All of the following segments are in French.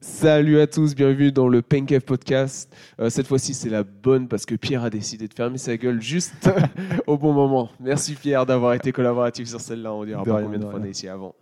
Salut à tous, bienvenue dans le Penkev Podcast. Euh, cette fois-ci, c'est la bonne parce que Pierre a décidé de fermer sa gueule juste au bon moment. Merci Pierre d'avoir été collaboratif sur celle-là. On dira De pas rien, combien de de fois on rien. est ici avant.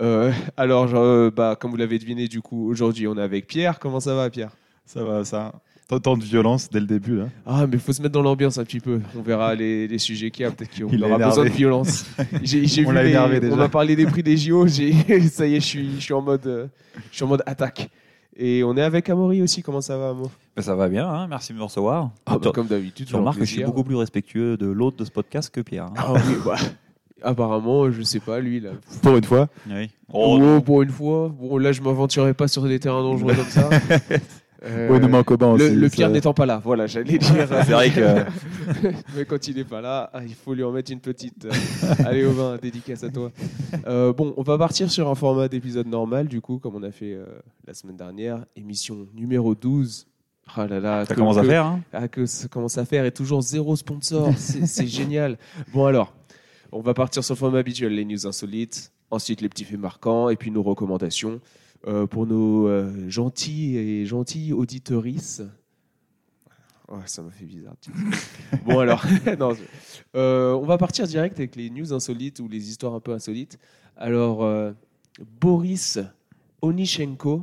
Euh, alors, genre, euh, bah, comme vous l'avez deviné, du coup, aujourd'hui, on est avec Pierre. Comment ça va, Pierre Ça va, ça. Tant- Tant de violence dès le début. hein. Là. Ah, mais il faut se mettre dans l'ambiance un petit peu. On verra les, les sujets qu'il y a. Peut-être qu'on Il l'a aura besoin de énervé. violence. J'ai, j'ai On vu l'a les- énervé déjà. On a parlé des prix des JO. J'ai, ça y est, je suis, je suis en mode, euh, je suis en mode attaque. Et on est avec Amaury aussi. Comment ça va, Amaury Ben, ça va bien, hein, merci de me recevoir. tu, Ah bah, ben, Comme d'habitude. tu remarques que je suis beaucoup plus respectueux de l'autre de ce podcast que Pierre. hein. Ah oui, bah. Apparemment, je sais pas, lui, là. Pour une fois, Oui. Oh, pour une fois. Bon, là, je m'aventurerai pas sur des terrains dangereux comme ça. Euh, ouais, nous manque au banc le, aussi, le ça- pire n'étant pas là, voilà, j'allais dire. C'est vrai que Mais quand il n'est pas là, ah, il faut lui en mettre une petite. euh, Allez, Aubin, dédicace à toi. Euh, bon, on va partir sur un format d'épisode normal, du coup, comme on a fait euh, la semaine dernière. Émission numéro 12. Ah là là, ça que- commence à que- faire. hein. Ah, que ça commence à faire. Et toujours zéro sponsor. C'est c'est génial. Bon, alors, on va partir sur le format habituel les news insolites, ensuite les petits faits marquants, et puis nos recommandations. Euh, pour nos euh, gentils et gentilles auditorices. Oh, ça m'a fait bizarre. tu sais. bon, alors, non, je- euh, on va partir direct avec les news insolites ou les histoires un peu insolites. Alors, euh, Boris Onichenko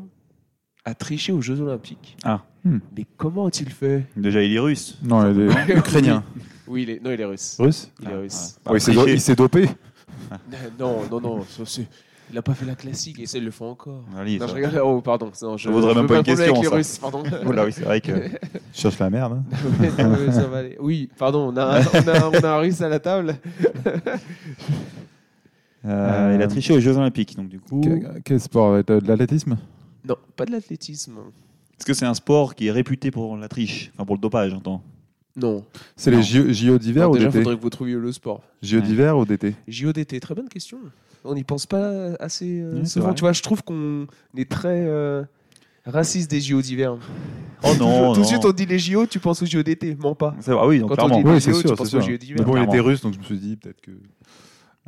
a triché aux Jeux Olympiques. Ah. Hmm. Mais comment a-il fait Déjà, il est russe. Non, il est ukrainien. Oui, il est... non, il est russe. Russe Il est Ah, russe. Ah, il s'est do- Triché. Il s'est dopé. Non, non, non, ça, c'est- il n'a pas fait la classique et ça, il le fait encore. Allez, Non, ça- je rigole. Oh, pardon. Non, je, Ça vaudrait je même veux pas une problème avec question, les ça. Russes, pardon. Oh là oui, c'est vrai que. Je cherche la merde. hein. Ouais, ça va- ça va aller. Oui, pardon, on a, un- on a un- on a un russe à la table. Euh, il a triché aux Jeux Olympiques, donc du coup. Que- Quel sport euh, De de l'athlétisme Non, pas de l'athlétisme. Est-ce que c'est un sport qui est réputé pour la triche Enfin, pour le dopage, j'entends. Non. C'est les JO JO d'hiver Alors, ou déjà, il d'été faudrait que vous trouviez le sport. JO d'hiver ou d'été JODT, très bonne question. On n'y pense pas assez euh, Oui, c'est souvent. vrai. Tu vois, je trouve qu'on est très euh, raciste des JO d'hiver. Oh non Tout de non. suite, on dit les JO, tu penses aux JODT. Mens pas. C'est vrai, Ah oui, donc Quand on clairement. dit- Oui. les Oui, c'est JO, tu sûr, c'est penses aux sûr. JO d'hiver. Mais bon, il était Clairement. russe, donc je me suis dit peut-être que.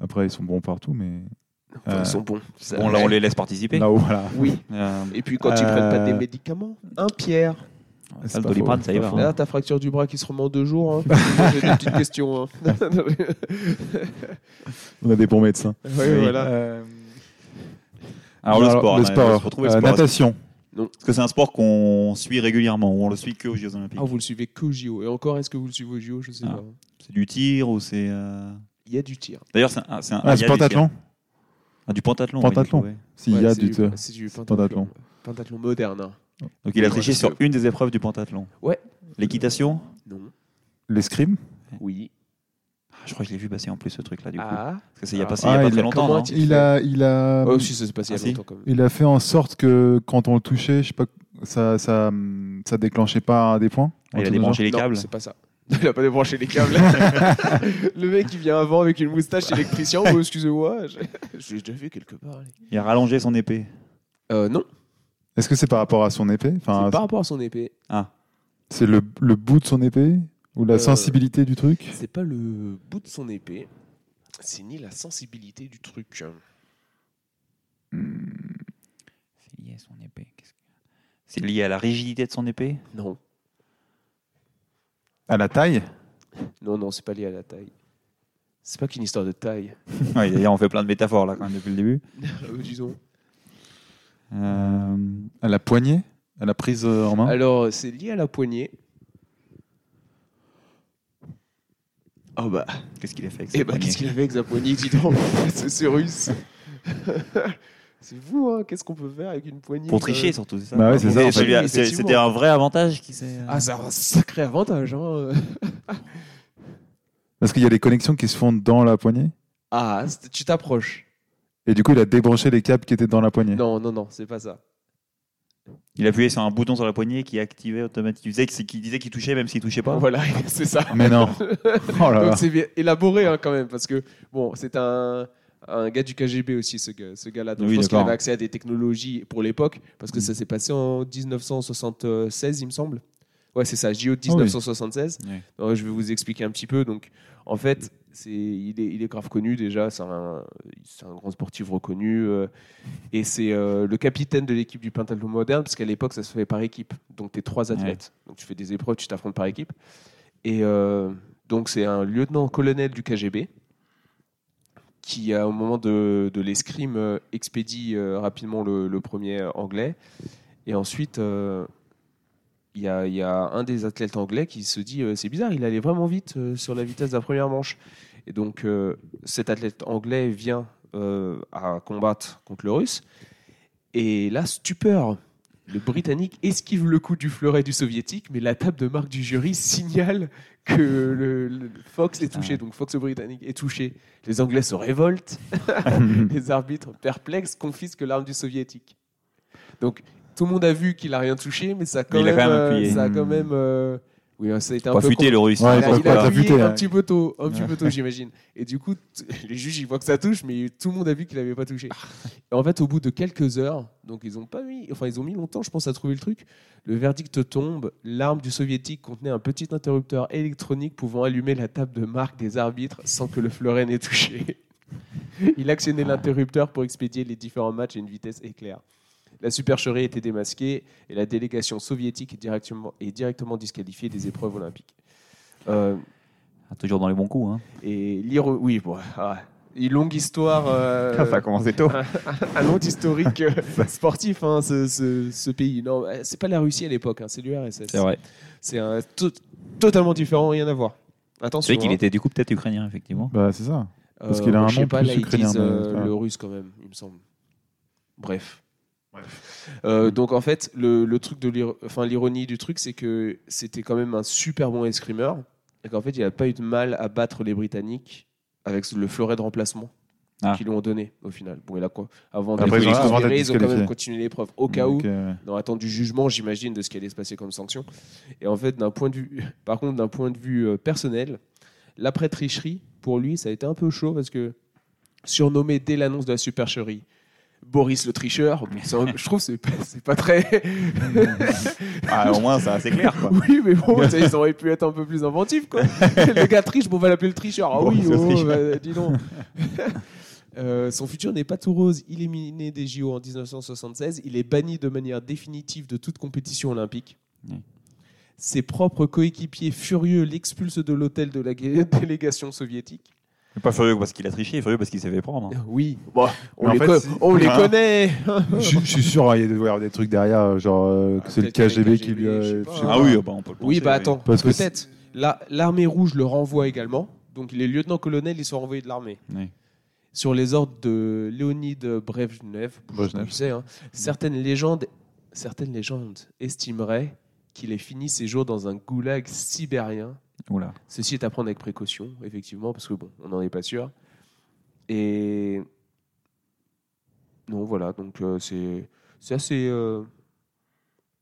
Après, ils sont bons partout, mais. Enfin, Euh, Ils sont bons. Ça- Bon, là, on les laisse participer. Là où, voilà. Oui. Euh, Et puis, quand ils prennent pas des Euh, médicaments, un pierre. ça, C'est le pas Doliprane, faux, ça y c'est va. pas hein. Là, ta fracture du bras qui se remet en deux jours. hein. J'ai des petites questions. hein. On a des bons médecins. Ouais, Oui. voilà. Euh, Alors, le sport. hein, Le attendez, sport. faut trouver le Euh, sport. Natation. Est-ce que c'est un sport qu'on suit régulièrement ou on le suit que aux Jeux Olympiques Ah, vous le suivez qu'au JO. Et encore, est-ce que vous le suivez au JO Je sais Ah. pas. C'est du tir ou c'est. euh, Il y a du tir. D'ailleurs, c'est un. C'est un, Ah, il y c'est a du tir. pentathlon Ah, du pentathlon. Pentathlon. oui, du coup, ouais. S'il y Ouais, a c'est du. du, c'est du pentathlon. pentathlon. Pentathlon moderne. hein. Donc il a Ouais, triché parce sur que- une des épreuves du pentathlon. Ouais. L'équitation Non. L'escrime Oui. Ah, Je crois que je l'ai vu passer en plus ce truc-là du coup. Ah. Parce que c'est il y a Ah. pas, c'est il y a pas il très a- longtemps. hein. comment non tu- Il a, il a, Oh, si, ça s'est passé Ah, il y a si. longtemps quand même. il a fait en sorte que quand on le touchait, je sais pas, ça, ça, hum, ça déclenchait pas des points. Ah, il Un truc a dans le genre. débranché les Non, câbles. C'est pas ça. Il a pas débranché les câbles. le mec, il vient avant avec une moustache électricien. Oh, excusez-moi. Je je l'ai déjà vu quelque part. allez. Il a rallongé son épée. Euh, non. Est-ce que c'est par rapport à son épée enfin, c'est par rapport à son épée. C'est le, le bout de son épée ou la Euh, sensibilité du truc C'est pas le bout de son épée. C'est ni la sensibilité du truc. C'est lié à son épée. C'est lié à la rigidité de son épée Non. À la taille Non, non, c'est pas lié à la taille. C'est pas qu'une histoire de taille. Ouais, D'ailleurs, on fait plein de métaphores là quand même depuis le début. Euh, disons. Euh, À la poignée À la prise euh, en main Alors, c'est lié à la poignée. Oh bah, Qu'est-ce qu'il a fait avec eh sa bah poignée qu'est-ce qu'il avait avec sa poignée, dis donc C'est ce russe C'est fou, hein Qu'est-ce qu'on peut faire avec une poignée Pour quand tricher même surtout, c'est ça Bah ouais, c'est ça, en fait. celui-là, euh, Oui, c'est- effectivement. C'était un vrai avantage qui s'est. euh, Ah, c'est un sacré avantage, hein Parce qu'il y a des connexions qui se font dans la poignée Ah, c'est- tu t'approches. et du coup, il a débranché les câbles qui étaient dans la poignée. Non, non, non, c'est pas ça. Il appuyait sur un bouton sur la poignée qui activait automatiquement. Il disait que- qui disait qu'il touchait même s'il touchait pas. Voilà, c'est ça. Mais non Oh là là Donc c'est bien élaboré hein, quand même, parce que bon, c'est un, un gars du KGB aussi, ce, gars- ce gars-là. Donc Oui, je pense qu'il d'accord. avait accès à des technologies pour l'époque, parce que Mm. ça s'est passé en 1976, il me semble. Ouais, c'est ça, JO de Ah oui. 1976. Oui. Alors, je vais vous expliquer un petit peu. Donc, en fait, c'est- il, est, il est grave connu déjà, c'est un, c'est un grand sportif reconnu. euh, et c'est euh, le capitaine de l'équipe du pentathlon moderne, parce qu'à l'époque, ça se fait par équipe. Donc, tu es trois athlètes. Donc, tu fais des épreuves, tu t'affrontes par équipe. Et euh, donc, c'est un lieutenant-colonel du KGB qui, à- au moment de, de l'escrime, euh, expédie euh, rapidement le, le premier euh, anglais. Et ensuite, euh, il y, a, il y a un des athlètes anglais qui se dit euh, c'est bizarre, il allait vraiment vite euh, sur la vitesse de la première manche. Et donc, euh, cet athlète anglais vient euh, à combattre contre le russe. Et là, stupeur le Britannique esquive le coup du fleuret du Soviétique, mais la table de marque du jury signale que le, le Fox est touché, donc Fox le Britannique est touché. Les Anglais se révoltent, les arbitres perplexes confisquent l'arme du Soviétique. Donc tout le monde a vu qu'il a rien touché, mais ça a quand Mais il a même, quand même euh, appuyé. Hmm. ça a quand même, euh, oui, ça a été un Ah, Pas peu futé le russe. Ouais, il a, il pas- a pas- appuyé affûté, un ouais. petit peu tôt, un petit peu tôt, j'imagine. Et du coup, t- les juges, ils voient que ça touche, mais tout le monde a vu qu'il n'avait pas touché. Et en fait, au bout de quelques heures, donc ils ont pas mis, enfin ils ont mis longtemps, je pense, à trouver le truc. Le verdict tombe. L'arme du soviétique contenait un petit interrupteur électronique pouvant allumer la table de marque des arbitres sans que le fleuret n'ait touché. Il actionnait l'interrupteur pour expédier les différents matchs à une vitesse éclair. La supercherie était démasquée et la délégation soviétique est directement, est directement disqualifiée des épreuves olympiques. Euh, Ah, Toujours dans les bons coups. Hein. et lire, oui, bon, ah, une longue histoire, euh, ça a commencé tôt. un long historique euh, sportif, hein, ce, ce- ce pays. Non, euh, c'est pas la Russie à l'époque, hein, c'est l'URSS. C'est vrai. C'est un to- totalement différent, rien à voir. Attention. C'est vrai qu'il hein. était du coup peut-être ukrainien, effectivement. Bah, c'est ça. parce Euh, qu'il a un je sais nom pas, plus là, ils ukrainien, disent, mais euh, c'est pas le grave. russe quand même, il me semble. Bref. Euh, donc en fait, le, le truc de l'ir- enfin l'ironie du truc, c'est que c'était quand même un super bon escrimeur et qu'en fait, il n'a pas eu de mal à battre les Britanniques avec le fleuret de remplacement Ah. qu'ils lui ont donné au final. Bon, et là, quoi, avant Après, d'être ils ont- avant libérés, d'être ils ont quand même disqualifiés. continué l'épreuve au cas où Donc, euh, dans l'attente du jugement, j'imagine, de ce qui allait se passer comme sanction. Et en fait, d'un point de vue, par contre, d'un point de vue euh, personnel, l'après-tricherie, pour lui, ça a été un peu chaud parce que surnommé dès l'annonce de la supercherie Boris le tricheur, bon, c'est un- je trouve que c'est pas, c'est pas très. Ah, au moins, ça, c'est clair. Quoi. oui, mais bon, tu sais, ils auraient pu être un peu plus inventifs, quoi. le gars triche, bon, on va l'appeler le tricheur. Ah oui, Boris le oh, tricheur. bah, dis donc. Euh, son futur n'est pas tout rose. Éliminé des JO en 1976, il est banni de manière définitive de toute compétition olympique. Oui. Ses propres coéquipiers furieux l'expulsent de l'hôtel de la gue- délégation soviétique. Mais Pas furieux parce qu'il a triché, furieux parce qu'il s'est fait prendre. Oui, on, mais en les, fait, co- si- on les Hein connaît. je, je suis sûr, hein, il y a- doit y avoir des trucs derrière, euh, genre euh, que Ah, c'est le peut-être avec KGB qui KGB, lui. a- je sais je pas. sais Ah pas. oui, euh, bah, on peut le penser, Oui, bah attends, Parce que peut-être. La- L'armée rouge le renvoie également. Donc les lieutenants-colonels, ils sont renvoyés de l'armée. Oui. Sur les ordres de Léonide Brejnev, Brejnev. je sais, hein, certaines, légendes, certaines légendes estimeraient qu'il ait fini ses jours dans un goulag sibérien. Oula. Ceci est à prendre avec précaution, effectivement, parce que bon, on n'en est pas sûr. Et non, voilà, donc euh, c'est c'est assez euh,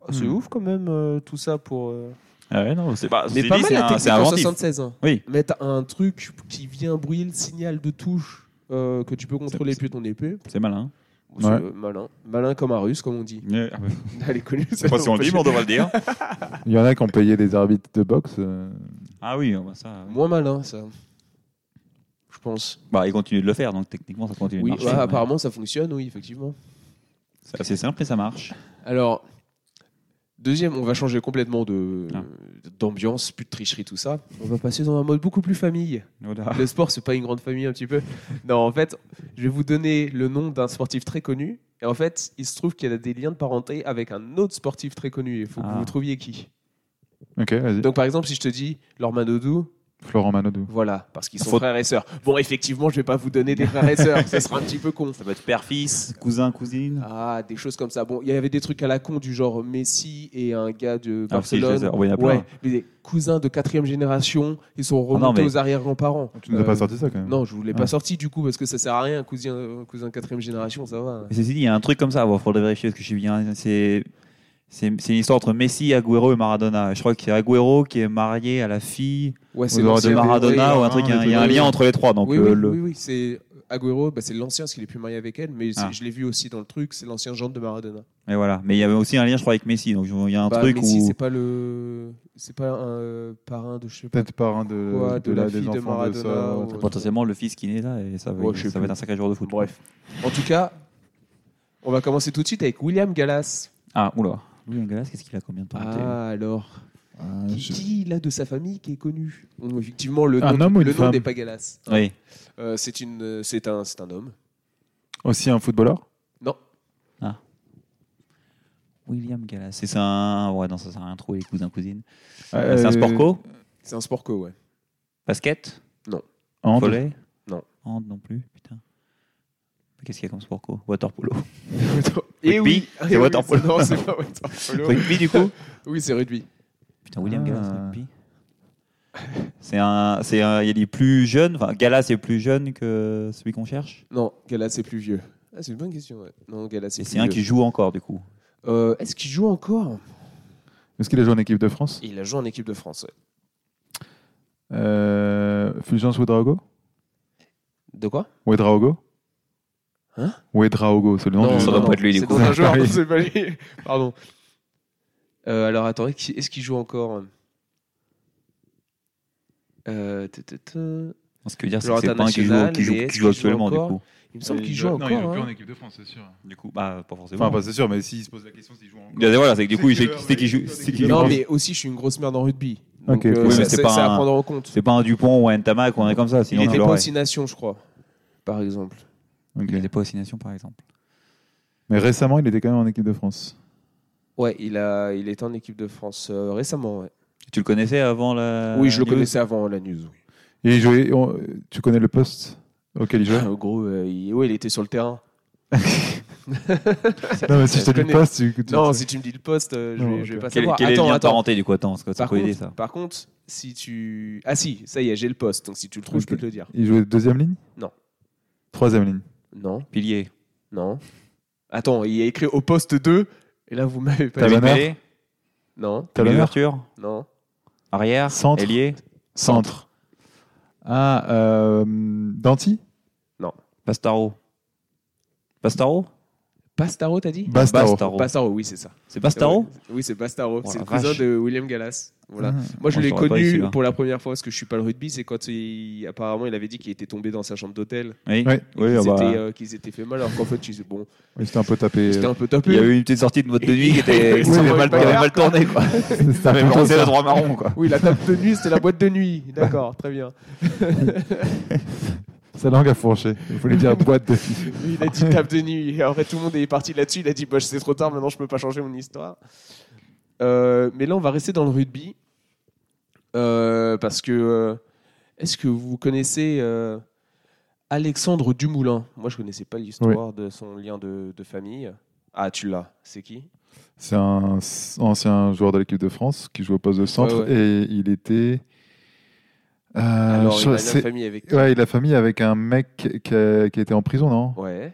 assez Hmm. ouf quand même euh, tout ça pour. euh, Ah ouais, non, c'est pas, mais c'est pas dit, mal c'est la un- technique c'est en inventif. 76. hein. Oui. Mettre un truc qui vient brouiller le signal de touche euh, que tu peux contrôler C'est- depuis ton épée. C'est malin. hein. C'est Ouais. euh, malin. Malin comme un russe, comme on dit. Elle est connue. C'est pas si Ah, bah, on le dit, mais on devrait le dire. Il y en a qui ont payé des arbitres de boxe. euh, Ah oui, bah ça. Moins malin, ça. Je pense. Bah, il continue de le faire, donc techniquement, ça continue Oui, de marcher. ouais, Ouais. apparemment, ça fonctionne, oui, effectivement. C'est assez simple et ça marche. Alors, deuxième, on va changer complètement de Ah. d'ambiance, plus de tricherie, tout ça. On va passer dans un mode beaucoup plus famille. Voilà. Le sport, c'est pas une grande famille, un petit peu. Non, en fait, je vais vous donner le nom d'un sportif très connu. Et en fait, il se trouve qu'il a des liens de parenté avec un autre sportif très connu. Il faut que Ah. vous trouviez qui. Ok, vas-y. Donc, par exemple, si je te dis Lorman Odou, Florent Manodou. voilà, parce qu'ils sont Faut- frères et sœurs. Bon, effectivement, je vais pas vous donner des frères et sœurs. ça sera un petit peu con. Ça peut être père-fils, cousin, cousine. Ah, des choses comme ça. Bon, il y avait des trucs à la con du genre Messi et un gars de Ah, si, je Barcelone. les ai- oh, il y en a plein. ouais, mais des cousins de quatrième génération, ils sont remontés Ah, mais- aux arrière-grands-parents. Tu nous as Euh, pas sorti ça quand même Non, je vous l'ai pas Ouais. sorti du coup parce que ça sert à rien, cousin, euh, cousin quatrième génération, ça va. Mais ceci dit, il y a un truc comme ça, il faudrait vérifier ce que je suis bien. C'est. C'est c'est une histoire entre Messi, Agüero et Maradona. Je crois que c'est Agüero qui est marié à la fille Ouais, aurez de l'ancien- Maradona oui, ou un truc. Il y a un- il y a un Ah, oui, lien oui. entre les trois. Donc Oui, euh, oui, le- oui, oui, c'est Agüero, bah, c'est l'ancien, parce qu'il est plus marié avec elle, mais c'est- Ah. je l'ai vu aussi dans le truc, c'est l'ancien gendre de Maradona. Mais voilà. Mais il y avait aussi un lien, je crois, avec Messi. Donc il y a un Bah, truc Messi, où. c'est pas le, c'est pas un euh, parrain de je sais pas. Peut-être parrain de, Ouais, de la des fille de enfants ça, Maradona, ouais, ou- truc. Potentiellement le fils qui naît là et ça va, Ouais, je sais ça plus. va être un sacré joueur de foot. Bref. En tout cas, on va commencer tout de suite avec William Gallas. Ah, oula. Louis Angelas, qu'est-ce qu'il a combien de temps Ah alors, Ah, qui, je- qui, là de sa famille qui est connu Bon, Effectivement, le Un nom, homme ou une le nom femme n'est pas Gallas. Oui. Euh, c'est une, euh, c'est un, c'est un homme. Aussi un footballeur Non, William Gallas. C'est ça un. Ouais, non, ça sert à rien trop, les cousins, cousines. Ah, Euh, C'est un sport co c'est un sport co, ouais. Basket Hand. Volley Non. Hand non plus, putain. Qu'est-ce qu'il y a comme sport co Water polo. Et oui, c'est Eh oui, water polo. Non, c'est pas water polo. Rugby du coup Oui, c'est rugby. Putain, William Ah. Gallas, rugby. C'est un, c'est un, il y a des plus jeunes. Enfin, Gallas est plus jeune que celui qu'on cherche. Non, Gallas c'est plus vieux. Ah, c'est une bonne question. ouais. Non, Gallas c'est Et plus c'est un vieux. qui joue encore du coup. Euh, Est-ce qu'il joue encore Est-ce qu'il a joué en équipe de France Il a joué en équipe de France. ouais. Euh, Fulgence Ouedraogo De quoi Ouedraogo Hein Ouedraogo, c'est le nom Non, du ça doit pas être lui, du C'est coup. dans un joueur, Ah oui. c'est pas lui. Pardon. Euh, alors attendez, qui- est-ce qu'il joue encore Euh, ta, ta, ta. Il Non, Ce que veut dire, c'est Joueur que c'est pas un qui joue, international, qui joue, mais qui est-ce joue qu'il joue actuellement du encore coup. me Euh, semble qu'il joue encore. hein. équipe de France, c'est sûr. Du coup, bah pas forcément. Enfin, pas c'est sûr, mais s'il se pose la question s'il joue encore. Il y a- voilà, c'est que du coup, il C'est sait que- c'est qui joue. c'est c'est que- qui Non, joue. mais aussi, je suis une grosse merde en rugby. Donc, euh, Ok, ok. ça, Oui, mais c'est c'est pas c'est à un- prendre en compte. C'est pas un Dupont ou un Tamac ou un truc comme ça. Il Sinon, on n'était pas l'aurait. aussi nation, je crois, par exemple. Ok. Il était pas aussi nation, par exemple. Mais récemment, il était quand même en équipe de France. Ouais, il, a, il était en équipe de France euh, récemment. ouais. Euh, Tu le connaissais avant la. oui, je le news connaissais avant la news. oui. Et il jouait. on- Tu connais le poste auquel il jouait Au gros, euh, il, ouais, il était sur le terrain. Non, mais si je te dis connais. le poste, tu. tu- Non, tu- si tu me dis le poste, euh, je, Non, vais, je vais ok. pas Quel, savoir. quel est le attends, lien de attends. parenté du coup Attends, parce que ça Par peut contre, aider ça. par contre, si tu. Ah si, ça y est, j'ai le poste. Donc si tu le trouves, je peux Ok. te le dire. Il jouait deuxième ligne Non. Troisième ligne. Non, Pilier. non. Attends, il y a écrit au poste 2. Et là, vous m'avez pas dit. Talonneur. Mêlée, Non, Talonneur ouverture, non. arrière, Centre. ailier, Centre. Ah, euh, Danti Pastaro. Pastaro Pastaro, t'as dit Bastaro. Bastaro. Pastaro, oui, c'est ça. C'est Pastaro Oui, c'est Bastaro. Oh, c'est la le cousin vache. Mmh. de William Gallas. Voilà. Ah. Moi, je On l'ai saurait pas ici, connu là. pour la première fois parce que je suis pas le rugby. C'est quand il, apparemment il avait dit qu'il était tombé dans sa chambre d'hôtel. Oui. Ouais. Oui, qu'ils ah bah, étaient, euh, qu'ils étaient fait mal alors qu'en fait, ils- bon, Oui, C'était un peu tapé. c'était un peu tapé. Il y a eu une petite sortie de mode de nuit qui était Ils qui sont avait pas mal, qui ouverts, avait mal tourné quoi. C'était un Ça avait peu lancé ça. le droit marron quoi. Oui, la table de nuit, c'était la boîte de nuit. D'accord, très bien. Sa langue a fourché. Il voulait dire boîte de nuit. Lui, il a dit table de nuit. Et après, tout le monde est parti là-dessus. Il a dit bah, c'est trop tard, maintenant, je peux pas changer mon histoire. Euh, mais là, on va rester dans le rugby. Euh, parce que. euh, Est-ce que vous connaissez euh, Alexandre Dumoulin Moi, je connaissais pas l'histoire de son lien de, de famille. Ah, tu l'as. C'est qui C'est un s- ancien joueur de l'équipe de France qui joue au poste de centre Ouais, et il était. Euh, Alors, je- il a une c'est- famille avec. Ouais, il a famille avec un mec qui, a- qui était en prison, non Ouais,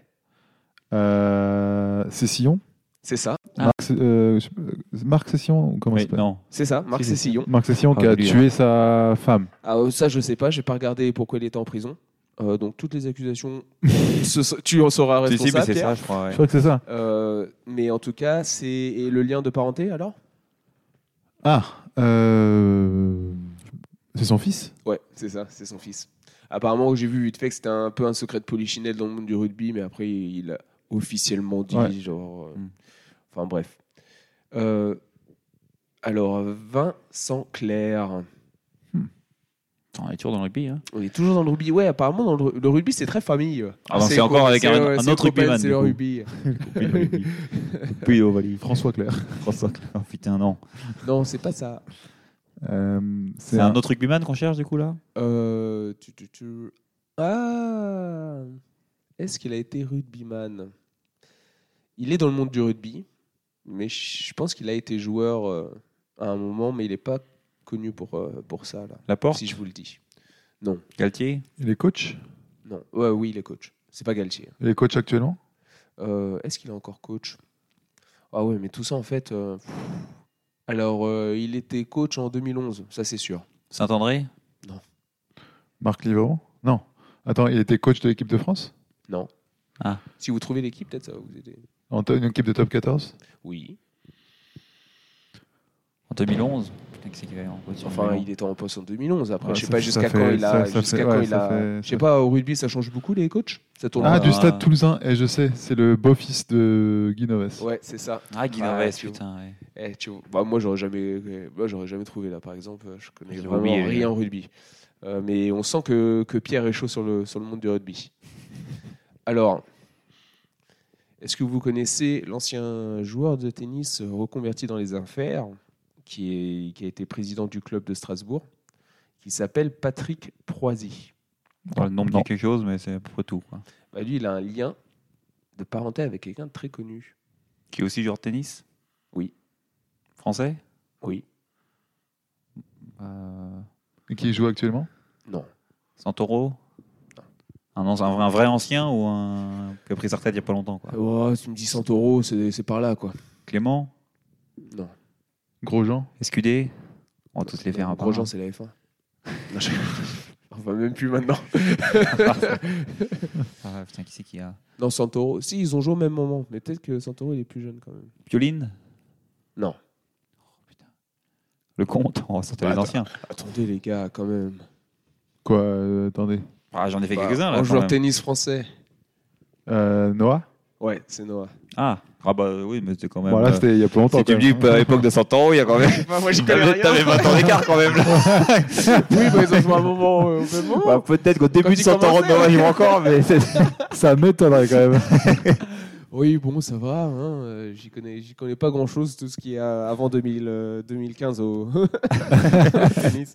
Euh, C'est Sillon c'est ça. Ah. Marc, Cé- euh, je sais pas, Marc Session ou comment Oui, il s'appelle non. C'est ça, Marc Si, si, si. Cessillon. Marc Session qui Ah, a lui, tué sa femme. Ah, euh, ça, je sais pas, j'ai pas regardé pourquoi il était en prison. Euh, donc, toutes les accusations, ce- tu en seras Si, si, responsable. mais c'est Pierre. ça, je crois. ouais. Je crois que c'est ça. Euh, mais en tout cas, c'est. Et le lien de parenté alors Ah, euh, c'est son fils Ouais, c'est ça, c'est son fils. Apparemment, j'ai vu vite fait que c'était un peu un secret de polichinelle dans le monde du rugby, mais après, il a officiellement dit, Ouais. genre. euh, Mm. Enfin, bref. Euh, alors, Vincent Clair. Attends, On est toujours dans le rugby. Hein. On est toujours dans le rugby. Ouais, apparemment, dans le, le rugby, c'est très famille. Ah, donc c'est encore quoi, avec c'est, un- ouais, un c'est autre copain, rugbyman, C'est du le coup. rugby. Puis au Valais. François Claire. François. Oh putain, non. Non, c'est pas ça. Euh, C'est un autre rugbyman qu'on cherche du coup là Euh, tu, tu, tu- Ah Est-ce qu'il a été rugbyman Il est dans le monde du rugby, mais je pense qu'il a été joueur euh, à un moment, mais il n'est pas connu pour, euh, pour ça, là, Laporte si je vous le dis. Galtier Il est coach Non. Ouais, oui, il est coach. C'est pas Galtier. Il est coach actuellement Euh, Est-ce qu'il est encore coach Ah ouais, mais tout ça, en fait... euh, pff. Alors, euh, il était coach en 2011, ça c'est sûr. Saint-André Marc Livron Non. Attends, il était coach de l'équipe de France Si vous trouvez l'équipe, peut-être ça va vous aider. En to- Une équipe de top 14 Oui. En 2011. Putain, que c'est qu'il y a eu en coach en Enfin, 2011. il était en poste en 2011. Après, Ouais, je sais ça pas fait- jusqu'à ça quand fait- il a. ça- ça jusqu'à fait- quand ouais, il ça a- fait- Je ça sais pas, au rugby, ça change beaucoup les coachs Ça tourne. Ah, en- du stade Ah. toulousain, et je sais, c'est le beau-fils de Guinoves. Ouais, c'est ça. Ah, Guy Ouais, Norvès, tu vois. putain. ouais. Eh, tu vois, bah, moi, j'aurais jamais, moi, j'aurais jamais trouvé là, par exemple. Je connais Le vraiment rugby, euh, rien en rugby. Euh, mais on sent que, que Pierre est chaud sur le, sur le monde du rugby. Alors, est-ce que vous connaissez l'ancien joueur de tennis reconverti dans les affaires, qui, est, qui a été président du club de Strasbourg, qui s'appelle Patrick Proisy Bon, le nom me Non. dit quelque chose, mais c'est à peu près tout. Quoi. Bah, Lui, il a un lien de parenté avec quelqu'un de très connu. Qui est aussi joueur de tennis Oui. Français Oui. euh, Et qui joue actuellement Non. Santoro un, anci- un vrai- un vrai ancien ou un qui a pris sa retraite il n'y a pas longtemps quoi. Oh, tu me dis Santoro, c'est c'est par là, quoi. Clément Non. Grosjean SQD On va tous les faire un Grosjean, c'est la F1. Non, je- Enfin, même plus maintenant. Ah, putain, qui c'est qui a Non, Santoro. Si, ils ont joué au même moment, mais peut-être que Santoro, il est plus jeune quand même. Pioline Non. Oh, putain. Le compte, on va sortir Bah, les anciens. Attendez, les gars, quand même. Quoi euh, Attendez. Ah, J'en ai fait Bah, quelques-uns là. Un quand joueur même. tennis français. Euh, Noah Ouais, c'est Noah. Ah, ah bah oui, mais c'était quand même. Voilà, euh, c'était il y a pas longtemps. si tu quand me dis même. pas à l'époque de Santoro, il y a quand même. moi, je T'avais t'avais 20 ans d'écart quand même là. Oui, bah, ils ont joué un moment euh, au même moment. Bah, Peut-être qu'au Quand début de il Santoro, commençait, on arrive encore, mais c'est- Ça m'étonnerait quand même. Oui, bon, ça va. hein, euh, J'y connais, j'y connais pas grand-chose, tout ce qui est euh, avant 2000, euh, 2015 au tennis.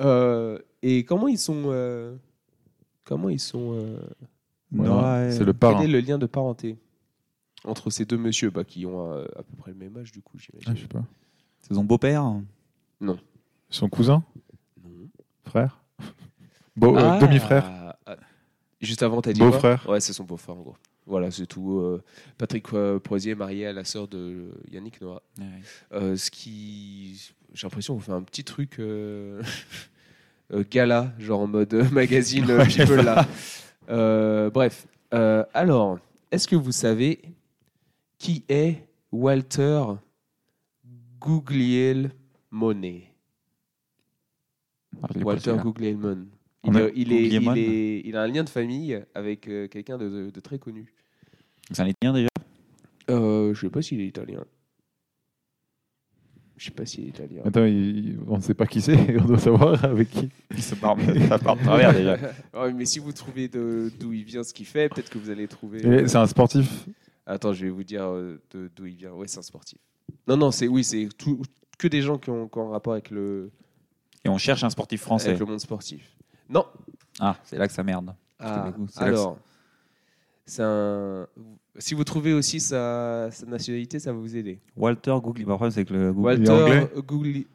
Euh, et comment ils sont... euh, Comment ils sont... euh, Voilà, Ouais. C'est le Quel parrain. est le lien de parenté entre ces deux messieurs bah, qui ont euh, à, peu près le même âge, du coup, Ah, j'imagine je sais pas. C'est son beau-père Son cousin Non. Frère Beau- euh, Ah, Demi-frère ah, Juste avant, t'as dit. Beau-frère. quoi Ouais, c'est son beau-frère, en gros. Voilà, c'est tout. euh, Patrick euh, Proisier est marié à la sœur de Yannick Noah. Euh, ce qui. J'ai l'impression qu'on fait un petit truc. euh, euh, gala, genre en mode euh, magazine euh, People là. Euh, bref. Euh, alors, est-ce que vous savez qui est Walter Guglielmone Walter Guglielmone. Il, On a- euh, il est, il, Guglielmone est- il a un lien de famille avec euh, quelqu'un de, de- de très connu. C'est un Italien déjà Euh, je sais pas s'il est italien. Je sais pas s'il est italien. Attends, il- il- on ne sait pas qui c'est, on doit savoir avec qui. Ça part, ça part de travers déjà. Ouais, Ah, mais si vous trouvez de- d'où il vient ce qu'il fait, peut-être que vous allez trouver. euh, Et C'est un sportif. Attends, je vais vous dire euh, de- d'où il vient. Ouais, c'est un sportif. Non, non, c'est oui, c'est tout- que des gens qui ont, qui ont un rapport avec le, Et on cherche un sportif français. avec le monde sportif. Non. Ah, c'est là que ça merde. Ah, le coup, c'est alors, c'est un. Si vous trouvez aussi sa, sa nationalité, ça va vous aider. Walter Google. Le problème, c'est que le Google. Il est Walter anglais Gougli.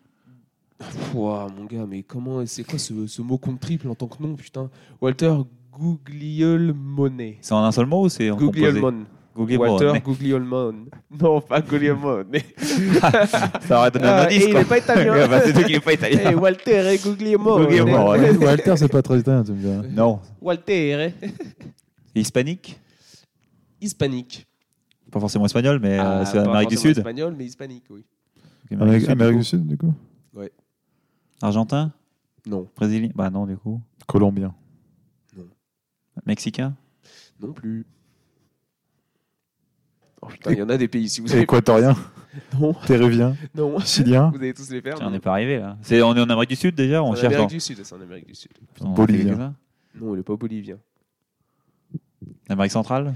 Pouah, mon gars, mais comment c'est quoi ce, ce mot compte triple en tant que nom, putain Walter Guglielmone. C'est en un seul mot ou c'est en composé Guglielmone. Google Walter mais- Guglielmone. Non, pas Guglielmone. Ça aurait donné un Ah, et indice. il quoi. hein. n'est pas italien. Ouais, bah, c'est tout qu'il est pas italien. Eh, Walter Oh, Guglielmone. Euh, Guglielmone. Ouais. Walter, c'est pas très italien, tu me diras. Non. Walter. eh, Hispanique Hispanique. Pas forcément espagnol, mais euh, Ah, c'est pas Amérique du forcément Sud. Espagnol, mais hispanique, oui. Amérique, Amérique du du Sud. Sud, du coup Argentin Non, Brésilien Bah non, du coup. Colombien. Mexicain non plus. Oh putain, il y en a des pays. Si vous avez Équatorien. Non. Péruvien. Non. Vous Chilien. allez tous les faire. Tiens, on non. n'est pas arrivé là. C'est- on est en Amérique du Sud déjà On C'est en cherche. Amérique en- du Sud, c'est en Amérique du Sud. Putain, on a fait Bolivien. quelques-uns. Non, il n'est pas bolivien. Amérique centrale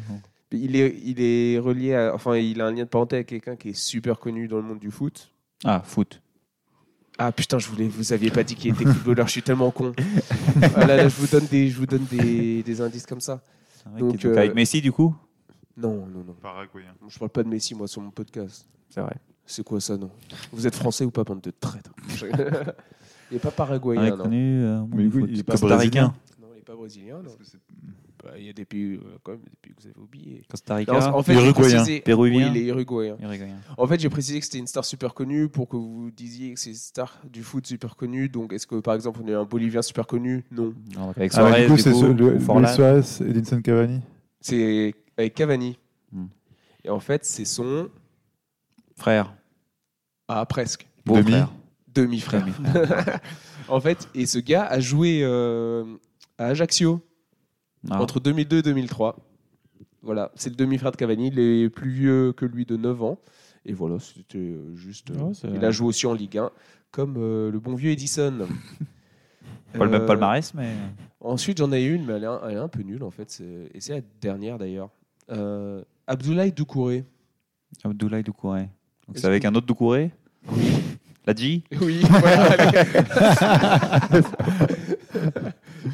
Mais Il est, il est relié à. Enfin, il a un lien de parenté avec quelqu'un qui est super connu dans le monde du foot. Ah, foot. Ah putain, je voulais, vous aviez pas dit qu'il était footballeur, je suis tellement con. Ah là, là, je vous donne des, je vous donne des, des indices comme ça. C'est vrai Donc, qu'il est- donc euh, Avec Messi, du coup Non, non, non. Paraguayen. Je parle pas de Messi, moi, sur mon podcast. C'est vrai. C'est quoi ça, non Vous êtes français ou pas, bande de traîtres Il n'est pas paraguayen, non Inconnu, euh, Mais du coup, il est pas Costa brésilien. Ricain. Non, il n'est pas brésilien, non. Bah, Il y a des pays, euh, quand même, des pays que vous avez oubliés. Costa Non, Rica, en fait, j'ai Uruguayen. précisé- Péruvien. Oui, les Uruguayens. Uruguayen. En fait, j'ai précisé que c'était une star super connue pour que vous disiez que c'est une star du foot super connue. Donc, est-ce que par exemple, on est un Bolivien super connu Non. Non, donc Avec Ah, bah, Suarez, du coup, c'est ce- du le- coup, Forlan. Luis Suarez, Edinson Cavani. C'est avec Cavani. Hmm. Et en fait, c'est son. frère, Ah, presque. beau Demi. frère. Demi-frère. en fait, et ce gars a joué euh, à Ajaccio Ah, entre 2002 et 2003. Voilà, c'est le demi-frère de Cavani. Il est plus vieux que lui de 9 ans. Et voilà, c'était euh, juste. euh, Ouais, c'est- il a joué aussi en Ligue 1, comme euh, le bon vieux Edison. Pas le même Euh, palmarès, mais. Ensuite, j'en ai une, mais elle est un, elle est un peu nulle en fait. c'est- Et c'est la dernière d'ailleurs. Euh, Abdoulaye Doucouré. Abdoulaye Doucouré. Donc Est-ce c'est avec un autre Doucouré La G Oui, voilà. allez.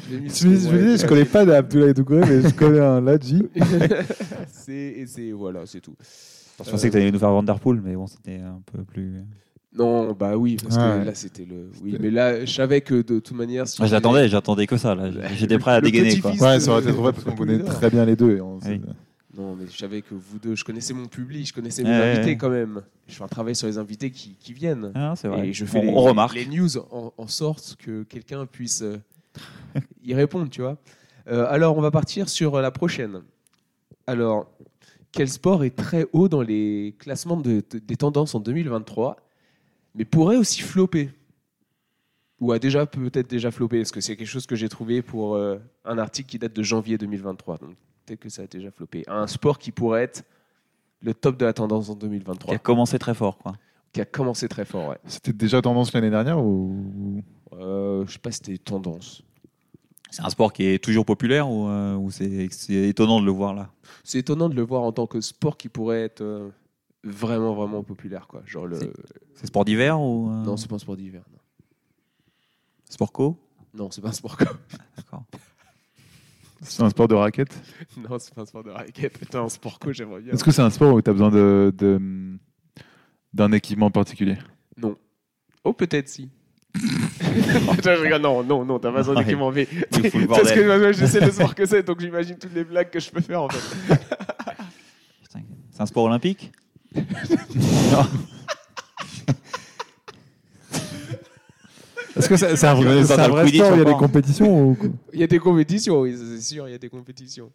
J'ai mis Je me ce je me mot, disais, je connais pas d'Abdoulaye Doucouré, mais je connais un Ladji. ouais. c'est et c'est voilà, c'est tout. Je pensais que tu allais nous faire Vanderpool, mais bon, c'était un peu plus. Non, bah oui, parce que Ah ouais. là c'était le. Oui, mais là, je savais que de toute manière. si Ah, j'avais- J'attendais, j'attendais que ça. là. J'étais prêt à Le dégainer. Quoi. petit-fils Ouais, de- ça aurait été trop vrai parce qu'on connaît très bien les deux. et on sait- Oui. Non, mais je savais que vous deux, je connaissais mon public, je connaissais mes Ouais, ouais, invités ouais. quand même. Je fais un travail sur les invités qui, qui viennent. Ah, c'est vrai. Et je fais on, les, on remarque. les news en, en sorte que quelqu'un puisse euh, y répondre, tu vois. Euh, alors, on va partir sur euh, la prochaine. Alors, quel sport est très haut dans les classements de- de- des tendances en 2023, mais pourrait aussi flopper Ou a déjà peut-être déjà floppé Parce que c'est quelque chose que j'ai trouvé pour euh, un article qui date de janvier 2023. Donc, peut-être que ça a déjà floppé. Un sport qui pourrait être le top de la tendance en Qui 2023, a commencé très fort. Quoi. qui a commencé très fort, ouais. C'était déjà tendance l'année dernière ou Euh, je sais pas si c'était tendance. C'est un sport qui est toujours populaire ou, euh, ou c'est c'est étonnant de le voir là C'est étonnant de le voir en tant que sport qui pourrait être euh, vraiment, vraiment populaire. Quoi. Genre le... C'est sport d'hiver ou. euh, Non, c'est pas un sport d'hiver. Non, sport co Non, c'est pas un sport. comme- D'accord. c'est un sport de raquette non, c'est pas un sport de raquette. Putain, un sport co, j'aimerais bien. Est-ce que c'est un sport où tu as besoin de, de- d'un équipement particulier Oh, peut-être si. Putain, je rigole. Non, non, non, t'as pas besoin Ouais. d'équipement V. Tu fous le Parce que bordel. moi, je sais le sport que c'est, donc j'imagine toutes les blagues que je peux faire en fait. Putain, C'est un sport olympique Est-ce que c'est, c'est un, Dans c'est un le vrai Quidditch, sport où il y a encore. des compétitions ou quoi Il y a des compétitions, oui, ça, c'est sûr, il y a des compétitions.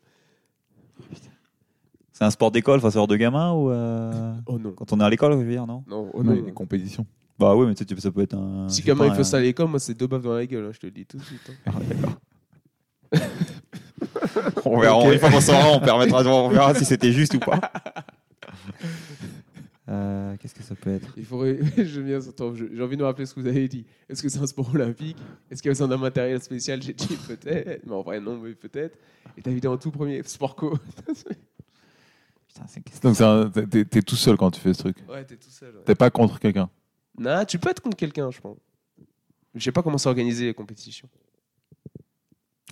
C'est un sport d'école, enfin, c'est hors de gamin ou. euh, Oh non. Quand on est à l'école, je veux dire, non Non, oh non. Non, il y a des compétitions. Bah oui, mais tu sais, tu peux- ça peut être un. Si je sais gamin pas, il fait un- ça à l'école, moi c'est deux baffes dans la gueule, hein, je te le dis tout de suite. hein. On verra, une fois qu'on saura, on, permettra, on verra si c'était juste ou pas. Euh, Qu'est-ce que ça peut être Il faudrait. je viens- attends, je- J'ai envie de me rappeler ce que vous avez dit. Est-ce que c'est un sport olympique Est-ce qu'il y a besoin d'un matériel spécial J'ai dit peut-être. Mais en vrai, non, mais peut-être. Et t'as vidé en tout premier sport co. Putain, c'est qu'est-ce que- Donc c'est un- t'es- t'es, t'es tout seul quand tu fais ce truc. ouais, t'es tout seul. ouais. T'es pas contre quelqu'un. Non, tu peux être contre quelqu'un, je pense. Je sais pas comment c'est organisé les compétitions.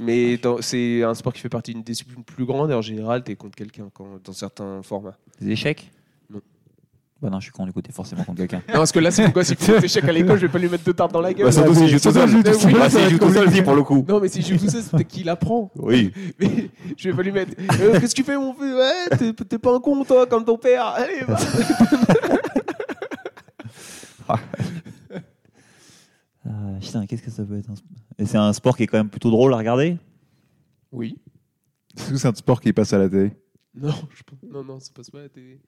Mais dans- c'est un sport qui fait partie d'une discipline plus grande et en général, t'es contre quelqu'un quand- dans certains formats. Des échecs Non. Bah non, je suis con, du coup, t'es forcément contre quelqu'un. Non, parce que là, c'est pourquoi si tu fais échec à l'école, je vais pas lui mettre deux tartes dans la gueule. Bah, surtout s'il joue tout seul. Mais oui. Bah, s'il joue tout seul, si, pour le coup. Non, mais si je joue tout seul, c'est peut-être qu'il apprend. Oui. Mais je vais pas lui mettre. Euh, Qu'est-ce que tu fais, mon fils Ouais, t'es- t'es pas un con, toi, comme ton père. Allez, va. Ah, putain, qu'est-ce que ça peut être un sp- Et c'est un sport qui est quand même plutôt drôle à regarder Oui. Est-ce que c'est un sport qui passe à la télé Non, je... pense- non, non, ça passe pas à la télé.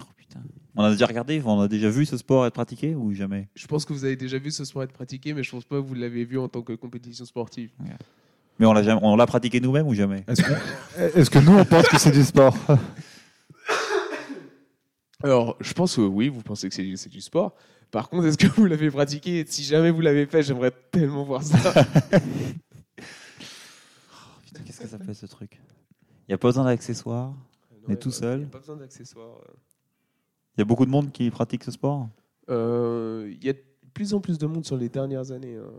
Oh putain. On a déjà regardé, on a déjà vu ce sport être pratiqué ou jamais Je pense que vous avez déjà vu ce sport être pratiqué, mais je pense pas que vous l'avez vu en tant que compétition sportive. Mais on l'a jamais- on l'a pratiqué nous-mêmes ou jamais est-ce que, est-ce que nous on pense que c'est du sport Alors, je pense que oui, vous pensez que c'est du, c'est du sport. Par contre, est-ce que vous l'avez pratiqué Si jamais vous l'avez fait, j'aimerais tellement voir ça. Oh, putain, Qu'est-ce que ça peut être ce truc Il n'y a pas besoin d'accessoires Mais tout seul. Il a pas besoin d'accessoires. Il y a beaucoup de monde qui pratique ce sport Euh, Il y a de plus en plus de monde sur les dernières années. hein.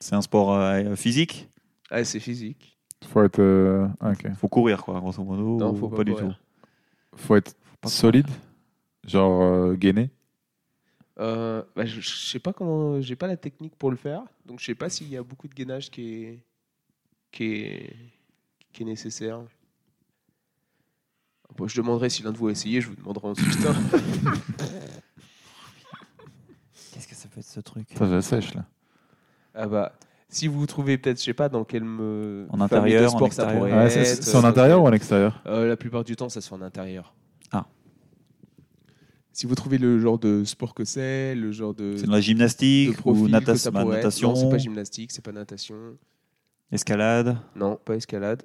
C'est un sport euh, physique Ah, c'est physique. Faut être, euh, ah, ok. Faut courir, quoi, grosso modo. Non, ou faut pas du courir. tout. Faut être Pas solide, genre euh, gainé. Euh, bah, je, je sais pas comment, j'ai pas la technique pour le faire, donc je sais pas s'il y a beaucoup de gainage qui est, qui est, qui est nécessaire. Bon, je demanderai si l'un de vous a essayé, je vous demanderai ensuite. hein. Qu'est-ce que ça peut être ce truc Ça, je la sèche, là. ah bah, si vous trouvez peut-être, je sais pas, dans quel me... En intérieur, de en sport ça extérieur. pourrait Ouais, c'est- être. c'est en intérieur ou en extérieur Euh, La plupart du temps, ça se fait en intérieur. Ah. Si vous trouvez le genre de sport que c'est, le genre de, C'est de la de gymnastique profil ou que natas- ça bah, pourrait être. natation, Non, c'est pas gymnastique, c'est pas natation. escalade. Non, pas escalade.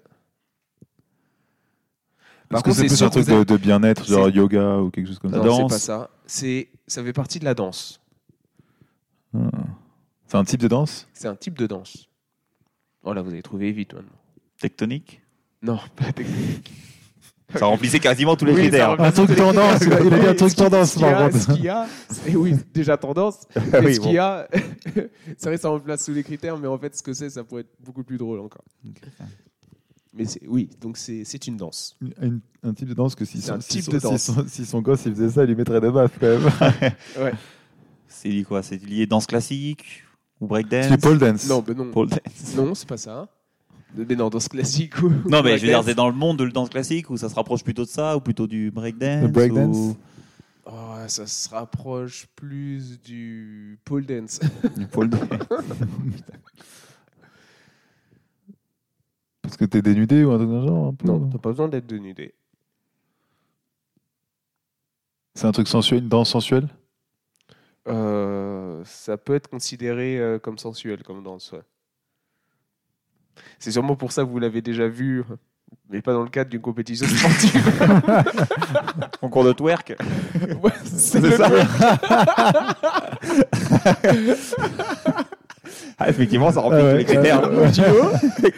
Parce que c'est plus sûr un truc que vous de, êtes- de bien-être, genre c'est- yoga ou quelque chose comme Non, ça. danse. c'est pas ça. C'est, ça fait partie de la danse. Ah. C'est un type de danse C'est un type de danse. Voilà, vous avez trouvé vite maintenant. Tectonique. Non, pas technique. Ça remplissait quasiment tous les Oui, ça critères. rem- Un truc tendance, il a- il a dit un truc tendance, Ce qu'il y a, ce qu'il y a, c'est- oui, déjà tendance. mais ce qu'il y a, c'est vrai, ça remplace tous les critères, mais en fait, ce que c'est, ça pourrait être beaucoup plus drôle encore. Mais c'est- oui, donc c'est c'est une danse. Un, un type de danse que si C'est un son, si type son- de si danse. son- si son gosse il faisait ça, il lui mettrait des baffes quand même. C'est lié quoi C'est lié danse classique ou breakdance C'est Ah, pole dance. Non, ben non, Pole dance. non, c'est pas ça. Mais non, danse classique. ou- Non, mais je veux dire, breakdance. c'est dans le monde de la danse classique où ça se rapproche plutôt de ça ou plutôt du breakdance. Le breakdance. ou- Oh, ça se rapproche plus du pole dance. du pole dance. Parce que t'es dénudé ou un truc d'un genre. un peu. Non, t'as pas besoin d'être dénudé. C'est un truc sensuel, une danse sensuelle Euh, ça peut être considéré euh, comme sensuel, comme danse. ouais. C'est sûrement pour ça que vous l'avez déjà vu, mais pas dans le cadre d'une compétition sportive. Concours de twerk. Ouais, c'est le truc. Ah, effectivement, ça remplit Ah ouais, tous les critères. ah Tu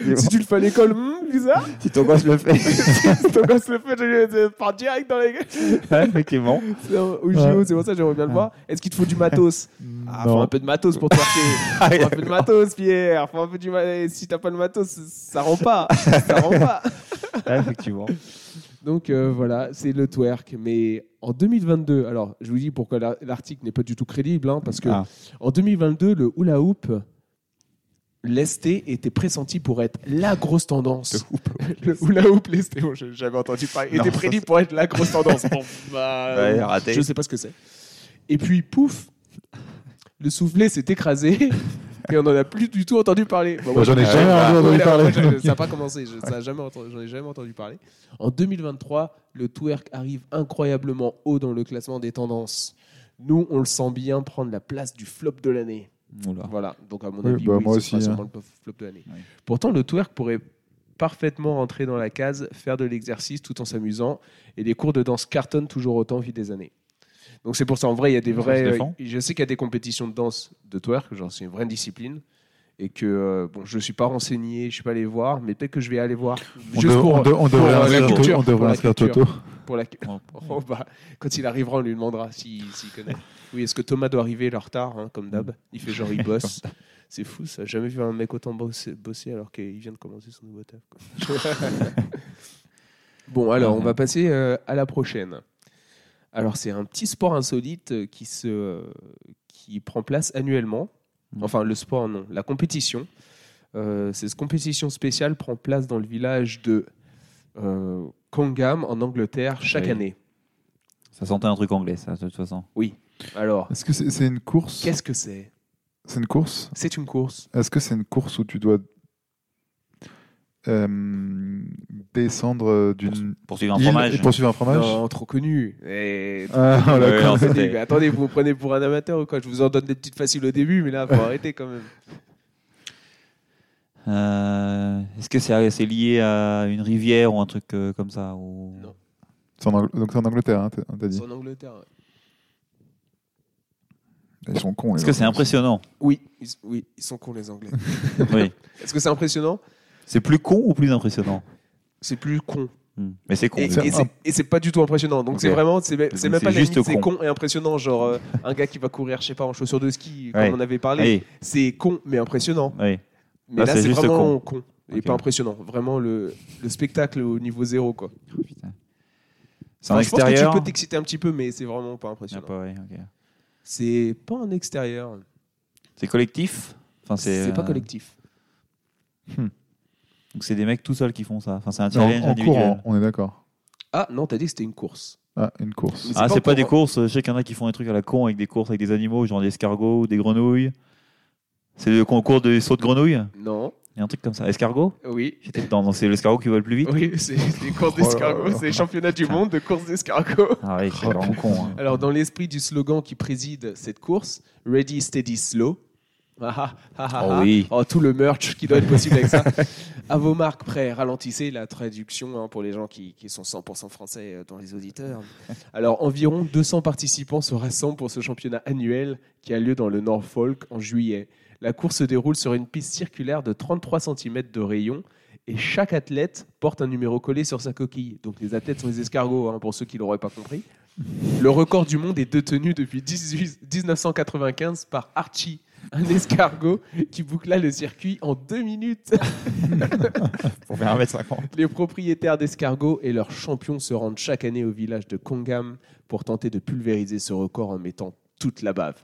vois si tu le fais à l'école, hmm, bizarre. Si ton gosse le fait. Si ton gosse le fait, je je pars direct dans les Ah, effectivement. C'est- Au JO, c'est pour ça que j'aimerais bien le voir. Est-ce qu'il te faut du matos Ah, faut un peu de matos pour twerker. faut un peu de matos, Pierre. Faut un peu du matos. Si t'as pas le matos, ça rend pas. Ça rend pas. effectivement. Donc euh, voilà, c'est le twerk. Mais en 2022, alors je vous dis pourquoi la- l'article n'est pas du tout crédible, hein, parce que Ah. en 2022, le hula hoop, l'esté était pressenti pour être la grosse tendance. Le, hula hoop, l'esté, bon, je- j'avais entendu parler, Non, était ça, prédit pour être la grosse tendance. Bon, bah, Ouais, euh, raté. je sais pas ce que c'est. Et puis pouf, le soufflet s'est écrasé. Et on n'en a plus du tout entendu parler. Bon, Moi, moi, J'en ai Ah ouais, jamais bah, entendu voilà, parler. moi, je- ça n'a pas commencé, je n'en ai, jamais entendu- j'en ai jamais entendu parler. En 2023, le twerk arrive incroyablement haut dans le classement des tendances. Nous, on le sent bien prendre la place du flop de l'année. Oula. Voilà, donc à mon Oui, avis, bah, oui, moi ce aussi, sera hein. sûrement le flop de l'année. Oui. Pourtant, le twerk pourrait parfaitement rentrer dans la case, faire de l'exercice tout en s'amusant, et les cours de danse cartonnent toujours autant au fil des années. Donc c'est pour ça, en vrai, il y a des Ça se vrais... euh, défend. Je sais qu'il y a des compétitions de danse de twerk, genre c'est une vraie discipline, et que, euh, bon, je ne suis pas renseigné, je ne suis pas allé voir, mais peut-être que je vais aller voir, On, juste de- pour, on de- on devrait la inscrire- culture, on pour devrait la inscrire culture. Toto. pour la... Oh, bah, quand il arrivera, on lui demandera s'il s'il connaît. Oui, est-ce que Thomas doit arriver en retard, hein, comme d'hab Il fait genre, il bosse. C'est fou, ça. J'ai Jamais vu un mec autant bosser, bosser alors qu'il vient de commencer son nouveau taf. quoi. bon, alors, on va passer euh, à la prochaine. Alors, c'est un petit sport insolite euh, qui, se, euh, qui prend place annuellement. Enfin, le sport, non, la compétition. Euh, cette compétition spéciale prend place dans le village de euh, Congham, en Angleterre, chaque Oui. année. Ça sentait un truc anglais, ça, de toute façon. Alors, Est-ce que c'est c'est une course qu'est-ce que c'est C'est une course C'est une course. Est-ce que c'est une course où tu dois euh, descendre d'une Poursuivre un île fromage. et poursuivre un fromage Non, trop connu. Et... Ah, oh, la Ouais, con- non, Attendez, c'était- mais attendez, vous me prenez pour un amateur ou quoi Je vous en donne des petites faciles au début, mais là, faut arrêter quand même. Euh, Est-ce que c'est c'est lié à une rivière ou un truc euh, comme ça ou... Non. C'est en Ang- Donc c'est en Angleterre, hein, t'as- on t'a dit. C'est en Angleterre. ouais. Ils sont cons. les Est-ce que c'est Anglais. impressionnant Oui, ils, oui, ils sont cons les Anglais. Oui. Est-ce que c'est impressionnant C'est plus con ou plus impressionnant C'est plus con. Hmm. Mais c'est con. Et, C'est et un- c'est- et c'est pas du tout impressionnant. Donc Ok. c'est vraiment, c'est même Donc c'est même c'est pas la juste limite, c'est con. con et impressionnant. Genre euh, un gars qui va courir, je sais pas, en chaussures de ski, comme Ouais. on avait parlé. Oui, C'est con mais impressionnant. oui. Mais Là, là, Ah, c'est c'est juste vraiment con. Et Ok. pas impressionnant. Vraiment le, le spectacle au niveau zéro, quoi. C'est en Enfin, je pense que extérieur. tu peux t'exciter un petit peu, mais c'est vraiment pas Ah, impressionnant. pas, ouais, ok. C'est pas en extérieur. C'est collectif Enfin, C'est euh, pas collectif. Donc c'est des mecs tout seuls qui font ça. Enfin, c'est un Non, challenge en individuel. courant, on est d'accord. Ah non, t'as dit que c'était une course. Ah, une course. Mais Ah, pas c'est pas, en hein. des courant. courses. Je sais qu'il y en a qui font des trucs à la con avec des courses avec des animaux, genre des escargots ou des grenouilles. C'est le concours des sauts de grenouilles Non. Il y a un truc comme ça. Escargot Oui. J'étais dedans. Donc, C'est l'escargot qui vole plus vite Oui, c'est les courses Oh là d'escargots, là. c'est les championnats du monde de courses d'escargots. Ah oui, c'est vraiment con. hein. Alors, dans l'esprit du slogan qui préside cette course, Ready, Steady, Slow. Ah, ah, ah, ah, Oh ah. oui. Oh, tout le merch qui doit être possible avec ça. à vos marques, prêts, ralentissez la traduction hein, pour les gens qui, qui sont 100% français euh, dans les auditeurs. Alors, environ 200 participants se rassemblent pour ce championnat annuel qui a lieu dans le Norfolk en juillet. La course se déroule sur une piste circulaire de 33 cm de rayon et chaque athlète porte un numéro collé sur sa coquille. Donc les athlètes sont les escargots, hein, pour ceux qui ne l'auraient pas compris. Le record du monde est détenu depuis 18 1995 par Archie, un escargot qui boucla le circuit en deux minutes. Pour faire 1m50. Les propriétaires d'escargots et leurs champions se rendent chaque année au village de Kongam pour tenter de pulvériser ce record en mettant toute la bave.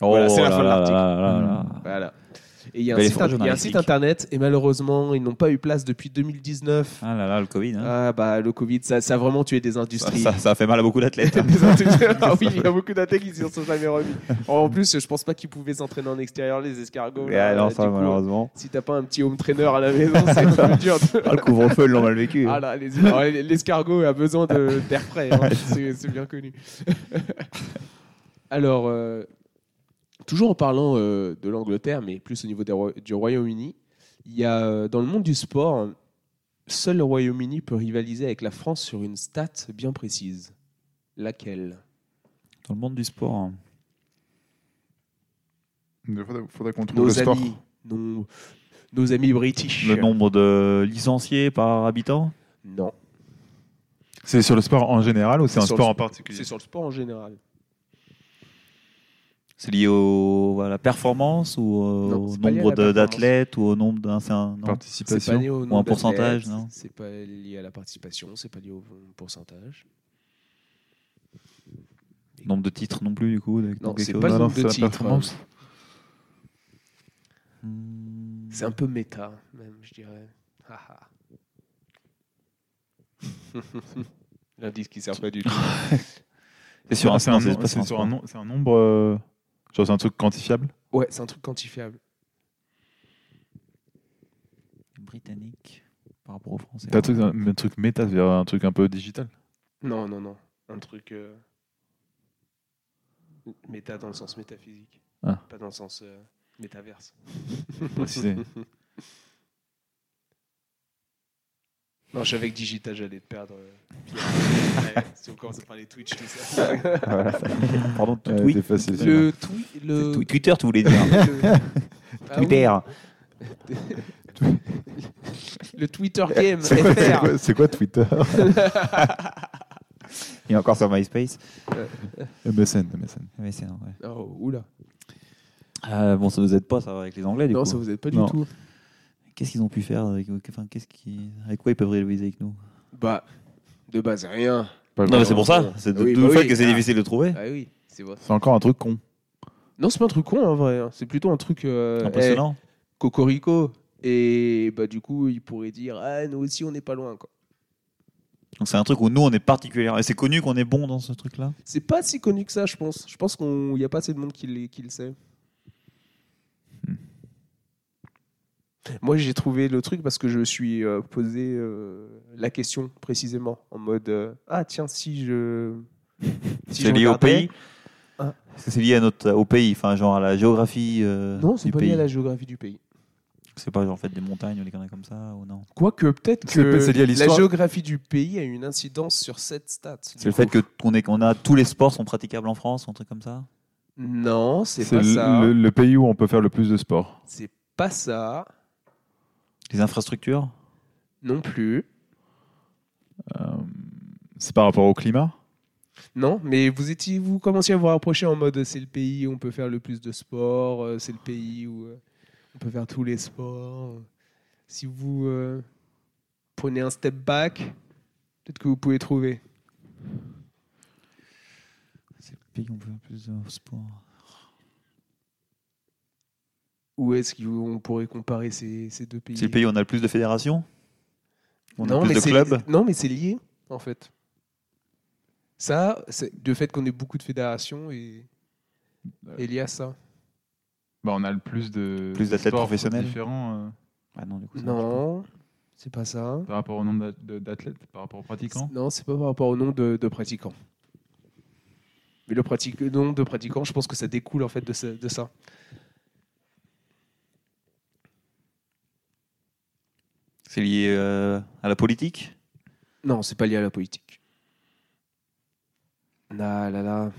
Oh Voilà, c'est la fin de là l'article. là là là. Voilà. Et il y a un, Belle site, effort il y a un site journalistique. internet et malheureusement, ils n'ont pas eu place depuis 2019. Ah là là, le Covid. hein. Ah bah le Covid, ça, ça a vraiment tué des Ça, industries. ça, ça a fait mal à beaucoup d'athlètes. hein. Des industries- ah oui, il y a beaucoup d'athlètes qui s'en sont jamais remis. En plus, je pense pas qu'ils pouvaient s'entraîner en extérieur les escargots. Mais là, euh, ah non, du ça, coup, malheureusement. si t'as pas un petit home trainer à la maison, c'est un peu dur. de- Ah, le couvre-feu, ils l'ont mal vécu. Ah là, les- alors, l'escargot a besoin de- d'air frais, hein, c'est c'est bien connu. alors, euh, toujours en parlant euh, de l'Angleterre, mais plus au niveau des roi- du Royaume-Uni, il y a euh, dans le monde du sport, seul le Royaume-Uni peut rivaliser avec la France sur une stat bien précise. Laquelle Dans le monde du sport. hein. Il faudrait, faudrait qu'on trouve Nos le score. amis, nos, nos amis british. Le nombre de licenciés par habitant Non, C'est sur le sport en général ou c'est C'est un sur sport le- en particulier c'est sur le sport en général. C'est lié au, à la performance ou au Non, c'est pas lié à nombre la de- performance. d'athlètes ou au nombre d'un. c'est un- non. C'est pas Participation. lié au Ou nombre un pourcentage, d'athlètes, non C'est pas lié à la participation, c'est pas lié au pourcentage. Nombre de titres non plus, du coup. de- Non, quelque c'est chose. pas le Non, non, nombre de c'est la titres. performance. Hmm. C'est un peu méta, même, je dirais. Ha, ha. L'indice qui sert pas du tout. C'est sur un, Ah, c'est un non, c'est nom- pas sur c'est un sur sport. un nom- c'est un nombre. euh, Genre, c'est un truc quantifiable Ouais, c'est un truc quantifiable. britannique par rapport aux Français. T'as un truc, un, un truc méta, c'est-à-dire un truc un peu digital. Non, non, non. Un truc euh, méta dans le sens métaphysique. Ah. Pas dans le sens euh, métaverse. préciser. Non, je savais que Digital, j'allais te perdre. euh, Pierre. Ouais, si on commence à parler Twitch, tout ça. Pardon, Euh, Ouais, tweet- Euh, c'est facile. Le tweet. Le... tweet- Twitter, tu voulais dire. le- Ah oui, Twitter. le Twitter Game C'est quoi- c'est FR. quoi- C'est quoi Twitter Et encore sur MySpace. MSN, MSN. Mais c'est non, ouais. Oh, oula. Euh, bon, ça vous aide pas, ça, avec les Anglais, du Non, coup. ça vous aide pas Non. du tout. Qu'est-ce qu'ils ont pu faire avec, enfin, qu'est-ce qui... avec quoi ils peuvent rivaliser avec nous Bah, de base, rien. Pas Non, mais grave. c'est pour ça. C'est de, Oui, de bah fait oui. que c'est Ah. difficile de trouver. Ah oui, c'est vrai. C'est encore un truc con. Non, c'est pas un truc con, en vrai. hein. C'est plutôt un truc. euh, eh, Impressionnant. Cocorico. Et bah, du coup, il pourrait dire Ah, nous aussi, on n'est pas loin. quoi. Donc c'est un truc où nous, on est particulièrement. Et c'est connu qu'on est bon dans ce truc-là. C'est pas si connu que ça, je pense. Je pense qu'il n'y a pas assez de monde qui, le- qui le sait. Moi, j'ai trouvé le truc parce que je me suis euh, posé euh, la question précisément en mode euh, Ah, tiens, si je. si c'est je lié au regardais- pays. Ah. Est-ce que c'est lié à notre, au pays, enfin, genre à la géographie euh, Non, c'est du pas pays lié à la géographie du pays. C'est pas genre en fait des montagnes ou des conneries comme ça ou non Quoique, peut-être C'est que pas- c'est lié à la l'histoire. géographie du pays a une incidence sur cette stat. C'est le fait que qu'on est qu'on a tous les sports sont praticables en France, ou un truc comme ça. Non, c'est C'est pas ça. le, le- le pays où on peut faire le plus de sport. C'est pas ça Les infrastructures. non plus. Euh, c'est par rapport au climat Non, mais vous étiez, vous commenciez à vous rapprocher en mode c'est le pays où on peut faire le plus de sport, euh, c'est le pays où euh, on peut faire tous les sports. Si vous euh, prenez un step back, peut-être que vous pouvez trouver. pays on peut faire plus de sport Où est-ce qu'on pourrait comparer ces, ces deux pays C'est le pays où on a le plus de fédérations On non, a mais plus de c'est- clubs Non, mais c'est lié, en fait. Ça, c'est le fait qu'on ait beaucoup de fédérations et, est lié à ça. Bah, on a le plus de Plus d'athlètes sports professionnels. différents euh, Ah non, du coup, ça marche pas. Non, c'est pas ça. par rapport au nombre d'a- de- d'athlètes, par rapport aux pratiquants. Non, c'est pas par rapport au nom de, de pratiquant. Mais le, pratique, le nom de pratiquant, je pense que ça découle en fait de, ce- de ça. C'est lié euh, à la politique Non, c'est pas lié à la politique. Ah là là.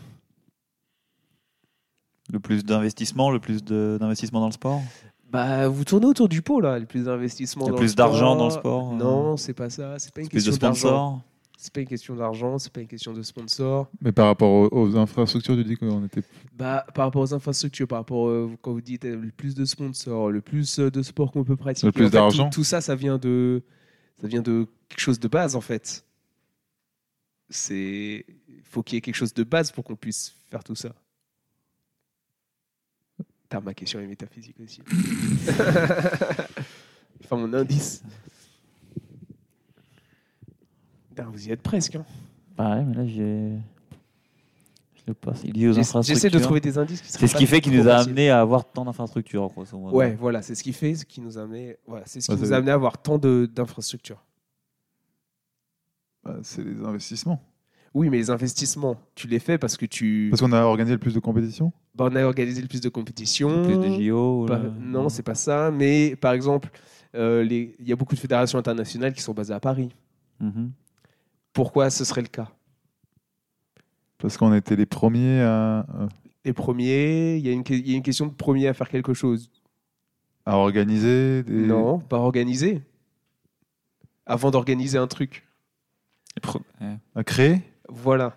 Le plus d'investissement, le plus de- d'investissement dans le sport Bah, vous tournez autour du pot là, le plus d'investissement. Il y a dans plus sport. d'argent dans le sport, euh, Non, c'est pas ça. C'est pas une Plus de question d'argent. sponsors C'est pas une question d'argent. C'est pas une question de sponsor. Mais par rapport aux, aux infrastructures, tu dis qu'on était. Bah, par rapport aux infrastructures, par rapport euh, quand vous dites euh, le plus de sponsors, le plus euh, de sport qu'on peut pratiquer, Le plus en fait, d'argent. tout, tout ça, ça vient de, ça vient de quelque chose de base en fait. C'est, faut qu'il y ait quelque chose de base pour qu'on puisse faire tout ça. T'as ma question est métaphysique aussi. enfin mon indice. Putain, vous y êtes presque. hein. Bah ouais, mais là j'ai. Je le passe. Il est lié aux J'essa- infrastructures. J'essaie de trouver des indices. qui C'est seraient ce qui pas fait qu'il trop nous a faciles. amené à avoir tant d'infrastructures, en grosso modo. Ouais, voilà, c'est ce qui fait, ce qui nous a amené, voilà, c'est ce qui Ouais, nous c'est- a amené à avoir tant de- d'infrastructures. Bah, c'est les investissements. Oui, mais les investissements, tu les fais parce que tu, Parce qu'on a organisé le plus de compétitions. Bah, on a organisé le plus de compétitions. Plus de JO. Pas- là. Mmh. Bah, Non, c'est pas ça. Mais par exemple, euh, les- il y a beaucoup de fédérations internationales qui sont basées à Paris. Mhm. Pourquoi ce serait le cas Parce qu'on était les premiers à, Les premiers, il y, a une que- il y a une question de premier à faire quelque chose. à organiser des. Non, pas organiser. Avant d'organiser un truc. Ouais. À créer. Voilà.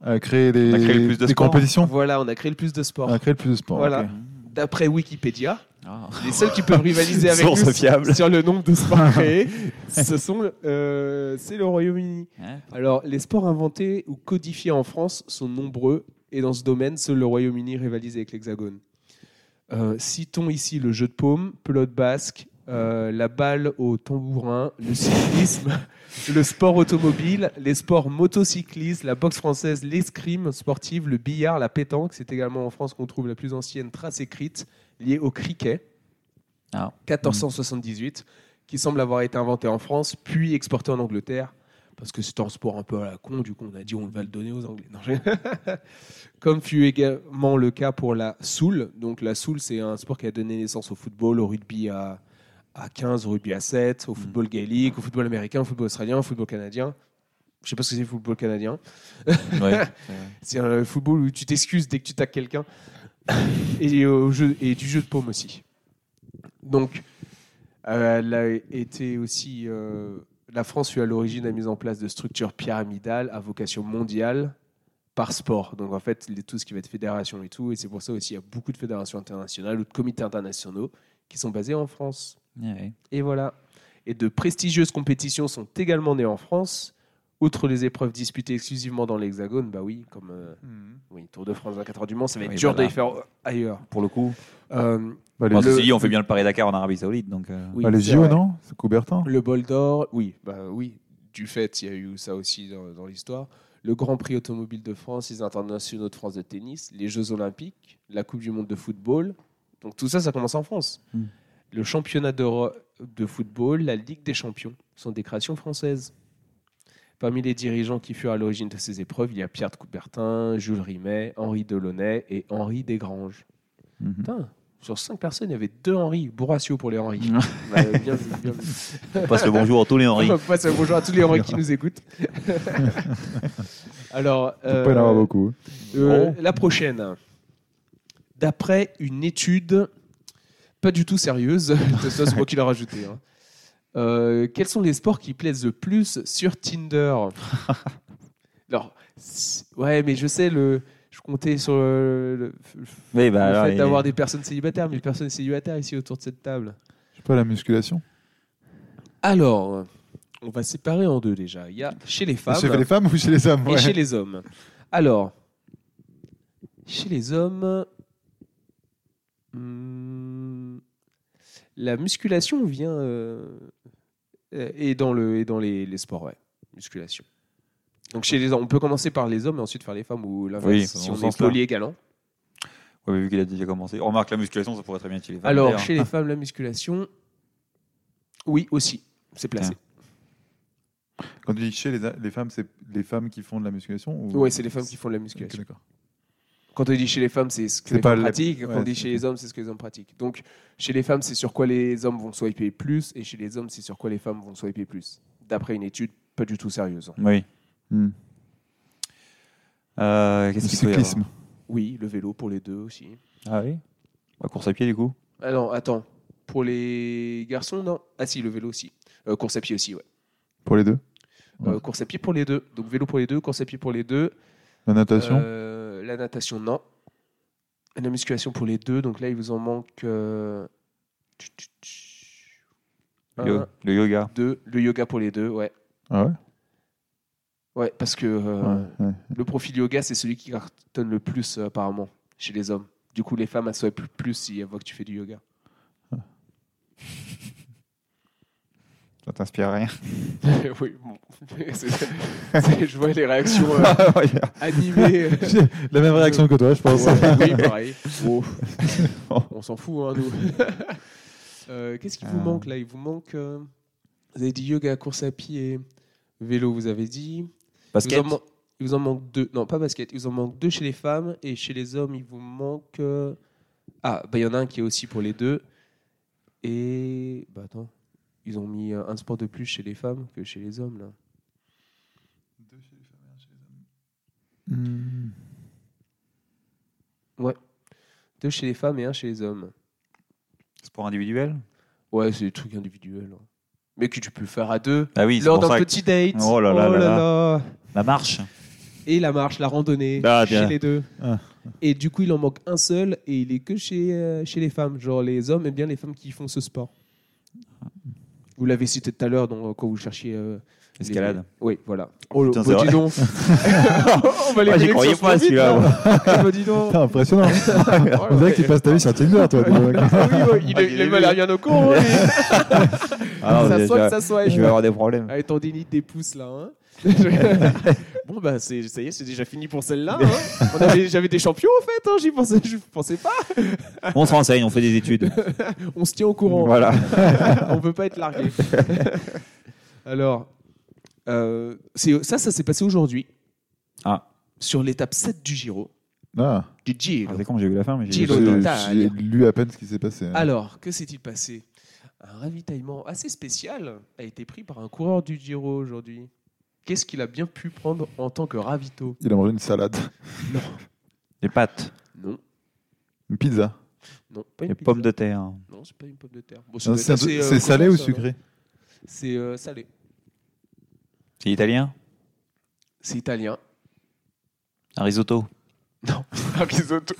À créer des, On a créé le plus de des sports. compétitions. Voilà, on a créé le plus de sport. À créer le plus de sports. Voilà. ok. D'après Wikipédia, Ah. Les seuls qui peuvent rivaliser avec Source nous fiable. sur le nombre de sports créés, ce sont, euh, c'est le Royaume-Uni. Ouais. Alors, les sports inventés ou codifiés en France sont nombreux et dans ce domaine, seul le Royaume-Uni rivalise avec l'Hexagone. Euh, citons ici le jeu de paume, pelote basque, euh, la balle au tambourin, le cyclisme, le sport automobile, les sports motocyclistes, la boxe française, l'escrime sportive, le billard, la pétanque. C'est également en France qu'on trouve la plus ancienne trace écrite liée au cricket, Ah. 1478, qui semble avoir été inventée en France, puis exportée en Angleterre. Parce que c'est un sport un peu à la con, du coup on a dit on va le donner aux Anglais. Non, je- Comme fut également le cas pour la soule. Donc la soule, c'est un sport qui a donné naissance au football, au rugby à, à 15, au rugby à 7, au football gaélique, au football américain, au football australien, au football canadien. Je sais pas ce que c'est le football canadien. Ah, Ouais. C'est un football où tu t'excuses dès que tu tacles quelqu'un. Et, euh, au jeu, et du jeu de paume aussi. Donc, euh, elle a été aussi. euh, la France fut à l'origine de la mise en place de structures pyramidales à vocation mondiale par sport. Donc, en fait, les- tout ce qui va être fédération et tout. Et c'est pour ça aussi il y a beaucoup de fédérations internationales ou de comités internationaux qui sont basés en France. Ouais. Et voilà. Et de prestigieuses compétitions sont également nées en France. Outre les épreuves disputées exclusivement dans l'Hexagone, bah oui, comme euh, Hmm. oui, Tour de France 24 heures du Mans, ça va être Oui, dur voilà. de les faire ailleurs. Pour le coup. Euh, Bah, les- Bon, Le- ceci dit, on fait bien le Paris-Dakar en Arabie Saoudite. Donc, euh, oui, bah, les c'est JO, vrai. non C'est Coubertin. Le bol d'or, oui, bah oui. Du fait, il y a eu ça aussi dans, dans l'histoire. Le Grand Prix automobile de France, les internationaux de France de tennis, les Jeux olympiques, la Coupe du monde de football. Donc tout ça, ça commence en France. Hmm. Le championnat d'Europe de football, la Ligue des champions sont des créations françaises. Parmi les dirigeants qui furent à l'origine de ces épreuves, il y a Pierre de Coubertin, Jules Rimet, Henri Delaunay et Henri Desgranges. Mhm. Putain, sur cinq personnes, il y avait deux Henri. Bourrassio pour les Henri. Mhm. Bah, bien vu, bien vu. on passe le bonjour à tous les Henri. On passe un bonjour à tous les Henri qui nous écoutent. Alors, Faut euh, pas y en avoir beaucoup. hein. euh, la prochaine. D'après une étude pas du tout sérieuse, de ça, c'est moi qui l'ai rajouté. hein. Euh, quels sont les sports qui plaisent le plus sur Tinder Alors, si- ouais, mais je sais, le, je comptais sur le, le- Oui, le bah, alors, fait il- d'avoir des personnes célibataires, mais personne célibataire ici autour de cette table. Je sais pas, la musculation. Alors, on va séparer en deux déjà. Il y a chez les femmes Chez les femmes ou chez les hommes et ouais. chez les hommes. Alors, Chez les hommes, hmm, la musculation vient euh, et dans le et dans les, les sports, ouais, musculation. Donc chez les hommes, on peut commencer par les hommes et ensuite faire les femmes ou l'inverse Oui, si dans on ce est hein. sens-là. polyagalant. Ouais, mais vu qu'il a déjà commencé. On remarque la musculation, ça pourrait très bien être chez les femmes, Alors d'ailleurs. chez les femmes, la musculation, oui aussi, c'est placé. Quand tu dis chez les, les femmes, c'est les femmes qui font de la musculation ou... Ouais, c'est les femmes qui font de la musculation. Ok, d'accord. Quand on dit chez les femmes, c'est ce que C'est les pas femmes la- pratiquent. Quand on ouais, dit c'est- chez les hommes, c'est ce que les hommes pratiquent. Donc, chez les femmes, c'est sur quoi les hommes vont swiper plus, et chez les hommes, c'est sur quoi les femmes vont swiper plus. D'après une étude pas du tout sérieuse. hein. Oui. Hmm. Euh, Qu'est-ce Le qu'il peut y avoir cyclisme. Oui, le vélo pour les deux aussi. Ah oui La course à pied, du coup Ah non, attends. Pour les garçons, non. Ah si, le vélo aussi. Euh, course à pied aussi, ouais. Pour les deux. Euh, Ouais. course à pied pour les deux. Donc vélo pour les deux, course à pied pour les deux. La natation. Euh, la natation, non. La musculation pour les deux. Donc là, il vous en manque. euh, tch, tch, tch. Le yo- Un, Le yoga. deux. Le yoga pour les deux, ouais. Ah ouais, Ouais, parce que euh, Ouais, ouais. le profil yoga, c'est celui qui cartonne le plus, euh, apparemment, chez les hommes. Du coup, les femmes, elles souhaitent plus, plus si elles voient que tu fais du yoga. Ça t'inspire rien. oui, bon. C'est- c'est- je vois les réactions euh, animées. Ah, La même réaction que toi, je pense. Ouais, oui, pareil. Bon, Oh. on s'en fout, hein, nous. Euh, Qu'est-ce qui vous Euh. manque, là Il vous manque... euh, Vous avez dit yoga, course à pied, vélo, vous avez dit. Il Basket vous en man- il vous en manque deux. Non, pas basket. Il vous en manque deux chez les femmes et chez les hommes, il vous manque. euh, Ah, bah, il y en a un qui est aussi pour les deux. Et. Bah attends. Ils ont mis euh, un sport de plus chez les femmes que chez les hommes, là. Hmm. Deux chez les femmes et un chez les hommes. Sport individuel Ouais, c'est des trucs individuels. hein. Mais que tu peux faire à deux. Ah oui, c'est Lors pour d'un ça que- petit date. Oh là là là là. La marche Et la marche, la randonnée. Ah, chez bien. les deux. Ah. Et du coup, il en manque un seul et il est que chez, euh, chez les femmes. Genre, les hommes aiment bien les femmes qui font ce sport. Vous l'avez cité tout à l'heure dans- quand vous cherchiez. euh, les- Escalade. Oui, voilà. Oh, le putain, bah, dis c'est vrai. donc. On va les Ah, j'y connections croyais sont pas, vite, celui-là, là. moi. Eh ben, dis donc. Putain, impressionnant. On dirait que tu passes ta vie sur Tinder, toi. Ah oui, ouais, il, Ah, est- il il est est mal à rien au courant. hein, mais- Ah, non, ça mais soit je- que ça soit. Je vais avoir des problèmes. Allez, tendinite Ah, des pouces là. hein. bon, bah, c'est- ça y est, c'est déjà fini pour celle-là. hein. On avait- J'avais des champions en fait, hein, j'y pensais, je pensais pas. On se renseigne, on fait des études. On se tient au courant. Voilà. on peut pas être largué. Alors, euh, c'est- ça, ça s'est passé aujourd'hui. Ah. Sur l'étape 7 du Giro. Ah, Du Giro. Ah, C'est con, j'ai eu la fin, mais j'ai j'ai Dis-le. j'ai- j'ai lu à peine ce qui s'est passé. hein. Alors, que s'est-il passé Un ravitaillement assez spécial a été pris par un coureur du Giro aujourd'hui. Qu'est-ce qu'il a bien pu prendre en tant que ravito Il a mangé une salade, des pâtes, Non, une pizza. non, pas une des pizza. pommes de terre. Non, c'est pas une pomme de terre. Bon, ça Non, doit C'est être assez, c'est euh, salé commun, ou ça, non sucré C'est euh, salé. C'est italien C'est italien. Un risotto Un risotto.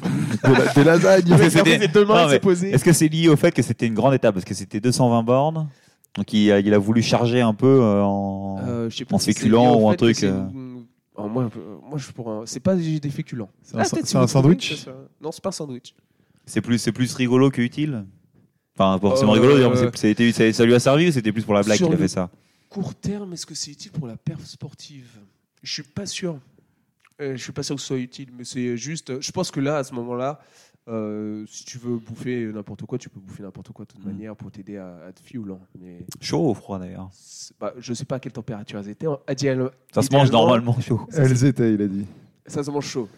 Des la- Des lasagnes. Mais c'était- C'est demain, Non, il mais s'est posé. Est-ce que c'est lié au fait que c'était une grande étape Parce que c'était 220 bornes. Donc il a, il a voulu charger un peu euh, en. Euh, je sais en si c'est féculent lié au ou un fait que truc, c'est euh. une- Oh, moi, euh, moi, je pourrais. un- C'est pas des féculents. C'est un, Ah, peut-être c'est si un vous trouvez, sandwich ça, ça- Non, c'est pas un sandwich. C'est plus, c'est plus rigolo que utile Enfin, pas forcément Euh, rigolo, d'ailleurs, mais c'est- ça a été- ça, ça lui a servi ou c'était plus pour la blague Sur qu'il a le- fait ça Court terme, est-ce que c'est utile pour la perf sportive Je suis pas sûr. Euh, je suis pas sûr que ce soit utile, mais c'est juste. Je pense que là, à ce moment-là, euh, si tu veux bouffer n'importe quoi, tu peux bouffer n'importe quoi de toute Hmm. Mm. manière pour t'aider à, à te fuel. Mais Chaud ou froid d'ailleurs c'est- bah, je sais pas à quelle température elles étaient. À dire, Ça se Idéalement- mange normalement chaud. Euh. Elles étaient, il a dit. ça se mange chaud.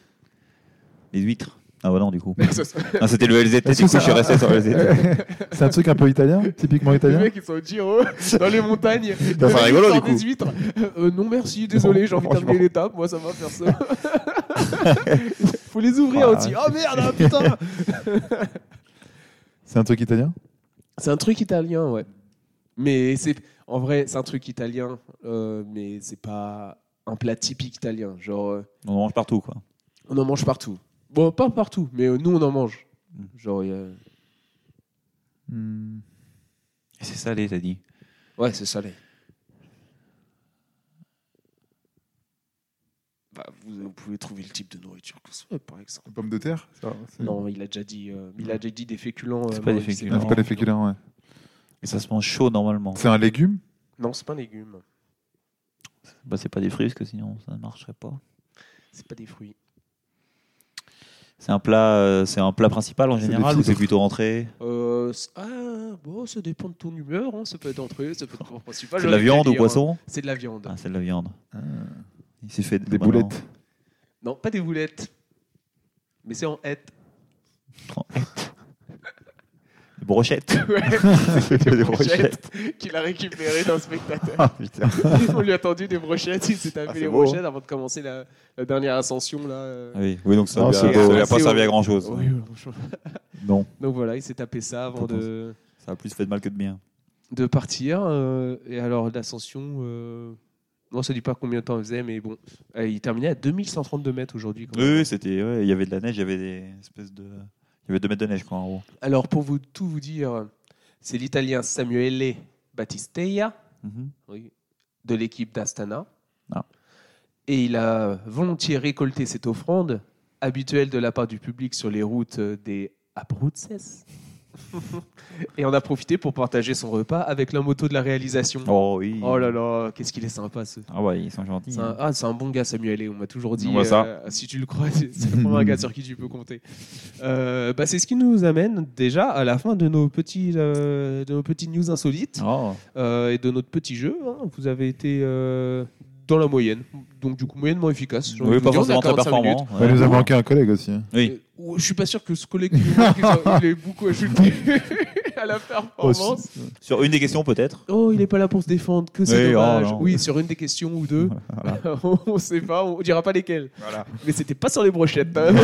Les huîtres Ah bah non, du coup. Ça se- Non, c'était le LZT, Est-ce du que coup je suis ça- resté sur le LZT. C'est un truc un peu italien, typiquement Les italien. mecs, ils sont au Giro, dans les montagnes. Ça serait rigolo, du coup. Des huîtres. Euh, non, merci, désolé, Non, j'ai envie de franchement. terminer l'étape. Moi, ça va faire ça. Faut les ouvrir Ah, aussi. Oh merde, ah, putain. C'est un truc italien C'est un truc italien, ouais. Mais c'est en vrai, c'est un truc italien, euh, mais c'est pas un plat typique italien. Genre, euh, On en mange partout quoi. on en mange partout. Bon, pas partout, mais euh, nous, on en mange. Mm. Genre, il y a- Hmm. Et c'est salé, t'as dit. ouais, c'est salé. bah, vous, vous pouvez trouver le type de nourriture qu'on souhaite, par exemple. Pommes de terre ça, c'est- Non, il a déjà dit, euh, il a déjà dit des féculents. C'est euh, pas des Maurice, féculents. Non, Ah, c'est pas des féculents, ouais. Et ça se mange chaud normalement. C'est un légume Non, c'est pas un légume. Bah, c'est pas des fruits parce que sinon ça ne marcherait pas. C'est pas des fruits. C'est un plat, euh, c'est un plat principal en C'est des général ou c'est foudres. plutôt rentré Euh, c'est- ah, bon, ça dépend de ton humeur. hein. Ça peut être entrée, ça peut être plat principal. C'est de la J'aurais viande pu ou dire, hein. poisson C'est de la viande. Ah, c'est de la viande. Il s'est fait Des bah, non. boulettes Non, pas des boulettes. Mais c'est en hête. Des brochettes. des Des brochettes qu'il a récupéré d'un spectateur. Ah, putain. On lui a tendu des brochettes, il s'est tapé Ah, c'est les beau, hein. brochettes avant de commencer la, la dernière ascension. Là. euh. Ah oui. oui, donc ça Non, n'a c'est beau. pas C'est servi à beau. grand chose. Oui, oui, franchement. Non, Donc voilà, il s'est tapé ça avant Pourtant, de, ça a plus fait de mal que de bien. de partir. euh, et alors l'ascension, euh, on ne se dit pas combien de temps il faisait, mais bon, euh, il terminait à 2132 mètres aujourd'hui. quand même. Oui, oui, c'était. ouais, Il y avait de la neige, il y avait des espèces de. Il y avait deux mètres de neige, quoi, en gros. Alors pour vous tout vous dire, c'est l'Italien Samuele Battisteia. Mhm. Oui. de l'équipe d'Astana. Ah. Et il a volontiers récolté cette offrande, habituelle de la part du public sur les routes des Abruzzes. et on a profité pour partager son repas avec la moto de la réalisation. Oh, Oh oui. là là, qu'est-ce qu'il est sympa ce. Ah ouais, ils sont gentils. C'est un, ah, c'est un bon gars, Samuel. Et on m'a toujours dit, On voit ça. euh, si tu le crois, c'est c'est vraiment un gars sur qui tu peux compter. Euh, bah, c'est ce qui nous amène déjà à la fin de nos petits, euh, de nos petites news insolites. Oh. Euh, et de notre petit jeu. hein, vous avez été euh, dans la moyenne, donc du coup moyennement efficace. j'ai envie Oui, de pas vous dire, on a forcément très 45 performant. minutes. Bah, Il nous a manqué un collègue aussi. hein. Oui. Euh, ou- je suis pas sûr que ce collectivement il ait beaucoup ajouté à la performance. Aussi. Sur une des questions, peut-être. Oh, il est pas là pour se défendre, que c'est Oui, oh, dommage. non. oui, sur une des questions ou deux, on sait pas, on dira pas lesquelles. Voilà. Mais c'était pas sur les brochettes. hein.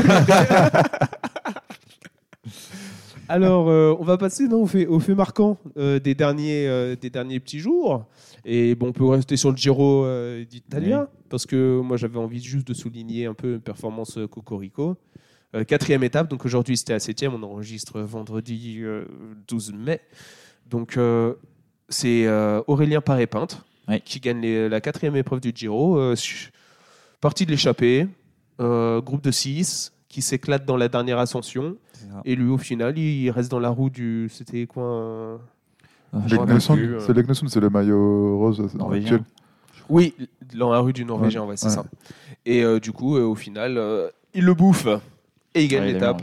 Alors, euh, on va passer non, au, fait, au fait marquant euh, des, derniers, euh, des derniers petits jours. Et bon, on peut rester sur le Giro euh, d'Italia, parce que moi j'avais envie juste de souligner un peu une performance euh, Cocorico. Euh, quatrième étape, donc aujourd'hui c'était la septième, on enregistre vendredi euh, 12 mai. Donc euh, c'est euh, Aurélien Paré-Peintre Ouais. qui gagne les- la quatrième épreuve du Giro. euh, su- partie de l'échappée, euh, groupe de 6 qui s'éclate dans la dernière ascension. Et lui, au final, il reste dans la roue du. C'était quoi euh, un- Lake J'en ai Nelson, plus, euh. C'est Lake Nelson, c'est le maillot rose Norvégien. actuel. Oui, dans la rue du Norvégien, ouais, c'est ouais. ça. Et euh, du coup, euh, au final, euh, il le bouffe et il gagne Ah, l'étape.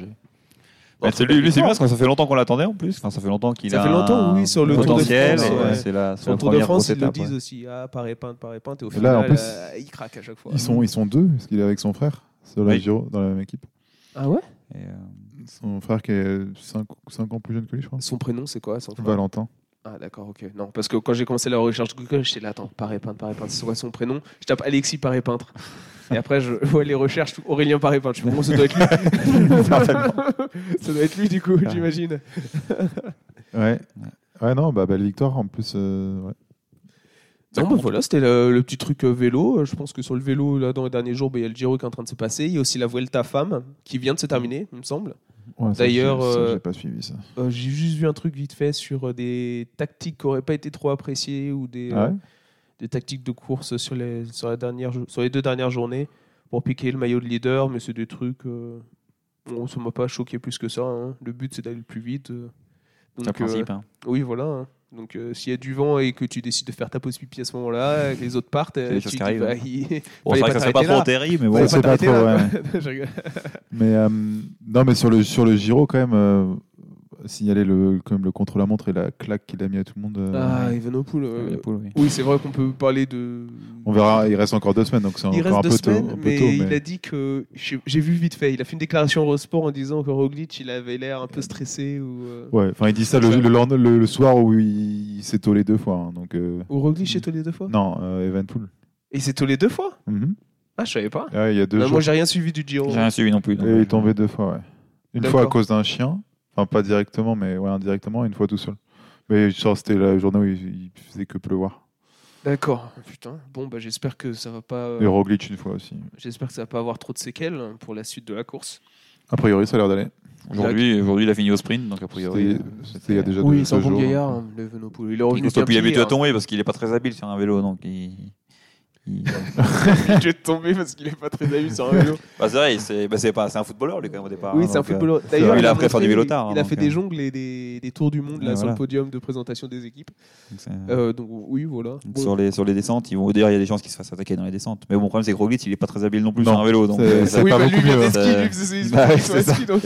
Bah, c'est lui, lui, c'est bien parce que ça fait longtemps qu'on l'attendait en plus. Enfin, ça fait longtemps qu'il Ça a fait longtemps, un oui, sur le Tour de potentiel. France, et, ouais. C'est la, c'est Sur la le Tour de première France, grosse ils le étape, ouais. disent aussi. Ah, paré peinte, paré peinte. Et au Et là, final, en plus, euh, il craque à chaque fois. Ils sont, ils sont deux, parce qu'il est avec son frère sur la Oui. Giro, dans la même équipe. Ah ouais Et, euh, Son frère qui est 5, ans plus jeune que lui, je crois. Son prénom, c'est quoi son frère Valentin. Ah, d'accord, ok. Non, parce que quand j'ai commencé la recherche Google, j'étais là, attends, paré peinte, paré peinte. C'est quoi son prénom Je tape Alexis paré peintre. Et après, je vois les recherches Aurélien paré peintre. Je me dis, bon, ça doit être lui. ça doit être lui, du coup, j'imagine. Ouais. Ouais, non, bah, belle victoire en plus. euh, ouais. Non, bah voilà, c'était le, le petit truc euh, vélo. Euh, Je pense que sur le vélo, là, dans les derniers jours, bah, il y a le Giro qui est en train de se passer. Il y a aussi la Vuelta Femme qui vient de se terminer, il me semble. Ouais, ça, D'ailleurs, j'ai- ça, euh, j'ai pas suivi ça. Euh, J'ai juste vu un truc vite fait sur euh, des tactiques qui n'auraient pas été trop appréciées ou des, Ah euh, ouais des tactiques de course sur les, sur, la dernière, jo- sur les deux dernières journées pour piquer le maillot de leader, mais c'est des trucs. euh, bon, ça m'a pas choqué plus que ça. hein. Le but, c'est d'aller le plus vite. euh. c'est Donc, un euh, principe. hein. oui, voilà. hein. Donc, euh, s'il y a du vent et que tu décides de faire ta pause pipi à ce moment-là, et que les autres partent, euh, des tu choses dis, qui arrivent, bah, hein. il- Bon, fallait c'est vrai pas que ça serait pas t'arrêter trop là. terrible, mais Ouais, bon. c'est pas t'arrêter trop, là. Je rigole. Mais, euh, non, mais sur le, sur le Giro, quand même, euh, signaler le, quand même le contre-la-montre et la claque qu'il a mis à tout le monde. euh, Ah, Ivanopoul. euh, Les poules, oui. Oui, c'est vrai qu'on peut parler de. On verra, il reste encore deux semaines, donc c'est Il encore reste deux un peu, semaines, tôt, un peu mais, tôt, il a dit que. J'ai j'ai vu vite fait. Il a fait une déclaration au Eurosport en disant que Roglic, il avait l'air un peu stressé ou. euh, Ouais, enfin, il dit ça le, le, lendem- le- le soir où il, il s'est tolé deux fois. hein, donc, euh, Ou Roglic est tollé deux fois Non, euh, Evenpool. Et c'est tollé deux fois Mhm. Ah, je savais pas. Ouais, il y a deux Non, jours. moi, j'ai rien suivi du Giro. J'ai rien suivi non plus. donc, Et il euh, est tombé deux fois, ouais. Une fois à D'accord. cause d'un chien, enfin pas directement, mais ouais, indirectement, et une fois tout seul. Mais genre, c'était la journée où il, il faisait que pleuvoir. D'accord. Putain. Bon, bah, j'espère que ça va pas. euh, Et Roglic une fois aussi. J'espère que ça va pas avoir trop de séquelles pour la suite de la course. A priori, ça a l'air d'aller. euh, Aujourd'hui, aujourd'hui, il a fini au sprint, donc a priori. euh, C'était euh, c'était il y a déjà deux, Oui, c'est un deux bon jours. gaillard, hein, le Venopoul. Il est Il revenu costaud, bien puis il est plié, habitué à hein. tomber parce qu'il est pas très habile sur un vélo, donc il, Il- Je vais tomber parce qu'il est pas très habile sur un vélo. Bah, c'est vrai, c'est bah, c'est pas- c'est un footballeur lui quand même au départ. oui, hein, c'est un donc, euh, footballeur. vrai. D'ailleurs, Il a a appris à faire du montré- vélo tard, Il a hein, fait donc, des euh. jongles et des, des tours du monde là Ouais, sur voilà. le podium de présentation des équipes. donc c'est- Euh, donc oui, voilà. donc, Bon, Sur, les, sur les descentes, ils vont... d'ailleurs, il y a des chances qu'ils se fassent attaquer dans les descentes. Mais bon, le problème, c'est que Roglic, il est pas très habile non plus Non, sur un vélo. Donc, c'est- euh, c'est- ça- pas oui, bah, beaucoup lui, il mieux, a des skis, euh. lui, il faisait- il Bah, faisait oui, son c'est ça. ski, donc-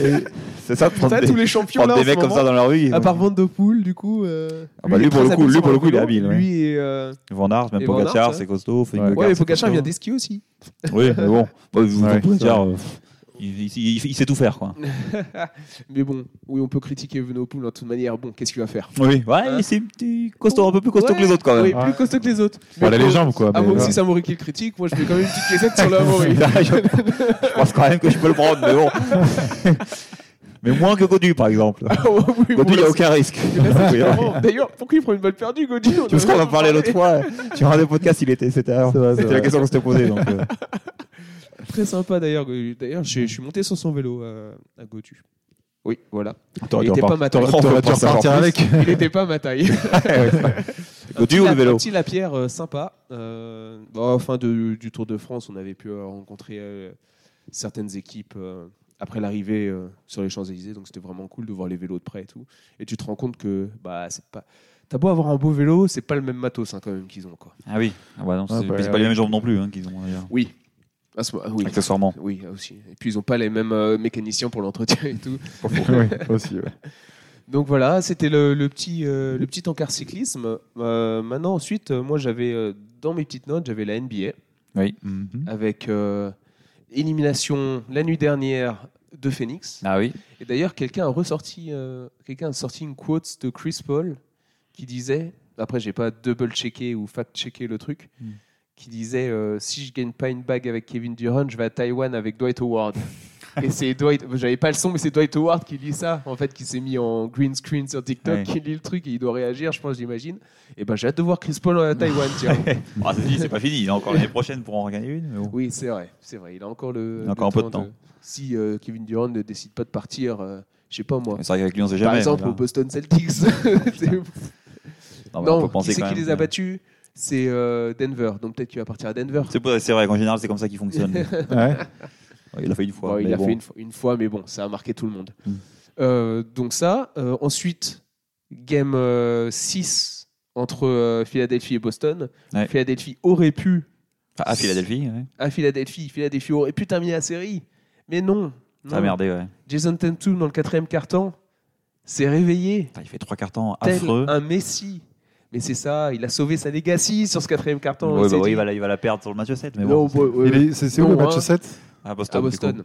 c'est ça de prendre Putain, des, tous les champions prendre là. des en ce mecs comme moment. ça dans la rue. À part ils- Van de Poel, du coup. euh, Ah bah, est lui, pour très le coup- habile lui, sur pour le coup, il est vélo. habile, ouais. Lui et. euh, Van Aert, même Et Van Aert, Pogacar, ouais. c'est costaud. Vingegaard, Ouais, mais c'est Pogacar, il vient costaud. des skis aussi. Oui, mais bon, bah, vous- Ouais. Pogacar, euh, pff, il, il- il- il sait tout faire, quoi. Mais bon, oui, on peut critiquer Venopoul de toute manière. Bon, qu'est-ce qu'il va faire Oui, ouais, Ouais. c'est un petit costaud, un peu plus costaud que les Ouais, autres, quand même. Oui, Ouais. plus costaud que les autres. Bon, elle a bon, les jambes, Ah, quoi. mais euh, moi voilà. aussi, c'est Amaury qui le critique. Moi, je mets quand même une petite cassette sur le Amaury. je pense quand même que je peux le prendre, mais bon. mais moins que Godu, par exemple. Ah, oui, oui, Godu, il n'y Bah, a oui. aucun risque. Mais là, c'est vraiment- D'ailleurs, pourquoi il prend une balle perdue, Gaudi Tu vois ce qu'on en parlait l'autre fois sur un des podcasts, il était, c'était C'est vrai, c'est c'était la vrai. question qu'on s'était posée. Donc, euh, Très sympa, d'ailleurs. Gaudi. D'ailleurs, je je suis monté sur son vélo euh, à Gaudu. Oui, voilà. T'aurais Il dû était repart- pas ma taille. t'aurais- t'aurais dû On peut pas repartir savoir avec. Il n'était pas ma taille. Godu ou le vélo Petit Lapierre, euh, sympa. Euh, bon, fin de- du Tour de France, on avait pu euh, rencontrer euh, certaines équipes euh, après l'arrivée euh, sur les Champs-Élysées, donc c'était vraiment cool de voir les vélos de près et tout. Et tu te rends compte que bah c'est pas. T'as beau avoir un beau vélo, c'est pas le même matos hein, quand même qu'ils ont quoi. Ah oui, ah bah non, c'est Ah bah, c'est pas les mêmes jambes non plus hein, qu'ils ont d'ailleurs. Oui. À ce moment- oui. Accessoirement. Oui, ah, aussi. Et puis ils ont pas les mêmes euh, mécaniciens pour l'entretien et tout. Oui, aussi, ouais. Donc voilà, c'était le, le petit, euh, le petit encart cyclisme. Euh, maintenant, ensuite, euh, moi j'avais euh, dans mes petites notes, j'avais la NBA. Mhm. avec euh, élimination la nuit dernière de Phoenix. Ah oui. Et d'ailleurs, quelqu'un a ressorti, euh, quelqu'un a sorti une quote de Chris Paul qui disait, après j'ai pas double checké ou fact checké le truc, Mm. qui disait euh, si je gagne pas une bague avec Kevin Durant, je vais à Taïwan avec Dwight Howard. Et c'est Dwight, j'avais pas le son, mais c'est Dwight Howard qui lit ça, en fait, qui s'est mis en green screen sur TikTok, Ouais. qui lit le truc et il doit réagir, je pense, j'imagine. Et ben, j'ai hâte de voir Chris Paul à Taïwan, tiens. Ah, c'est dit, c'est pas fini, il y en a encore l'année prochaine pour en regagner une. Mais bon. Oui, c'est vrai, c'est vrai. Il a encore le. Il a encore le un peu de temps. Si euh, Kevin Durant ne décide pas de partir, euh, je sais pas moi. Mais C'est vrai qu'avec lui, on sait jamais. Ah, Par exemple, mais au là- Boston Celtics. C'est- Non, mais on non, peut penser qui c'est quand qui même les que- a battus C'est euh, Denver. Donc peut-être qu'il va partir à Denver. C'est pas- c'est vrai qu'en général, c'est comme ça qu'il fonctionne. Ouais, Ah Ouais. il a fait une fois. Bon, il mais l'a bon. fait une, fo- une fois, mais bon, ça a marqué tout le monde. Mm. Euh, donc ça. euh, ensuite, game 6 entre euh, Philadelphie et Boston. Ouais. Philadelphie aurait pu Ah, à Philadelphie, ouais. à Philadelphie. Philadelphie aurait pu terminer la série, mais non. Ça a non. merdé, ouais. Jason Tatum dans le quatrième carton s'est réveillé Putain, Il fait trois quarts temps tel affreux. un messie. Mais c'est ça, il a sauvé sa legacy sur ce quatrième carton. Ouais, bah oui, il va, la, il va la perdre sur le match 7, mais bon. Non, bon, ouais, Il est- C'est c'est où Non, le match hein. 7 À Boston. à du Boston.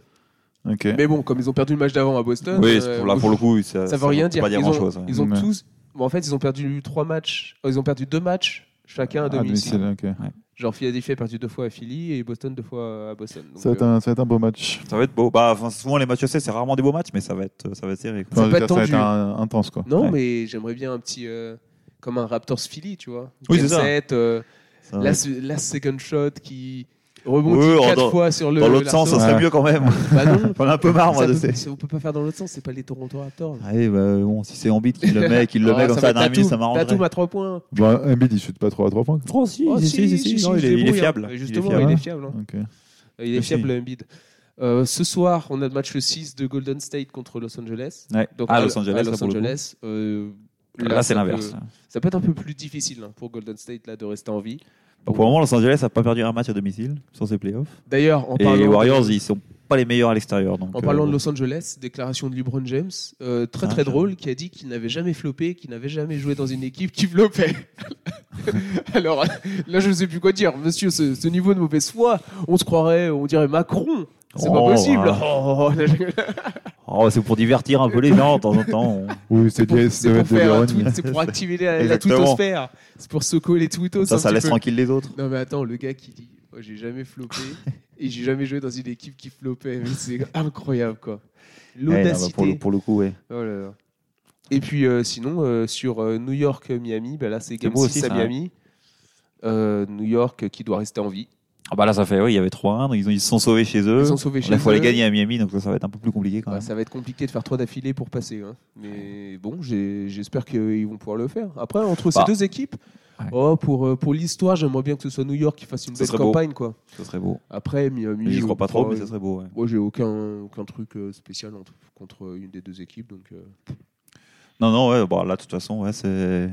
Ok. Mais Mais bon, comme ils ont perdu le match d'avant à Boston, coup. Oui, euh, c'est pour, là, pour le coup, ça, ça veut rien dire. Pas dire ils, grand ont, chose. ils ont Ouais. tous. bon, en fait, ils ont perdu trois matchs. oh, ils ont perdu deux matchs chacun à Ah, domicile. domicile, ok. Genre Philadelphie a perdu deux fois à Philly et Boston deux fois à Boston. Donc, Ça va être euh, un- ça va être un beau match. Ça va être beau. Bah, enfin, souvent, les matchs 7, c'est rarement des beaux matchs, mais ça va être, euh, ça va être serré. quoi. Ça Enfin, peut je veux être dire, ça va être tendu. un- intense, quoi. Non, Ouais. mais j'aimerais bien un petit. euh, comme un Raptors Philly, tu vois. Oui, Game c'est ça. set, euh, Ça va La, être- la second shot qui rebondit Ouais, en- quatre dans- fois sur le. Dans l'autre sens, ça l'arceau. serait Ouais. mieux quand même. Bah non. J'en ai un peu marre, moi, Ça de peut- ces. ça, on peut pas faire dans l'autre sens, c'est pas les Toronto Raptors. Allez, bah, bon, si c'est Embiid qui le met, qui le met Ah, comme ça, à va, la minute, Tatum- ça m'arrangerait. Tatum à 3 points. Bon, Embiid, il chute pas trop à 3 points. quoi. Oh, si, Oh, si, si, si, si, non, il il se est- il est débrouille, hein. fiable. Il est Justement, fiable. il est fiable. hein. Ok. Il est Aussi. fiable, le Embiid. Euh, ce soir, on a le match 6 de Golden State contre Los Angeles. Ouais. Ah, Los Angeles, à là, euh, Los pour le coup. Angeles. Euh, Là, c'est ça peut- l'inverse. Ça peut être un peu plus difficile hein, pour Golden State là, de rester en vie. Bon, pour le moment, Los Angeles n'a pas perdu un match à domicile sur ses playoffs. D'ailleurs, en Et parlant les de- Warriors, ils sont pas les meilleurs à l'extérieur. donc, En euh, parlant de bon. Los Angeles, déclaration de LeBron James, euh, très Ah, très j'avoue. drôle, qui a dit qu'il n'avait jamais flopé, qu'il n'avait jamais joué dans une équipe qui flopait. Alors là, je ne sais plus quoi dire. Monsieur, ce, ce niveau de mauvaise foi, on se croirait, on dirait Macron. C'est Oh, pas possible. bah. Oh, là, je- Oh, c'est pour divertir un peu les gens de temps en temps. On- Oui, c'est pour- des- C'est ça pour, va être de faire un l'ironie. tweet, c'est pour activer la, la Exactement. tweetosphère. C'est pour secouer les tweetos. Ça, un ça petit laisse peu. tranquille les autres. Non mais attends, le gars qui dit Moi, j'ai jamais flopé et j'ai jamais joué dans une équipe qui flopait, mais c'est incroyable quoi. Ouais, non, bah, L'audacité. pour, le, pour le coup, ouais. Oh là là. Et puis euh, sinon, euh, sur euh, New York-Miami, bah là c'est Game 6 beau aussi, à ça, Miami. Euh, New York euh, qui doit rester en vie. Ah bah là, ça fait, oui, il y avait 3-1, donc ils, ont- ils se sont sauvés chez eux. Ils sont sauvés chez Il Bah, faut les eux. gagner à Miami, donc ça, ça va être un peu plus compliqué quand Ouais, même. Bah, ça va être compliqué de faire trois d'affilée pour passer. hein. Mais bon, j'ai- j'espère qu'ils vont pouvoir le faire. Après, entre Bah. ces deux équipes, Ouais. Oh, pour, euh, pour l'histoire, j'aimerais bien que ce soit New York qui fasse une Ça belle serait beau. campagne, quoi. Ça serait beau. Après, Miami. J'y je crois pas trop, mais crois- ça serait beau. ouais. Moi, j'ai aucun, aucun truc euh, spécial entre- contre une des deux équipes. Donc, euh, Non, non, ouais, bon, là, de toute façon, ouais, c'est.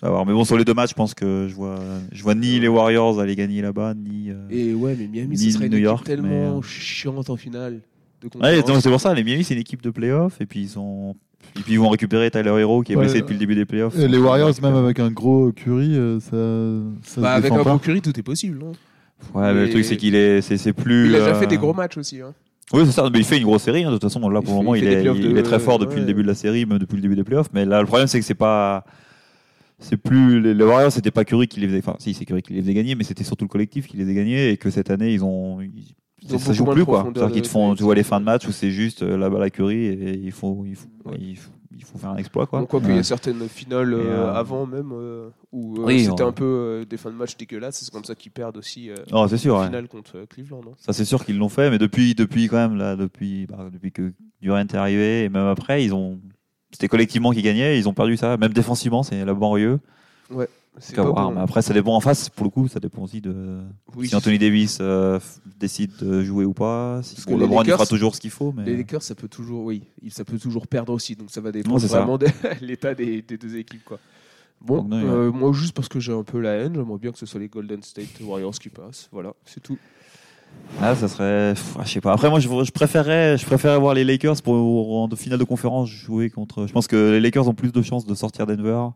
ça va voir. Mais bon, sur les deux matchs, je pense que je vois, je vois ni les Warriors aller gagner là-bas, ni. euh, Et ouais, mais Miami, Ni ce serait une New équipe York, tellement mais, euh, chiante en finale. De Ouais, conférence. non, c'est pour ça, les Miami, c'est une équipe de playoff, et puis ils ont. Et puis ils vont récupérer Tyler Hero qui est Ouais. blessé depuis le début des playoffs. Et les Warriors, même avec un gros Curry, euh, ça, ça Bah, se avec défend un bon pas. Curry, tout est possible. hein. Ouais, mais le truc c'est qu'il est, c'est c'est plus. Il a déjà euh, fait des gros matchs aussi. hein. Oui, c'est ça. Mais il fait une grosse série. hein, de toute façon, là Il fait- pour le moment, il il, fait des est, playoffs il de- est très fort depuis ouais. le début de la série, même depuis le début des playoffs. Mais là, le problème c'est que c'est pas, c'est plus les, les Warriors. C'était pas Curry qui les faisait. Enfin, si c'est Curry qui les faisait gagner, mais c'était surtout le collectif qui les faisait gagner et que cette année ils ont. ils- Ils ont ça beaucoup joue moins plus de quoi. profondeur C'est-à-dire qu'ils de- te font, tu vois les fins de Ouais. match où c'est juste euh, la balle à Curry et il faut, il faut, il faut, il faut faire un exploit quoi. Bon, Quoique, il y Ouais. a certaines finales Et, euh, euh, avant même euh, où euh, oui, c'était on- un peu euh, des fins de match dégueulasses. C'est comme ça qu'ils perdent aussi euh, Non, Oh, c'est sûr. la ouais. finale contre euh, Cleveland. hein. Ça, c'est sûr qu'ils l'ont fait, mais depuis, depuis quand même, là, depuis, bah, depuis que Durant est arrivé, et même après, ils ont. C'était collectivement qui gagnait, ils ont perdu ça. Même défensivement, c'est la banlieue. C'est Donc, à pas voir. bon. Mais après, ça dépend en face, pour le coup, ça dépend aussi de Oui. si Anthony Davis euh, f- décide de jouer ou pas. Si Parce bon, que les LeBron il Lakers- fera toujours ce qu'il faut, mais. Les Lakers, ça peut toujours, oui, il- ça peut toujours perdre aussi, donc ça va dépendre Non, c'est ça. vraiment de l'état des, des deux équipes, quoi. Bon, Donc, non, euh, moi juste parce que j'ai un peu la haine, j'aimerais bien que ce soit les Golden State Warriors qui passent. Voilà, c'est tout. Là, ça serait. pff, ah, je sais pas. Après, moi, je, je, préférais, je préférais voir les Lakers pour en finale de conférence jouer contre. Je pense que les Lakers ont plus de chances de sortir Denver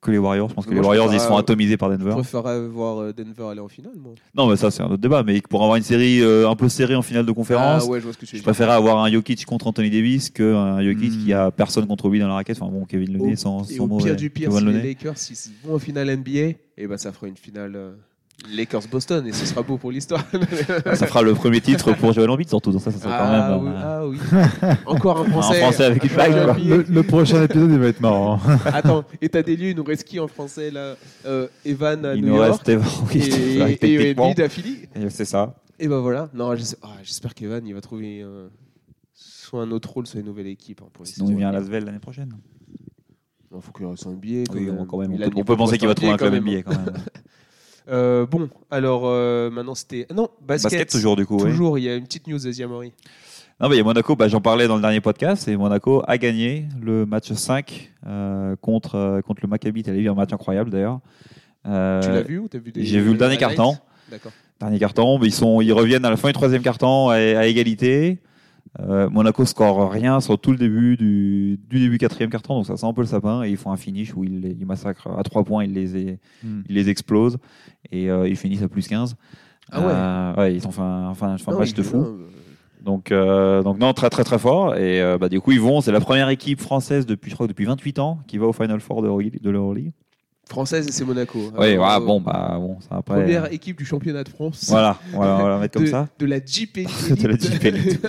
que les Warriors. Je pense que Moi, les je Warriors, ils préfère- sont atomisés par Je Denver. préférerais voir euh, Denver aller en finale, moi. Non, mais ça, c'est un autre débat. Mais pour avoir une série euh, un peu serrée en finale de conférence, Ah ouais, je vois ce que tu veux je dire. préférais avoir un Jokic contre Anthony Davis qu'un Jokic Hmm. qui a personne contre lui dans la raquette. Enfin bon, Kevin Au- Looney sans, Et sans au mauvais. pire du pire, Kevin si les Looney. Lakers s'ils vont en finale NBA, et ben ça fera une finale euh, Lakers-Boston, et ce sera beau pour l'histoire. Ah, ça fera le premier titre pour Joel Embiid surtout. Donc ça, ça sera ah, quand oui, même. euh, ah oui. Encore un Un Français. Français avec une bague, Ah, quoi. oui. Euh, Le, le prochain épisode, il va être marrant. hein. Attends, état des lieux, il nous reste qui en français là Euh, Evan à Il New nous York reste euh, et, Evan oui, c'est vrai, et techniquement. Embiid à Philly. Et C'est ça. Et ben voilà. Non, je sais- ah, j'espère qu'Evan il va trouver euh, soit un autre rôle, soit une nouvelle équipe. hein, pour les Sinon, saisons il vient à à venir. Lasvel l'année prochaine. Non, faut qu'il reste un billet. Oui, on, quand même, on Il peut- a des on peut penser propositions qu'il va trouver un NBA, club quand même. hein. NBA quand même. Euh, bon, alors euh, maintenant c'était non basket. Basket toujours du coup. oui. Toujours, il y a une petite news d'Asia Mori. Non, mais il y a Monaco, bah, j'en parlais dans le dernier podcast, et Monaco a gagné le match 5 euh, contre, euh, contre le Maccabi Tel Aviv, un match incroyable d'ailleurs. Euh, tu l'as vu ou t'as vu des j'ai vu le des dernier highlights carton. D'accord. Dernier carton, mais ils, sont, ils reviennent à la fin du troisième carton à, à égalité. Euh, Monaco score rien sur tout le début du, du début quatrième carton, donc ça sent un peu le sapin, et ils font un finish où ils, les- ils massacrent à 3 points, ils les, é- Hmm. ils les explosent, et euh, ils finissent à plus 15. Ah ouais. Euh, ouais, ils ont fait un, enfin, un Non, match il- de fou. non, euh, Donc, euh, donc non, très très très fort. Et euh, bah, du coup, ils vont. C'est la première équipe française depuis, je crois, depuis 28 ans qui va au Final Four de l'Euroleague- de l'Euroleague. Française et c'est Monaco. Oui, ouais, Alors, euh, bon, bah bon, ça après. Première euh, équipe du championnat de France. Voilà, voilà, on va la mettre comme de, ça. De la JP De la JP Elite.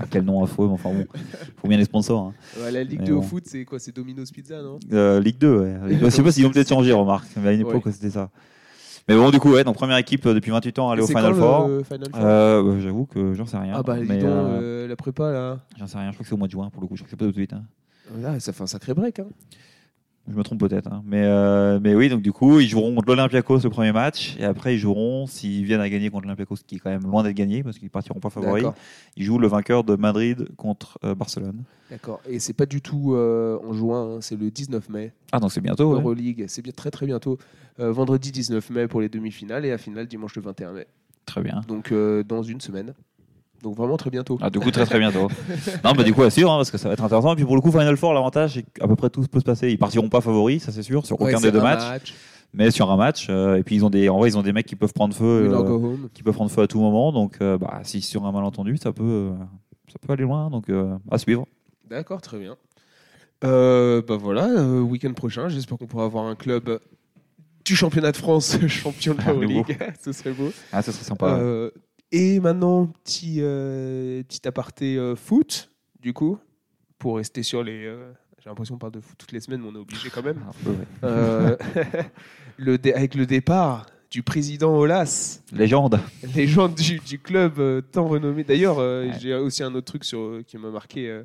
Ah, quel nom affreux, mais enfin bon, faut bien les sponsors. hein. Ouais, la Ligue Mais 2 au bon. foot, c'est quoi C'est Domino's Pizza, non Euh, Ligue 2, ouais. Ligue 2, Je sais pas s'ils ont peut-être changé, remarque. Mais à une époque, c'était ça. Mais bon, du coup, ouais, donc première équipe euh, depuis 28 ans à aller Et au c'est Final quand Four. le Final Four Euh, bah, J'avoue que j'en sais rien. Ah bah, dis mais, donc, euh, euh, la prépa, là. j'en sais rien. Je crois que c'est au mois de juin pour le coup. Je crois que c'est pas tout de suite. hein. Là, ça fait un sacré break. Hein. Je me trompe peut-être, hein. mais, euh, mais oui, donc du coup, ils joueront contre l'Olympiakos le premier match, et après ils joueront, s'ils viennent à gagner contre l'Olympiakos, qui est quand même loin d'être gagné, parce qu'ils partiront pas favoris, D'accord. ils jouent le vainqueur de Madrid contre euh, Barcelone. D'accord. Et c'est pas du tout euh, en juin, hein, c'est le 19 mai. Ah, donc c'est bientôt, ouais. Euroleague, c'est bien très très bientôt. Euh, vendredi 19 mai pour les demi-finales et la finale dimanche le 21 mai. Très bien. Donc euh, dans une semaine. Donc vraiment très bientôt. Ah, du coup, très très bientôt. non, mais du coup, à suivre, hein, parce que ça va être intéressant. Et puis pour le coup, Final Four, l'avantage, c'est qu'à peu près tout peut se passer. Ils partiront pas favoris, ça c'est sûr, sur Ouais, aucun c'est des deux un matchs, match. mais sur un match. euh, et puis ils ont des, en vrai, ils ont des mecs qui peuvent prendre feu. Winner euh, go home. qui peut prendre feu à tout moment. Donc, euh, bah, si sur un malentendu, ça peut, euh, ça peut aller loin. Donc, euh, à suivre. D'accord, très bien. Euh, bah voilà, euh, week-end prochain, j'espère qu'on pourra avoir un club du championnat de France champion de Ah, mais l'Euroleague. Ce serait beau. Ah, ça serait sympa. Euh, et maintenant, petit, euh, petit aparté euh, foot, du coup, pour rester sur les. euh, j'ai l'impression qu'on parle de foot toutes les semaines, mais on est obligé quand même. Un peu, Ah, ouais. Euh, le dé- avec le départ du président Olas Légende. légende du, du club euh, tant renommé. D'ailleurs, euh, Ouais. j'ai aussi un autre truc sur, euh, qui m'a marqué euh,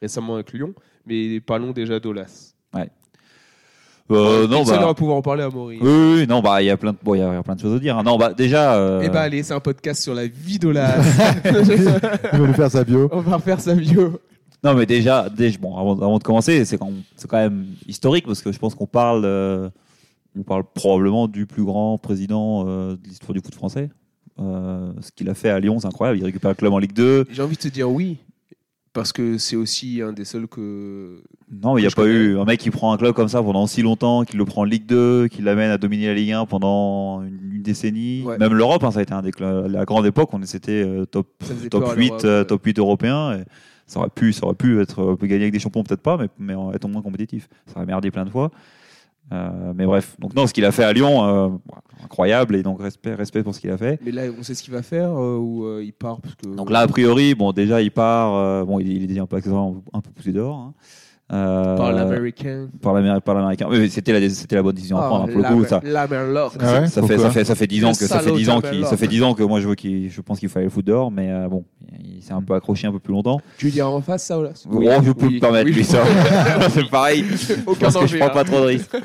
récemment avec Lyon, mais parlons déjà d'Olas. Euh, non, Excellent, on bah, va pouvoir en parler à Maurice. oui, oui, oui, non, bah, il y a plein de, bon, il y a il y a plein de choses à dire. hein. Non, bah, déjà, euh, Eh bah allez, c'est un podcast sur la vie de la... Il va nous faire sa bio. on va refaire sa bio. non, mais déjà, déjà- bon, avant, avant de commencer, c'est quand, c'est quand même historique parce que je pense qu'on parle, euh, on parle probablement du plus grand président euh, de l'histoire du foot français. Euh, ce qu'il a fait à Lyon, c'est incroyable. Il récupère le club en Ligue 2. J'ai envie de te dire oui, parce que c'est aussi un des seuls que... Non, mais il n'y a Je pas connais. eu un mec qui prend un club comme ça pendant si longtemps, qui le prend en Ligue 2, qui l'amène à dominer la Ligue 1 pendant une, une décennie. Ouais. Même l'Europe, hein, ça a été un des clubs. La grande époque, on c'était euh, top, Ça faisait top peur à 8, l'Europe, euh, ouais. top 8 européen. et ça aurait pu, ça aurait pu être euh, gagner avec des champions, peut-être pas, mais, mais en- être au moins compétitif. Ça aurait merdé plein de fois. Euh, mais bref, donc non, ce qu'il a fait à Lyon, euh, incroyable, et donc respect, respect pour ce qu'il a fait. Mais là, on sait ce qu'il va faire, euh, ou euh, il part parce que... Donc là, a priori, bon, déjà, il part. euh, bon, il, il est déjà un peu, un peu poussé dehors. hein. Euh, Par l'américain. Ah, par l'Amérique- par l'américain. Oui, oui, c'était la, c'était la bonne décision à prendre. hein, pour le coup, ça, L'Amerloc. Ah ouais ça, fait, Pourquoi ça, fait, ça fait 10 ans que, ça fait salaud 10 ans, Jamel qu'il- Lord. ça fait 10 ans que moi je, veux qu'il- je pense qu'il fallait le foot dehors, mais euh, bon, il s'est un peu accroché un peu plus longtemps. Tu lui diras en face, ça, ou là Bon, je peux Mm. oui, me permettre, oui. lui, ça. c'est pareil. Je Aucun pense que danger, je prends hein. pas trop de risques.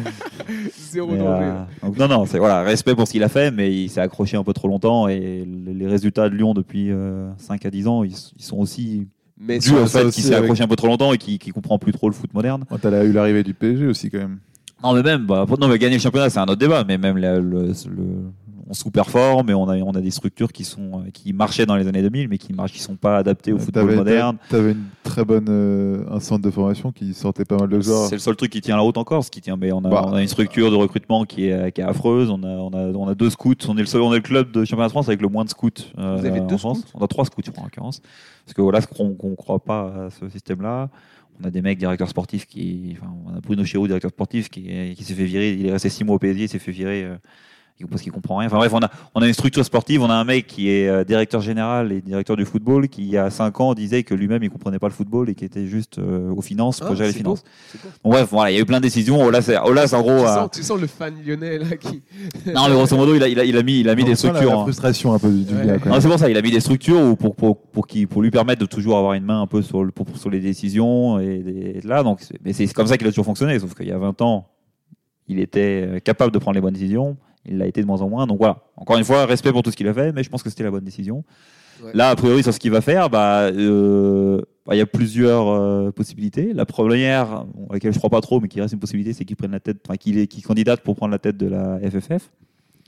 Zéro Mais, danger. euh, donc, non, non, c'est voilà, respect pour ce qu'il a fait, mais il s'est accroché un peu trop longtemps et les les résultats de Lyon depuis 5 à 10 ans, ils, ils sont aussi Mais dus sur au ça fait aussi, qu'il s'est avec- accroché un peu trop longtemps et qu'il qu'il comprend plus trop le foot moderne. Oh, T'as la- eu l'arrivée du PSG aussi, quand même. Non, mais même, bah, pour- non, mais gagner le championnat, c'est un autre débat, mais même la- le, le- on sous-performe et on a, on a des structures qui, sont, euh, qui marchaient dans les années 2000, mais qui ne qui sont pas adaptées au football T'avais- moderne. T'avais une très bonne, euh, un centre de formation qui sortait pas mal de joueurs. C'est le seul truc qui tient la route encore, ce qui tient. Mais on a, Bah, on a une structure de recrutement qui est, qui est affreuse. On a, on, a, on a deux scouts. On est le seul, on est le club de championnat de France avec le moins de scouts. euh, Vous avez en deux France. scouts On a trois scouts, je crois, en l'occurrence. Parce que voilà, ce qu'on qu'on croit pas à ce système-là. On a des mecs directeurs sportifs qui, enfin, on a Bruno Chéreau, directeur sportif, qui, qui s'est fait virer. Il est resté six mois au PSG, il s'est fait virer. euh, parce qu'il comprend rien. Enfin bref, on a, on a une structure sportive, on a un mec qui est euh, directeur général et directeur du football qui il y a cinq ans disait que lui-même il comprenait pas le football et qui était juste euh, aux finances pour Ah, gérer les c'est beau, finances. c'est beau. Bon, bref, voilà, il y a eu plein de décisions. Olas, c'est- Olas en Tu gros. a- sens, tu sens le fan lyonnais là qui. Non, mais grosso modo, il a, il a, il a mis, il a mis On des sent la- structures. La, hein. frustration un peu du, du Ouais. gars, quand Non, même. c'est pour ça, il a mis des structures où- pour, pour, pour, qu'il- pour lui permettre de toujours avoir une main un peu sur, le, pour, sur les décisions. Et, des- là, donc, c'est- mais c'est comme ça qu'il a toujours fonctionné. Sauf qu'il y a 20 ans, il était euh, capable de prendre les bonnes décisions. Il l'a été de moins en moins. Donc voilà, encore une fois, respect pour tout ce qu'il a fait, mais je pense que c'était la bonne décision. Ouais. Là, a priori, sur ce qu'il va faire, bah, euh, bah, il y a plusieurs euh, possibilités. La première, bon, à laquelle je crois pas trop, mais qui reste une possibilité, c'est qu'il prenne la tête, enfin, qu'il est- qu'il candidate pour prendre la tête de la FFF,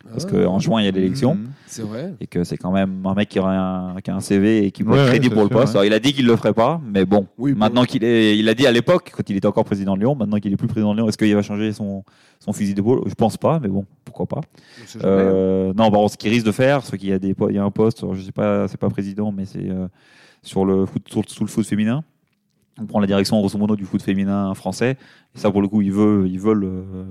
parce Ah, qu'en juin, il y a l'élection Mhm. C'est vrai. et que c'est quand même un mec qui aura un, qui a un CV et qui peut Ouais, être ouais, crédit c'est pour le sûr, poste. ouais. Alors, il a dit qu'il le ferait pas, mais bon. Oui, bon. Maintenant qu'il est, il a dit à l'époque quand il était encore président de Lyon. Maintenant qu'il est plus président de Lyon, est-ce qu'il va changer son son fusil d'épaule Je pense pas, mais bon, pourquoi pas. On sait jamais. Euh, non, bon, ce qu'il risque de faire, c'est qu'il y a des, po- il y a un poste. alors, Je sais pas, c'est pas président, mais c'est euh, sur le foot, sur, le- sous le foot féminin. On prend la direction grosso modo du foot féminin français. Et ça, pour le coup, ils veulent, ils veulent euh,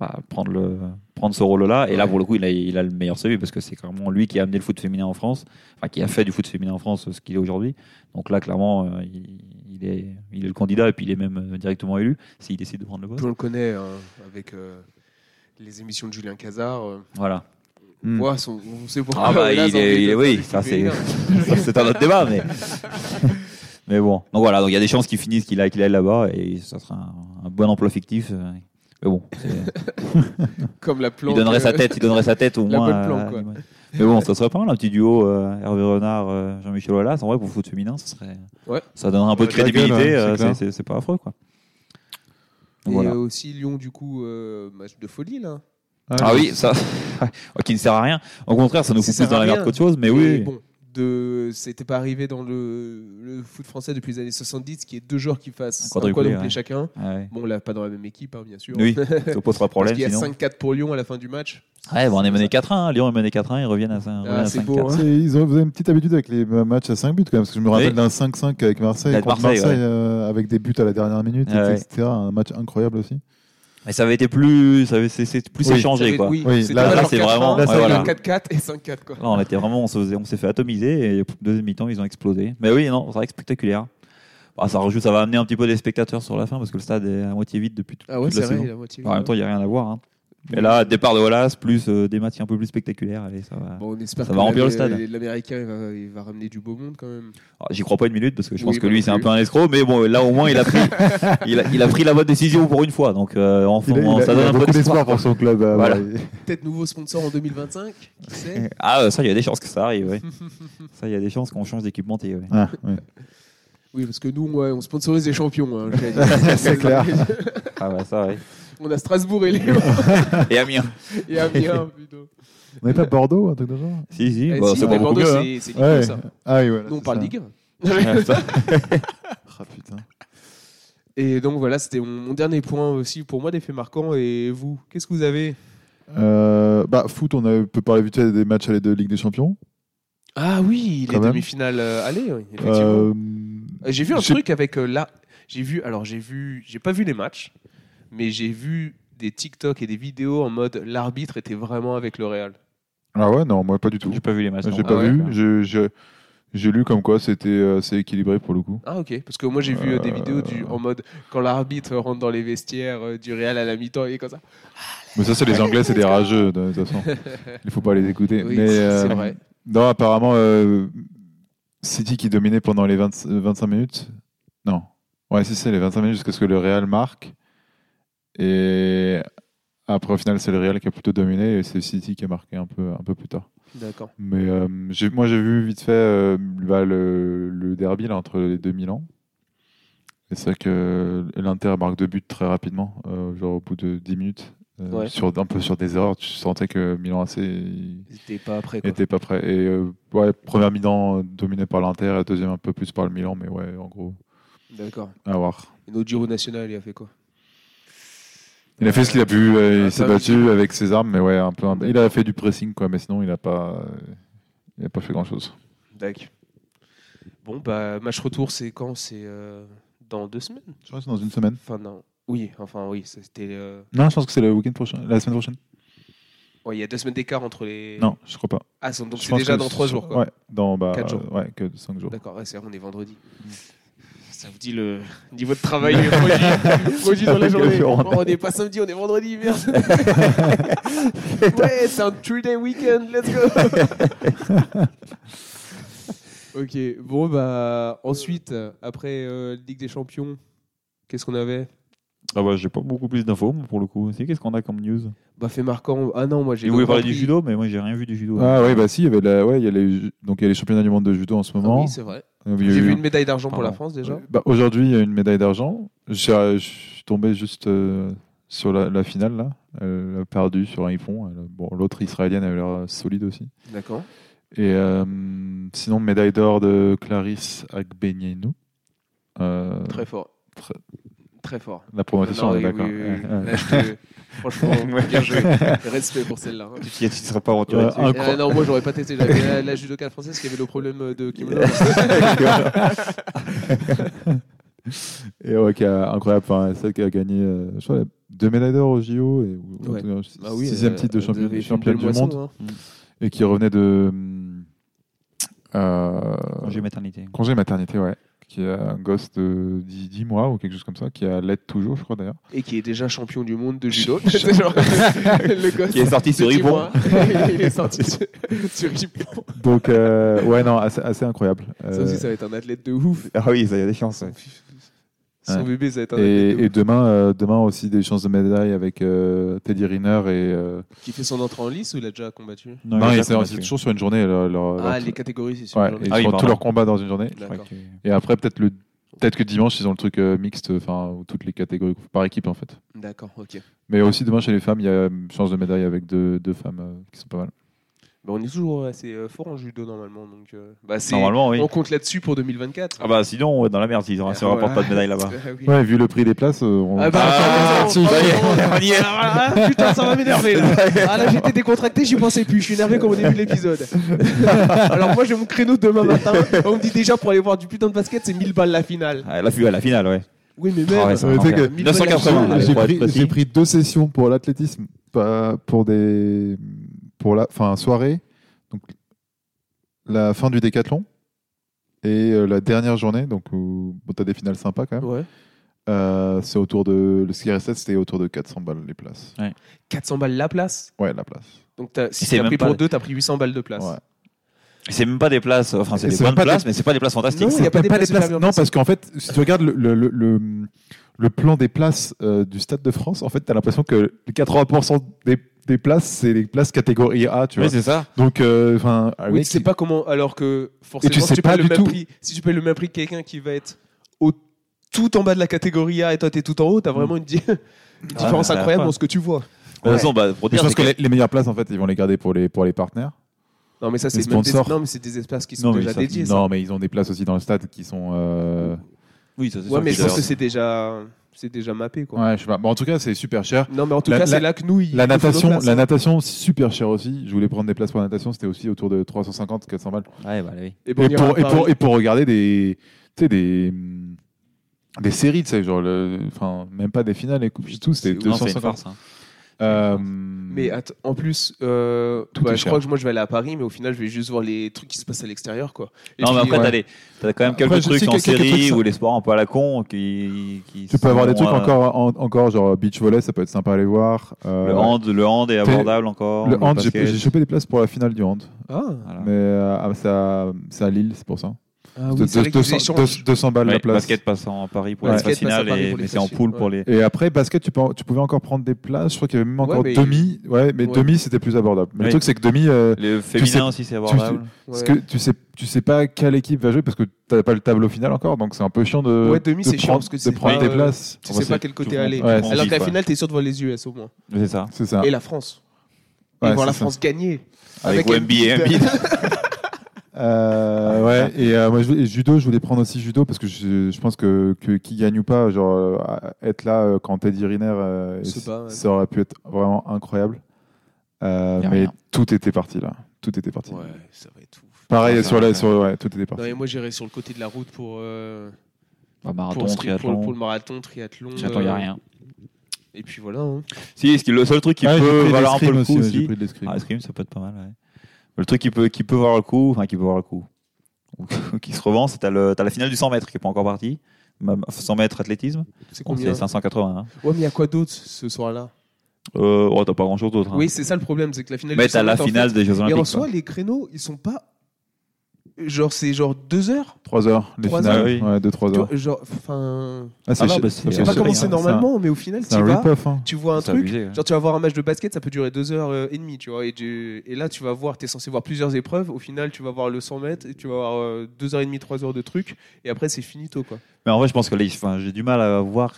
bah, prendre le prendre ce rôle-là. Et là, Ouais. pour le coup, il a, il a le meilleur CV parce que c'est clairement lui qui a amené le foot féminin en France, enfin qui a fait du foot féminin en France euh, ce qu'il est aujourd'hui. Donc là, clairement, euh, il, il est, il est le candidat et puis il est même euh, directement élu s'il décide de prendre le Puis poste. on le connaît hein, avec euh, les émissions de Julien Cazard. euh, Voilà. Mm. On voit son, on sait pourquoi. Hmm. Ah bah Là, il ça fait- est, il est- oui, fait ça c'est rire. ça, c'est un autre débat, mais mais bon. Donc voilà, donc il y a des chances qu'il finisse qu'il aille qu'il aille là-bas et ça sera un, un bon emploi fictif. euh, Mais bon, c'est- Comme la il plante. donnerait sa euh, tête, il donnerait sa tête au La moins. bonne planque, quoi. à- Mais bon, ça serait pas mal un petit duo euh, Hervé Renard, euh, Jean-Michel Aulas. En vrai, pour le foot féminin, ça serait, Ouais. ça donnerait un peu de Ouais, la gueule, crédibilité. hein, c'est euh, c'est- clair. c'est c'est pas affreux, quoi. Et Donc, voilà. euh, aussi Lyon, du coup, euh, match de folie là. Ah oui, ça, qui ne sert à rien. Au contraire, ça nous Ça fout plus sert à dans la merde rien. qu'autre chose, mais Et oui. Bon, de, c'était pas arrivé dans le, le foot français depuis les années 70, qui est deux joueurs qui fassent Un un quadruplé, quadruplé, ouais. chacun. Ah Ouais. Bon, là, pas dans la même équipe, hein, bien sûr. Oui, ça pose pas de Parce problème. qu'il y a sinon. 5-4 pour Lyon à la fin du match. Ouais, bah on est mené 4-1. hein. Lyon est mené 4-1, ils reviennent à 5 Ah, c'est beau, hein. C'est- Ils ont, vous avez une petite habitude avec les matchs à 5 buts quand même, parce que je me rappelle Oui. d'un 5-5 avec Marseille, Avec contre Marseille, Marseille, euh, avec des buts à la dernière minute, Ah ouais. etc. Un match incroyable aussi. Mais ça avait été plus, ça avait, c'est, c'est plus Oui, Ça échangé, fait- quoi. Oui, Oui, c'était là, pas là, genre c'est 4-1, vraiment- c'était ouais, genre voilà. 4-4 et 5-4, quoi. Là, on était vraiment, on, se faisait- on s'est fait atomiser et deuxième mi-temps, ils ont explosé. Mais oui, non, c'est vrai que spectaculaire. Bah, ça rajoute, ça va amener un petit peu des spectateurs sur la fin parce que le stade est à moitié vide depuis tout- Ah ouais, toute c'est la vrai, saison. il a moitié. Bah, en même temps, il n'y a rien à voir. hein. Et là, départ de Wallace, plus euh, des matchs un peu plus spectaculaires. Allez, ça va. Bon, on espère Ça que va remplir le l'Amé- stade. L'Américain, il va, il va ramener du beau monde quand même. Alors, J'y crois pas une minute parce que je Oui, pense que moi lui, non c'est un plus. peu un escroc. Mais bon, là, au moins, il a pris, il a, il a pris la bonne décision pour une fois. Donc, euh, enfin, Il a- il a- il ça a donne un peu beaucoup d'espoir. d'espoir pour son club. euh, Voilà. ouais. Peut-être nouveau sponsor en 2025, qui sait Ah, euh, ça, il y a des chances que ça arrive. ouais. ça, il y a des chances qu'on change d'équipement. E. t'es- ouais. Ah, ouais. Oui, parce que nous, ouais, on sponsorise les champions. hein, je l'ai dit. C'est clair. Ah, ouais, ça, ouais. On a Strasbourg et Lyon Et Amiens. et Amiens. plutôt. On n'est pas Bordeaux, un truc de genre Si, si, Eh bah, si, c'est mais pas beaucoup Bordeaux, mieux. hein. c'est c'est Ligue Ouais. 1, ça. Ah oui, voilà. Nous, on c'est parle ça. Ligue 1. Ah putain. Et donc voilà, c'était mon- mon dernier point aussi pour moi d'effet marquant. Et vous, qu'est-ce que vous avez Ah. Euh, bah, foot, on a- peut parler vite fait des matchs à de Ligue des Champions. Ah oui, Quand les même. demi-finales euh, aller, oui, effectivement. Euh, Euh, J'ai vu un j'ai- truc avec euh, là. J'ai vu, alors j'ai vu, j'ai pas vu les matchs, mais j'ai vu des TikTok et des vidéos en mode l'arbitre était vraiment avec le Real. Ah ouais, non, moi pas du tout. J'ai pas vu les matchs. Ah, J'ai non. pas Ah ouais. vu. Je- je- J'ai lu comme quoi c'était euh, c'est équilibré pour le coup. Ah ok, parce que moi j'ai vu euh, des Euh. vidéos du, en mode quand l'arbitre rentre dans les vestiaires euh, du Real à la mi-temps et comme ça. Mais ça, c'est les Anglais, c'est des rageux de toute façon. Il faut pas les écouter. Oui, Mais, c'est euh, vrai. Non, apparemment, euh, City qui dominait pendant les 20 euh, 25 minutes. Non. Ouais, si, c'est les 25 minutes jusqu'à ce que le Real marque. Et après, au final, c'est le Real qui a plutôt dominé et c'est City qui a marqué un peu, un peu plus tard. D'accord. Mais euh, j'ai- moi, j'ai vu vite fait euh, bah, le, le derby là, entre les deux Milan. Et c'est vrai que l'Inter marque deux buts très rapidement, euh, genre au bout de 10 minutes. euh, Ouais. sur, un peu sur des erreurs. Tu sentais que Milan AC. il- C'était pas après quoi. était pas prêt. Et euh, ouais, première mi-temps euh, dominé par l'Inter, et deuxième un peu plus par le Milan, mais ouais, en gros, D'accord. à voir. Et notre Giro national, il a fait quoi Il a fait ce qu'il a pu, euh, il s'est Attends, battu avec ses armes, mais ouais, un peu. un- Il a fait du pressing, quoi, mais sinon, il a pas, euh, il a pas fait grand chose. D'accord. Bon bah match retour c'est quand C'est euh, dans deux semaines. Je crois que c'est dans une semaine. Enfin non. Oui, enfin oui, c'était. euh, Non, je pense que c'est le week-end prochain, la semaine prochaine. Ouais, il y a deux semaines d'écart entre les. Non, je crois pas. Ah, c'est- donc Je c'est pense déjà que dans trois sur- jours. Quoi. Ouais, dans bah, Quatre euh, jours. ouais, que cinq jours. D'accord, ouais, c'est vrai, on est vendredi. Ça vous dit le niveau de travail produit, produit dans la journée. Affectueux. Oh, on n'est pas samedi, on est vendredi, merde. ouais, c'est un three-day weekend, let's go. ok, bon, bah, ensuite, après euh, Ligue des Champions, qu'est-ce qu'on avait Ah, bah, j'ai pas beaucoup plus d'infos moi, pour le coup. C'est- Qu'est-ce qu'on a comme news Bah, fait marquant. Ah non, moi j'ai. J'ai voulu parler du repris- judo, mais moi, j'ai rien vu du judo. hein. Ah ouais, bah si, il y avait la- ouais, il y a les, ju- donc il y a les championnats du monde de judo en ce Ah moment. oui, c'est vrai. Donc, il y a J'ai eu- vu une médaille d'argent pour la Pardon. France déjà. Bah, Aujourd'hui, il y a une médaille d'argent. Je je suis tombé juste euh, sur la, la finale, là. Elle a perdu sur un hippon. Elle a- Bon, l'autre israélienne avait l'air euh, solide aussi. D'accord. Et euh, sinon, médaille d'or de Clarisse Agbenienou. Euh, Très fort. Très- Très fort. la promotion, Non, on est oui, d'accord. oui, oui, oui. Ouais, ouais. Là, je te- Franchement, bien joué. Respect pour celle-là. hein. Tu tu te serais pas aventuré Ouais, dessus. un- Euh, non, moi j'aurais pas testé. J'avais la, la judoka française qui avait le problème de kimono. Et ouais, qui a- incroyable. Enfin, celle qui a gagné euh, je crois, deux médailles d'or au JO. Et, ou- ou- Ouais. ou- Bah oui, sixième euh, titre Ah de elle champion, devait champion filmer du le moisson, monde. hein. Et qui revenait de. hum, euh, Congé maternité. Congé maternité, ouais. Qui a un gosse de 10, 10 mois ou quelque chose comme ça, qui a l'aide toujours, je crois d'ailleurs. Et qui est déjà champion du monde de judo. C'est genre le gosse. Qui est sorti sur de dix Ribbon. mois, Il est sorti sur- sur Ribbon. Donc, euh, ouais, non, assez, assez incroyable. Ça Euh, aussi, ça va être un athlète de ouf. Ah oui, ça y a des chances. ouais. Son Ouais. bébé, ça va être un athlète de et, et ouf. demain, euh, demain aussi des chances de médaille avec euh, Teddy Riner et. euh, Qui fait son entrée en lice ou il a déjà combattu Non, il y a ils- ça qu'on a c'est tué. toujours sur une journée. Leur, leur- Ah, leur- les catégories, c'est sûr. ouais, j'en ai- ils Ah oui, font tous pardon. leurs combats dans une journée. D'accord. Ok. Et après, peut-être le. Peut-être que dimanche, ils ont le truc euh, mixte, enfin, où toutes les catégories, par équipe en fait. D'accord, ok. Mais aussi demain chez les femmes, il y a euh, chance de médaille avec deux, deux femmes euh, qui sont pas mal. Bah, on est toujours assez euh, fort en judo normalement. Donc, euh, bah, c'est- Normalement, oui. On compte là-dessus pour 2024. Ah bah sinon, on va être dans la merde s'ils ne Ah, rapportent voilà. pas de médaille là-bas. Ah oui. Ouais, vu le prix des places, euh, on. Ah bah, Ah, attends, attends, ça y est, attends. on y est. Alors là, ah, putain, ça va m'énerver. là. Ah là, j'étais décontracté, j'y pensais plus. Je suis énervé comme au début de l'épisode. Alors moi, j'ai mon créneau demain matin. On me dit déjà pour aller voir du putain de basket, c'est 1000 balles la finale. Ah, la fu- à la finale, ouais. Oui, mais Ah même. ouais, ça mais va tu sais faire. que- 980. Ah, ouais, J'ai pour être pris, précis. j'ai pris deux sessions pour l'athlétisme, pas pour des pour la enfin soirée, donc la fin du décathlon et euh, la dernière journée, donc où bon, t'as des finales sympas quand même. Ouais. Euh, c'est autour de. Le ski reset, c'était autour de 400 balles les places. 400 balles la place. Ouais, la place. Donc t'as- si C'est t'as même pris pas- pour deux, t'as pris 800 balles de place. Ouais. C'est même pas des places, enfin c'est Et des c'est bonnes pas des- places, mais c'est pas des places fantastiques. Non, il y a pas des places super bien Non, placées. parce qu'en fait, si tu regardes le, le, le, le- le plan des places euh, du Stade de France, en fait, t'as l'impression que les 80% des, des places, c'est les places catégorie A, tu vois. Oui, c'est ça. Donc, euh, enfin. ah Mais oui, tu sais c'est- pas comment. Alors que forcément, tu si sais tu pas payes le du même tout. prix, si tu payes le même prix que quelqu'un qui va être au tout en bas de la catégorie A et toi t'es tout en haut, Mm. t'as vraiment une, di- une Ah, différence ça va incroyable pas. dans ce que tu vois. De toute façon, bah, Mais pour dire, je pense c'est que que- les, les meilleures places, en fait, ils vont les garder pour les, pour les partenaires. Non mais ça Les c'est même des... sponsors. non mais c'est des espaces qui sont mais déjà ça- dédiés. ça. non, mais ils ont des places aussi dans le stade qui sont. euh, oui, ça, c'est Ouais sûr mais que je pense c'est- que c'est déjà c'est déjà mappé quoi. Ouais, je sais pas. Bon, en tout cas, c'est super cher. Non mais en tout La- cas la- c'est là que nous ils- La ils font nos natation, places, la hein. natation, super cher aussi. Je voulais prendre des places pour la natation, c'était aussi autour de 350-400 balles. Ouais, bah, oui. Et bon, Et on ira pour, à et, Paris. pour, et pour regarder des, tu sais, des, hum, des séries, tu sais, genre, le- enfin, même pas des finales et coupes et tout, c'était Non, c'est une 250. farce. hein. Euh, Mais att- en plus, euh, Tout bah, est je cher. crois que moi je vais aller à Paris, mais au final je vais juste voir les trucs qui se passent à l'extérieur. quoi. Et Non, mais puis, après, ouais. t'as des- t'as quand même Après, quelques je sais trucs qu'il y a en quelques trucs, série ça. ou les sports un peu à la con qui. qui tu peux avoir des sont, trucs euh, encore, en- encore, genre beach volley, ça peut être sympa à aller voir. Euh, Le hand, le hand est T'es- abordable encore. le hand, j'ai basket. j'ai chopé des places pour la finale du hand. Ah, Voilà. Mais euh, ah, c'est à, c'est à Lille, c'est pour ça. ah De- oui, c'est de- vrai qu'ils 200, échangent. 200 balles la Ouais, place. Basket passant à Paris pour la Basket phase passe à finale, Paris et- pour les mais c'est en phases poule finales, pour les. Et après, basket, tu, peux en- tu pouvais encore prendre des places. Je crois qu'il y avait même encore mais- demi. Ouais, mais Ouais. demi, c'était plus abordable. Mais Oui. le truc, c'est que demi, euh, Le féminin aussi, c'est abordable. parce Ouais. que tu sais, tu sais pas quelle équipe va jouer parce que t'as pas le tableau final encore. Donc c'est un peu chiant de, Ouais, demi, de c'est prendre, chiant parce que de c'est prendre pas, des euh, places. Tu Enfin, sais pas c'est quel tout côté le monde- aller. ouais, c'est Alors tout qu'à le la finale, t'es sûr de voir les US au moins. C'est ça. C'est ça. Et la France. Ouais, et voir la c'est ça. France gagner. Avec Wemby et Embiid. Ah, Euh, ouais, et euh, moi, je, voulais- et judo, je voulais prendre aussi judo parce que je, je pense que, que qui gagne ou pas, genre euh, à- être là euh, quand Teddy Riner euh, Se bat, ouais. ça aurait pu être vraiment incroyable. Euh, Y a mais rien. tout était parti là, tout était parti. ça va être ouf. Pareil Ouais, sur Ah, ouais. la, sur ouais, tout était parti. Non, et moi j'irai sur le côté de la route pour, euh, pour, Marathon, ce- pour, le- pour triathlon. le marathon, triathlon. Triathlon, il euh, a rien. Et puis voilà. hein. Si, ce qui- le seul truc qui Ouais, Ah, j'ai peut pris de valoir un peu l'escrime le coup ouais, j'ai aussi. pris de l'escrime. Ah, Scream, ça peut être pas mal, ouais. Le truc qui peut, qui peut voir le coup, enfin qui peut voir le coup, ou qui se revend, c'est t'as le- t'as la finale du 100 mètres qui est pas encore partie. Même 100 mètres athlétisme, C'est Bon, combien c'est 580. hein. Ouais, mais il y a quoi d'autre ce soir-là Euh, oh, t'as pas grand chose d'autre. hein. Oui, c'est ça le problème, c'est que la finale. mais du t'as la 100 mètres, en finale des Jeux fait- Et en Olympiques. soi, les créneaux, ils sont pas. Genre, c'est genre deux heures. 3 heures, les Trois finales, heures, oui. ouais, 2 3 Tu heures. vois, Genre, enfin. Ah, Ah non, chi- bah, c'est- ça Je sais C'est fait pas un- chier. comment c'est c'est un- normalement, mais au final, C'est tu un vas, rip-off. hein. tu vois un C'est truc, abusé, ouais. Genre tu vas voir un match de basket, ça peut durer deux heures euh, et demie, tu vois. Et, tu- et là tu vas voir, t'es censé voir plusieurs épreuves. Au final tu vas voir le 100 mètres, et tu vas voir euh, deux heures et demie, trois heures de trucs. Et après c'est finito quoi. Mais en vrai, je pense que les- enfin, j'ai du mal à voir.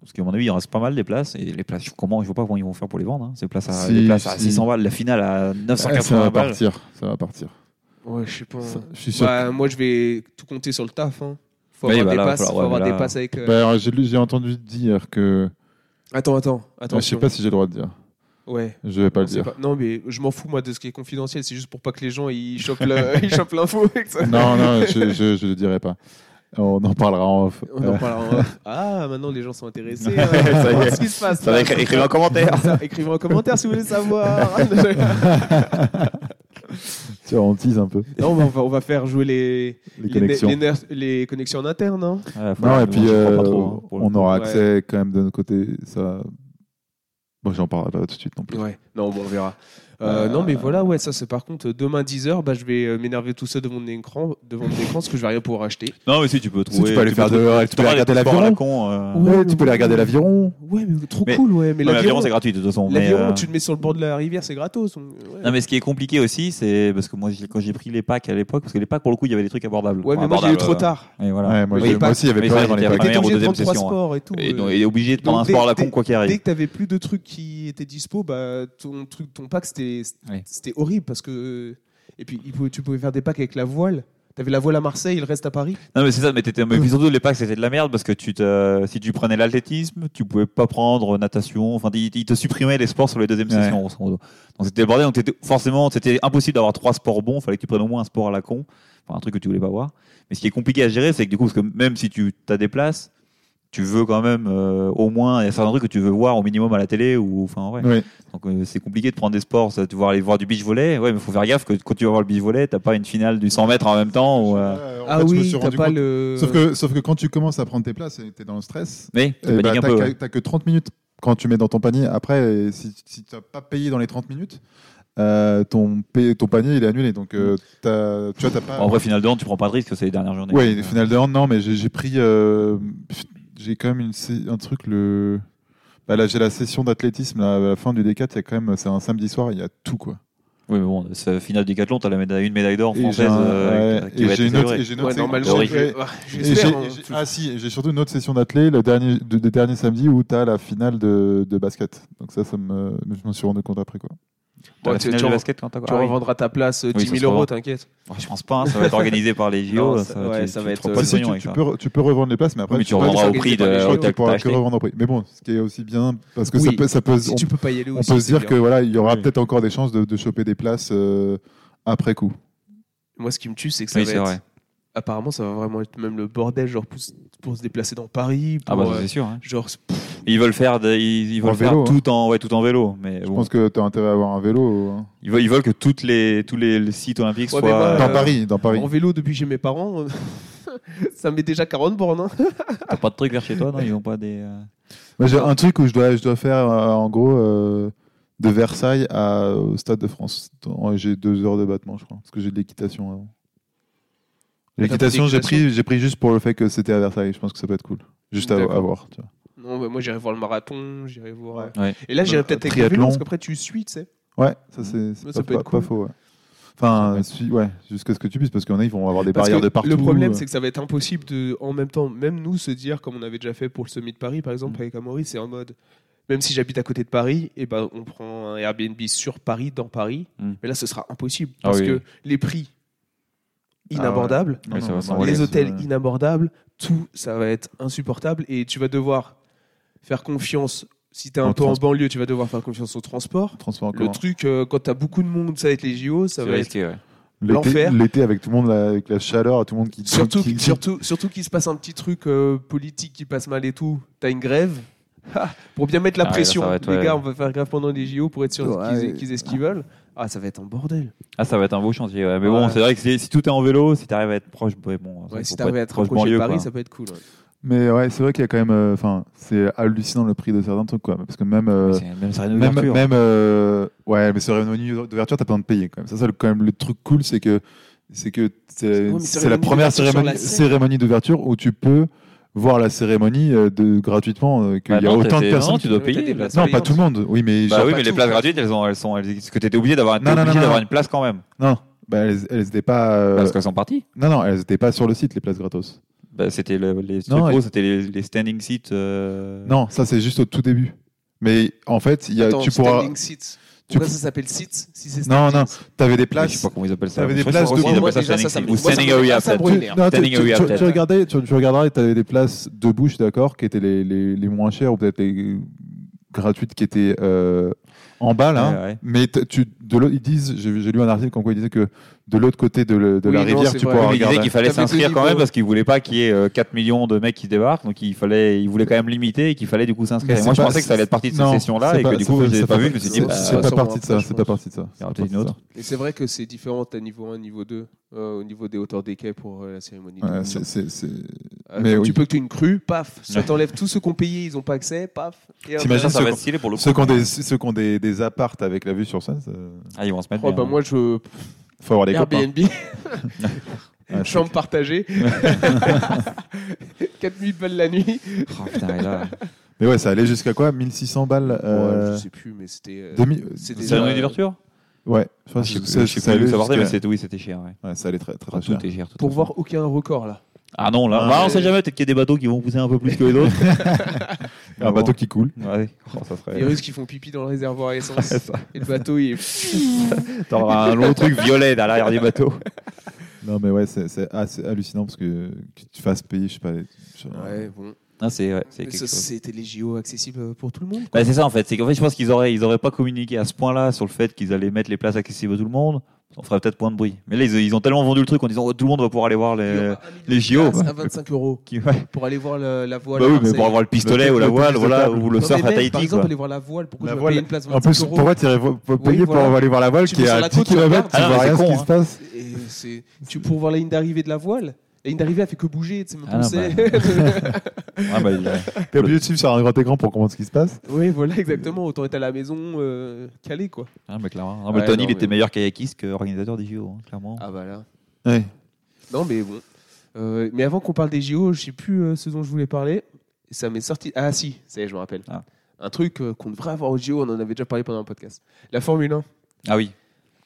Parce qu'à mon avis, il en reste pas mal des places. Et les places, je- comment, je vois pas comment ils vont faire pour les vendre. hein. Ces places à, Si, les places à si. 600 balles, la finale à Ah, ça 980 va balles. partir, ça va partir. Ouais, je sais pas. Ça- Je suis sûr. Bah, moi je vais tout compter sur le taf. Hein. Faut Oui, avoir, bah des, là, passes, va falloir- faut avoir ouais, mais des là- passes avec. euh, Bah, alors, j'ai lu- J'ai entendu dire que. Attends, attends, Ah, je sais attention. pas si j'ai le droit de dire. Ouais. Je vais pas le C'est dire. pas- Non mais je m'en fous moi de ce qui est confidentiel. C'est juste pour pas que les gens ils chopent la- ils chopent l'info. et que ça- Non, non, je, je, je le dirai pas. On en parlera en off. On en parlera en off. Ah, maintenant les gens sont intéressés. hein. Ça y est. Qu'est-ce qui se passe Ça là va écrire, écrire en commentaire. Écrivez en commentaire si vous voulez savoir. Tu vois, Euh, on tease un peu non, mais on va, on va faire jouer les, les les, connexions. les ner- les connexions en interne. hein. Non, et puis euh, hein, on aura Ouais. accès quand même de notre côté. Ça... Bon, j'en parlerai pas tout de suite non plus. Ouais, non, bon, on verra. Euh, Euh, Non, mais voilà, ouais, ça c'est par contre, demain 10h, bah, je vais euh, m'énerver tout seul devant mon écran, devant mon écran parce que je vais rien pouvoir acheter. Non, mais si tu peux Si tu trouver. peux aller faire dehors, tu peux aller regarder l'aviron. con. euh. Ouais, Ouais, tu peux aller regarder l'aviron. Ouais, mais trop Mais- cool, ouais. Mais Non, mais L'aviron, l'aviron, c'est gratuit de toute façon. mais, l'aviron, euh, tu le mets sur le bord de la rivière, c'est gratos. on- ouais. Non, mais ce qui est compliqué aussi, c'est parce que moi, j'ai- quand j'ai pris les packs à l'époque, parce que les packs, pour le coup, il y avait des trucs abordables. ouais, mais Enfin, moi j'ai eu abordables, trop euh, tard. Et voilà. Ouais, moi, Mais j'ai- les moi aussi, il y Mais avait plus rien ça, dans les c'était packs. vraiment- T'étais première ou obligé de deuxième prendre trois session, ouais. sports et tout. Et euh. donc, il est obligé de Donc, prendre un dès- sport à la dès- con, quoi qu'il Dès arrive. que t'avais plus de trucs qui étaient dispo, bah, ton, truc, ton pack c'était Ouais. c'était horrible parce que. Et puis il pouvait- tu pouvais faire des packs avec la voile. T'avais la voile à Marseille, le reste à Paris. Non, mais c'est ça, mais, t'étais- mais surtout, les packs, c'était de la merde parce que tu te- si tu prenais l'athlétisme, tu pouvais pas prendre natation. Enfin, ils, ils te supprimaient les sports sur les deuxièmes Ouais. sessions, grosso modo. Donc, c'était le bordel. Donc, t'étais- forcément, c'était impossible d'avoir trois sports bons. Fallait que tu prennes au moins un sport à la con. Enfin, un truc que tu voulais pas voir. Mais ce qui est compliqué à gérer, c'est que du coup, parce que même si tu as des places, tu veux quand même euh, au moins il y a certains trucs que tu veux voir au minimum à la télé ou enfin ouais. Oui. Donc euh, c'est compliqué de prendre des sports, ça, tu vas aller voir du beach volley, ouais, mais faut faire gaffe que quand tu vas voir le beach volley, t'as pas une finale du 100 mètres en même temps ou euh, Ouais, en ah fait, je me oui, suis t'as rendu pas compte- le. Sauf, que, sauf que quand tu commences à prendre tes places et t'es dans le stress, mais tu eh ben, paniques t'as un peu. qu'à- ouais. t'as que 30 minutes quand tu mets dans ton panier. Après, euh, si, si t'as pas payé dans les 30 minutes, euh, ton, pa- ton panier il est annulé. Donc euh, t'as- tu vois, t'as pas. En vrai finale de hand, tu prends pas de risque, c'est les dernières journées. Oui, finale euh, de hand, non, mais j'ai j'ai pris. euh, j'ai quand même une, sé- un truc, le. Bah là, j'ai la session d'athlétisme là, à la fin du D4, il y a quand même, c'est un samedi soir, il y a tout quoi. Oui, mais bon, c'est la finale du tu t'as la médaille, une médaille d'or Et j'ai française un- euh, ouais, qui et va j'ai être une autre- célébrée. et j'ai une autre Ouais, séquence- normalement, Oui. j'ai- ouais, Et j'ai- j'espère. hein, et j'ai- tout- ah si, et j'ai surtout une autre session d'athlé le dernier, de- de dernier samedi où tu as la finale de, de basket. Donc ça, ça me, je m'en suis rendu compte après. Quoi. T'as Bon, la tu- finale tu de en- basket quand t'as Tu ah oui. revendras ta place euh, Oui, 10 ça 000 se revend. euros, t'inquiète. Ouais, Je pense pas, hein, ça va être organisé par les JO. Non, ça, ça- ouais, tu- ça tu va te être, feras euh, Ouais, pas Si, de si, pognon tu, avec tu ça. peux, re- tu peux revendre les places, mais après Oui, mais tu peux- revendras au organisé prix par les de JO, au tu tac- pourras t'as que acheté. revendre au prix. Mais bon, ce qui est aussi bien, parce que ça Oui. peut, ça peut, Si on, tu peux pas y aller on aussi. peut se c'est dire bien. que voilà, il y aura Oui. peut-être encore des chances de, de choper des places euh, après coup. Moi, ce qui me tue, c'est que ça Oui, va c'est être- vrai. Apparemment, ça va vraiment être même le bordel, genre pour, s- pour se déplacer dans Paris. Pour, Ah bah ça, euh, c'est sûr. hein. Genre, c'est- Ils veulent faire, de- ils, ils En veulent faire vélo, hein. tout en, ouais, tout en vélo, mais Je bon. pense que tu as intérêt à avoir un vélo hein. Ils veulent, ils veulent que toutes les, tous les, les sites olympiques Ouais, mais soient. moi, dans euh, Paris, dans Paris. en vélo depuis chez mes parents, ça met déjà 40 bornes. hein. T'as pas de trucs vers chez toi, non Ils ont pas des. euh, Moi, j'ai un truc où je dois, je dois faire, euh, en gros, euh, de Versailles à, au Stade de France. Dans- J'ai deux heures de battement, je crois, parce que j'ai de l'équitation avant. Mais t'as L'équitation, pris j'ai l'équitation pris, j'ai pris juste pour le fait que c'était à Versailles. Je pense que ça peut être cool. Juste à, D'accord. à voir. tu vois. Non, bah, moi j'irai voir le marathon, j'irai voir. Ouais. Ouais. Et là, j'irai Euh, peut-être avec le triathlon. vélo, parce qu'après tu suis, tu sais. Ouais, ça c'est c'est Ouais, pas, ça peut être pas- cool. pas faux. ouais. Enfin, si- ouais, jusqu'à ce que tu puisses, parce qu'il y en a, ils vont avoir des Parce barrières que de partout. euh. Le problème, c'est que ça va être impossible de, en même temps, même nous, se dire, comme on avait déjà fait pour le sommet de Paris, par Mm. exemple, avec Amaury, c'est en mode, même si j'habite à côté de Paris, et ben, on prend un Airbnb sur Paris, dans Paris, Mm. mais là, ce sera impossible, Ah parce oui. que les prix Ah inabordables, Non, Oui, ça non, va non, ouais, s'envoler. les c'est- hôtels inabordables, tout, ça va être insupportable, et tu vas devoir faire confiance, si tu es un En peu en transport. banlieue, tu vas devoir faire confiance au transport. Transport en Le commun. truc, euh, quand tu as beaucoup de monde, ça va être les JO, ça c'est va être risqué, ouais. L'été- l'enfer. L'été avec tout le monde, là, avec la chaleur, tout le monde qui. Surtout, qui- qui- surtout, surtout qu'il se passe un petit truc euh, politique qui passe mal et tout. T'as une grève. Ah, pour bien mettre la Ah ouais, pression. ça va être, les ouais. gars, on va faire grève pendant les JO pour être sûr Ouais. qu'ils qu'ils aient ce qu'ils veulent. Ah, ça va être un bordel. Ah, ça va être un beau chantier. ouais. Mais bon, Ouais. c'est vrai que si, si tout est en vélo, si t'arrives à être proche, ouais, bon, Ouais, faut si pas t'arrives à te rapprocher de banlieue, Paris, quoi. ça peut être cool. ouais. Mais ouais, c'est vrai qu'il y a quand même. euh, Enfin, c'est hallucinant le prix de certains trucs, quoi. Parce que même. euh, Mais c'est- Même ça une même, ouverture. même euh, ouais, mais sur une menu d'ouverture, t'as pas besoin de payer quand même. Ça, c'est le- quand même le truc cool, c'est que c'est que Ouais, c'est mais c'est la cérémonie première d'ouverture sur cérémonie, la scène. cérémonie d'ouverture où tu peux voir la cérémonie euh, de gratuitement, euh, qu'il Bah y a non, autant t'es- de non, personnes. tu qui- dois Ouais, t'as payer. des là. places. Non, pas tout le monde. Oui, mais Bah genre- oui, pas mais les tout, places quoi. gratuites, elles ont, elles sont, elles, ce que t'étais obligé d'avoir, t'es Non, non, obligé non, d'avoir non. une place quand même. non, bah, elles, elles étaient pas. euh, Parce qu'elles sont parties. non, non, elles étaient pas sur le site les places gratos. Bah, c'était le- les Non, trucs et- gros, c'était les, les standing seats. euh, Non, ça c'est juste au tout début. Mais en fait, il y a, Attends, tu pourras. standing seats. tu- Pourquoi ça s'appelle seats si c'est Non, standing non, t'avais des Je places. sais pas comment ils appellent ça. T'avais des Je crois places qu'ils de- appellent Moi, ça déjà, standing ça, ça seat me- ou moi, ça standing me- area, ça me peut-être. brûle. tu, non, tu- hein. Standing tu- area, tu- tu peut-être. regardais, tu, tu regardais, t'avais des places debout, je suis d'accord, qui étaient les, les, les moins chères ou peut-être les gratuites qui étaient euh, en bas là. Ouais, ouais. Mais t- tu, de l'autre- ils disent, j'ai j'ai lu un article comme quoi ils disaient que de l'autre côté de, le- de Oui, la non, rivière, c'est tu vrai. pourras Oui, Il disait regarder. qu'il fallait T'avais deux s'inscrire quand niveaux. même parce qu'il voulait pas qu'il y ait euh, 4 millions de mecs qui se débarquent, donc il fallait, il voulait quand même limiter et qu'il fallait du coup s'inscrire. Mais Et Moi, c'est je pas- pensais que ça allait être partie de cette Non, session-là c'est et que pas- du c'est coup, je l'ai c'est pas vu, je me suis dit, c'est- bah, c'est pas sûrement parti de après, ça, je c'est pas pense. parti de ça. Il y en a peut-être une autre. Et c'est vrai que c'est différent, t'as niveau 1, niveau 2, euh, au niveau des hauteurs des quais pour euh, la cérémonie. Ouais, d'ouverture. c'est- c'est- c'est- Euh, mais tu oui. peux que tu aies une crue, paf, ça Ouais. t'enlève tous ceux qui ont payé, ils n'ont pas accès, paf. et hop, T'imagines ça, ça ceux va qu'on- être stylé pour le coup. Ceux qui ont des, ceux qui ont des, des appartes avec la vue sur ça, ça- Ah, ils vont se mettre. Oh, bien. bah, moi, je. faut avoir des copains. Airbnb, Ah, chambre partagée. 4000 balles la nuit. Oh, putain, et là, Mais ouais, ça allait jusqu'à quoi 1600 balles Ouais, euh, je sais plus, mais c'était. euh, 2000 c'est c'est déjà- une ouverture Ouais, Ah, je pense Je sais que plus- ça- je sais ça plus où allait hein ça partait, mais jusqu'à- c'était- oui, c'était cher. ouais. Ouais, ça allait très très, très Enfin, cher. Tout est cher. tout Pour est cher. voir aucun record là. Ah non, là, Ouais. bah, on sait jamais, peut-être qu'il y a des bateaux qui vont pousser un peu plus que les autres. Un bateau qui coule. Ouais, oh, ça Les serait. Russes qui font pipi dans le réservoir à essence. et le bateau, il est. T'auras un long truc violet à l'arrière du bateau. Non, mais ouais, c'est ah, c'est assez hallucinant parce que, que tu fasses payer, je sais pas. je- Ouais, bon. Ah, c'est ouais, c'est Mais quelque ça, chose. C'était les JO accessibles euh, pour tout le monde. Bah, c'est ça en fait. C'est qu'en fait, je pense qu'ils auraient, ils auraient pas communiqué à ce point-là sur le fait qu'ils allaient mettre les places accessibles à tout le monde. on ferait peut-être moins de bruit. Mais là, ils, ils ont tellement vendu le truc en disant oh, tout le monde va pouvoir aller voir Il y les. aura un million les de JO, places bah. à 25 euros Qui... ouais. pour aller voir le- la voile. Bah à oui, mais Marseille. pour avoir le pistolet Le- ou la le voile, tennis de voilà, table. ou le Non, surf mais à même, Par Tahiti. exemple, quoi. aller voir la voile, pourquoi La je vais voile. payer une place 25 En plus, euros pourquoi tu payer pour voilà. aller voir la voile Tu qui est vas sur à la 10 côte, tu km Tu regardes. vois Ah, rien c'est ce qui con, se passe Et c'est- Tu pour voir la ligne d'arrivée de la voile La ligne d'arrivée, elle fait que bouger, tu sais, même Ah, pas où c'est. Ah, bah, il- T'es obligé de suivre sur un grand écran pour comprendre ce qui se passe Oui, voilà, exactement. Autant être à la maison, euh, calé, quoi. Ah, mais clairement. Non, mais Ouais, Tony, non, il était mais- meilleur kayakiste qu'organisateur des JO, hein, clairement. Ah, bah là. Ouais. Non, mais bon. Euh, mais avant qu'on parle des JO, je sais plus euh, ce dont je voulais parler. Ça m'est sorti. Ah, si, ça y est, je me rappelle. Ah. Un truc euh, qu'on devrait avoir aux JO, on en avait déjà parlé pendant un podcast. La Formule 1. Ah oui.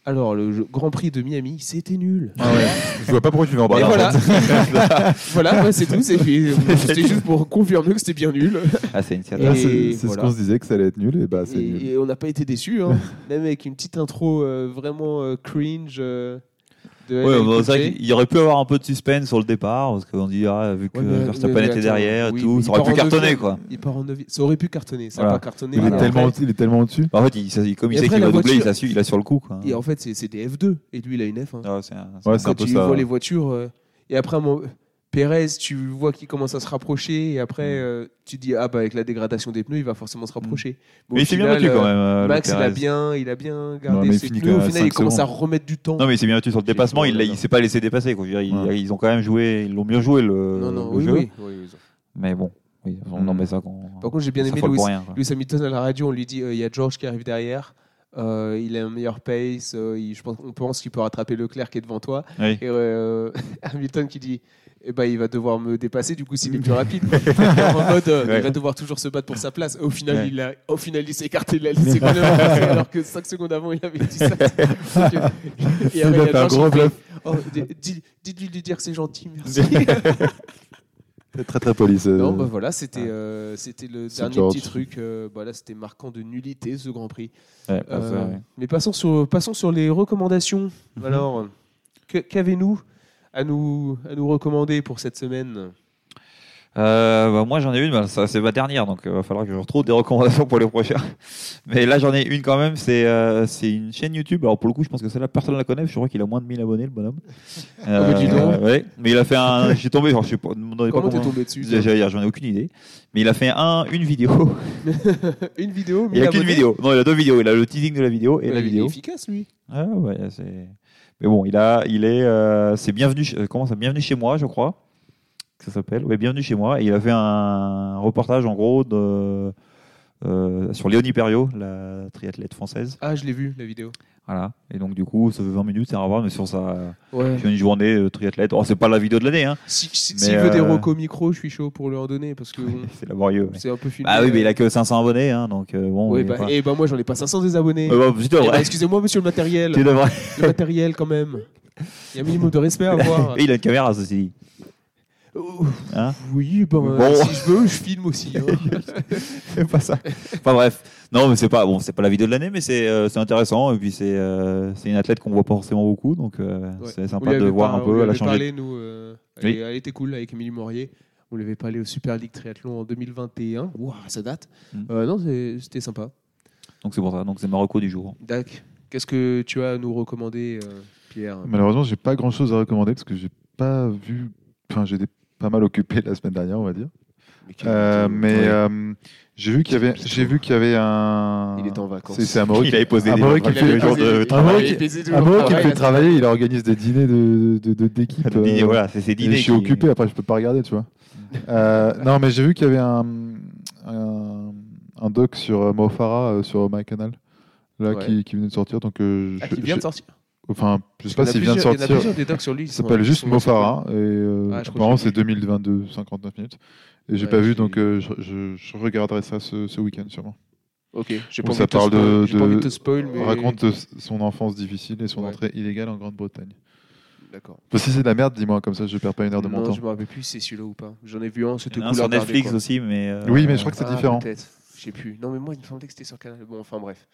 Alors, le jeu- Grand Prix de Miami, c'était nul. Je vois pas pourquoi tu veux en Ah Et parler. voilà, voilà ouais, c'est tout. c'est- C'était juste pour confirmer que c'était bien nul. Ah, c'est une Là, série. Et C'est c'est ce voilà. qu'on se disait que ça allait être nul et bah c'est nul. Et, et on n'a pas été déçus, hein. même avec une petite intro euh, vraiment euh, cringe. euh, de Ouais, LL bah, Cool c'est vrai J. qu'il y aurait pu avoir un peu de suspense sur le départ, parce qu'on dit, ah, vu que Ouais, mais- Verstappen mais- mais était derrière et attends, oui, tout, mais ça il aurait part pu en cartonner, deuxième. quoi. Il part en neuvième. Ça aurait pu cartonner, ça n'a Voilà. pas cartonné. Il Et est, en tellement, fait- il est tellement au-dessus. Bah, en fait, il, ça- comme Et il sait après, qu'il la va doubler, voiture- il s'assure- il assure le coup, quoi. et en fait, c'est c'est des F2, et lui, il a une F1. Ah, c'est un- Ouais, c'est Quand un peu tu ça. vois les voitures, euh, et après, mon... Pérez, tu vois qu'il commence à se rapprocher, et Mm. après, euh, tu dis, ah bah avec la dégradation des pneus, il va forcément se rapprocher. Bon, Mais au il s'est bien final, battu quand euh, même. euh, Max, il a Leclerc. bien, il a bien Non, gardé mais il ses finit pneus. qu'à Au final, il cinq commence à secondes. remettre du temps. Non, mais il s'est bien battu sur le J'ai dépassement, trop il l'a- raison. il s'est pas laissé dépasser. Quoi. Je veux dire, ils- Ouais. Ils ont quand même joué, ils l'ont bien joué le, Non, non, euh, le oui, jeu. oui, oui, oui. Mais bon, oui, on en Mm. met ça quand. Par contre, j'ai bien on aimé s'affole Louis, pour rien, quoi. Lewis Hamilton à la radio, on lui dit euh, il y a George qui arrive derrière, euh, il a un meilleur pace, euh, il- je pense, on pense qu'il peut rattraper Leclerc qui est devant toi. Oui. Et euh, Hamilton qui dit eh ben, il va devoir me dépasser, du coup, s'il est plus rapide. Il est en mode euh, Ouais. il va devoir toujours se battre pour sa place. Au final, Ouais. il, a- au final il s'est écarté de la liste, alors que 5 secondes avant, il avait dit ça. Donc, euh, Il a fait un George qui gros fait, bluff. Oh, d- dis- Dites-lui de lui dire que c'est gentil, merci. C'est Très très poli. ce- Euh, Non, bah voilà, c'était euh, c'était le C'est dernier George. petit truc. euh, bah là, c'était marquant de nullité ce Grand Prix. Ouais, bah, Euh, ça, ouais. Mhm. Mais passons sur passons sur les recommandations. Alors, que- qu'avez-nous à nous à nous recommander pour cette semaine Euh, bah, moi j'en ai une, bah, ça, c'est ma dernière, donc il va falloir que je retrouve des recommandations pour les prochains. Mais là j'en ai une quand même, c'est euh, c'est une chaîne YouTube. Alors pour le coup, je pense que celle-là personne la connaît, je crois qu'il a moins de 1000 abonnés le bonhomme. Ah, Euh, mais dis donc. ouais. mais il a fait un. J'ai tombé, genre, je sais pas, demandez pas Comment t'es comment. tombé dessus toi J'allais dire, J'en ai aucune idée. Mais il a fait un, une vidéo. Une vidéo, Il mille a qu'une abonnés vidéo. Non, il a deux vidéos. Il a le teasing de la vidéo et Bah, la il est vidéo. efficace lui. Ah ouais, c'est. Mais bon, il a, il est, euh, c'est bienvenu, chez- euh, comment ça, bienvenue chez moi, je crois, que ça s'appelle. Oui, bienvenue chez moi. Et il a fait un reportage en gros de, euh, sur Léonie Perriot, la triathlète française. Ah, je l'ai vu la vidéo. Voilà. Et donc du coup, ça fait 20 minutes, c'est à revoir, mais sur sa, Ouais. sur une journée de triathlète. Oh, c'est pas la vidéo de l'année, hein. Si, si, Mais, s'il veut des euh, recos micro, je suis chaud pour lui en donner parce que bon, C'est laborieux. ouais. c'est un peu filmé. Bah oui, mais il a que 500 abonnés, hein, donc euh, bon. Ouais, il est bah, pas- et bah moi j'en ai pas 500 des abonnés. Euh, bah, putain, Eh bah, ouais. Excusez-moi monsieur le matériel. Tu devrais- le matériel quand même. Il y a un minimum de respect à avoir. Et il a une caméra, ceci dit. Ouh, Hein oui, ben, euh, Bon. si je veux, je filme aussi. hein. C'est pas ça. Enfin bref. Non, mais c'est pas bon, c'est pas la vidéo de l'année, mais c'est euh, c'est intéressant et puis c'est euh, c'est une athlète qu'on voit pas forcément beaucoup, donc euh, Ouais. c'est On lui sympa de avait voir par- un on lui peu. Elle a avait changé. parlé, nous, euh, Oui. elle, elle était cool avec Émilie Maurier. On l'avait parlé au Super League Triathlon en 2021. Ouah, ça date. Mm. Hmm. Euh, non, c'est- c'était sympa. Donc c'est pour ça. Donc c'est Marocco du jour. Dac, qu'est-ce que tu as à nous recommander, euh, Pierre Malheureusement, j'ai pas grand chose à recommander parce que j'ai pas vu. Enfin, j'étais pas mal occupé la semaine dernière, on va dire. Euh, mais Ouais. euh, j'ai vu qu'il y avait, j'ai vu qu'il y avait un. il est en vacances. C'est c'est Amaury Ah, Il qui- avait posé des Amaury vrais Il qui avait fait jours posé- de Ah il avait travail. posé des jours de Amaury qui me fait travail. travailler, il organise des dîners de de- de- d'équipe. Le dîner, euh, voilà, c'est ses Et dîners. je suis qui- occupé, après je peux pas regarder, tu vois. Euh, non, mais j'ai vu qu'il y avait un, un, un doc sur euh, Mo Farah euh, sur MyCanal, là, Ouais. qui, qui venait de sortir. Donc, euh, je, Ah, qui vient de je- sortir. enfin, je sais Il y en pas a s'il vient de plusieurs- Il y en a sortir. plusieurs des docs sur lui. Il s'appelle juste Mo Farah, et euh, Ah, je crois que apparemment j'ai vu. c'est 2022, 59 minutes. Et j'ai Ouais, pas j'ai- vu, donc euh, je, je- je regarderai ça ce, ce week-end sûrement. Ok, j'ai Où pas, ça envie de te parle de- spoil- j'ai pas de- envie de te spoil, mais. On raconte euh, son enfance difficile et son Ouais. entrée illégale en Grande-Bretagne. D'accord. Bah, si c'est de la merde, dis-moi, comme ça je perds pas une heure de mon Non, temps. je me rappelle plus si c'est celui-là ou pas. J'en ai vu un, c'était Il y en cool. a un à sur regarder, Netflix quoi. aussi, mais. euh, Oui, mais je crois que c'est Ah, différent. Peut-être, je sais plus. Non, mais moi, il me semblait que c'était sur Canal. Bon, enfin bref.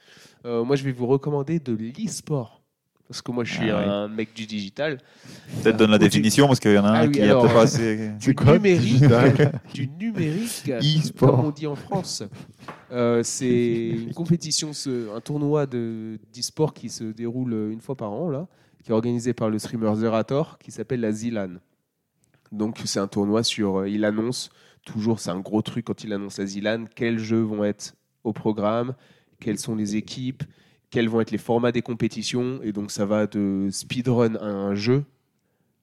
Euh, moi, je vais vous recommander de l'e-sport. Parce que moi, je suis Ah oui. un mec du digital. Peut-être donne la Ou du- définition parce qu'il y en a un Ah oui, qui alors, a peut-être pas euh, assez. Du quoi, numérique, digital du numérique E-sport. comme on dit en France. Euh, c'est une compétition, ce- un tournoi de- d'e-sport qui se déroule une fois par an, là, qui est organisé par le streamer Zerator, qui s'appelle la Zilan. Donc c'est un tournoi sur... euh, il annonce, toujours c'est un gros truc quand il annonce la Zilan, quels jeux vont être au programme, quelles sont les équipes, quels vont être les formats des compétitions. Et donc ça va de speedrun à un jeu,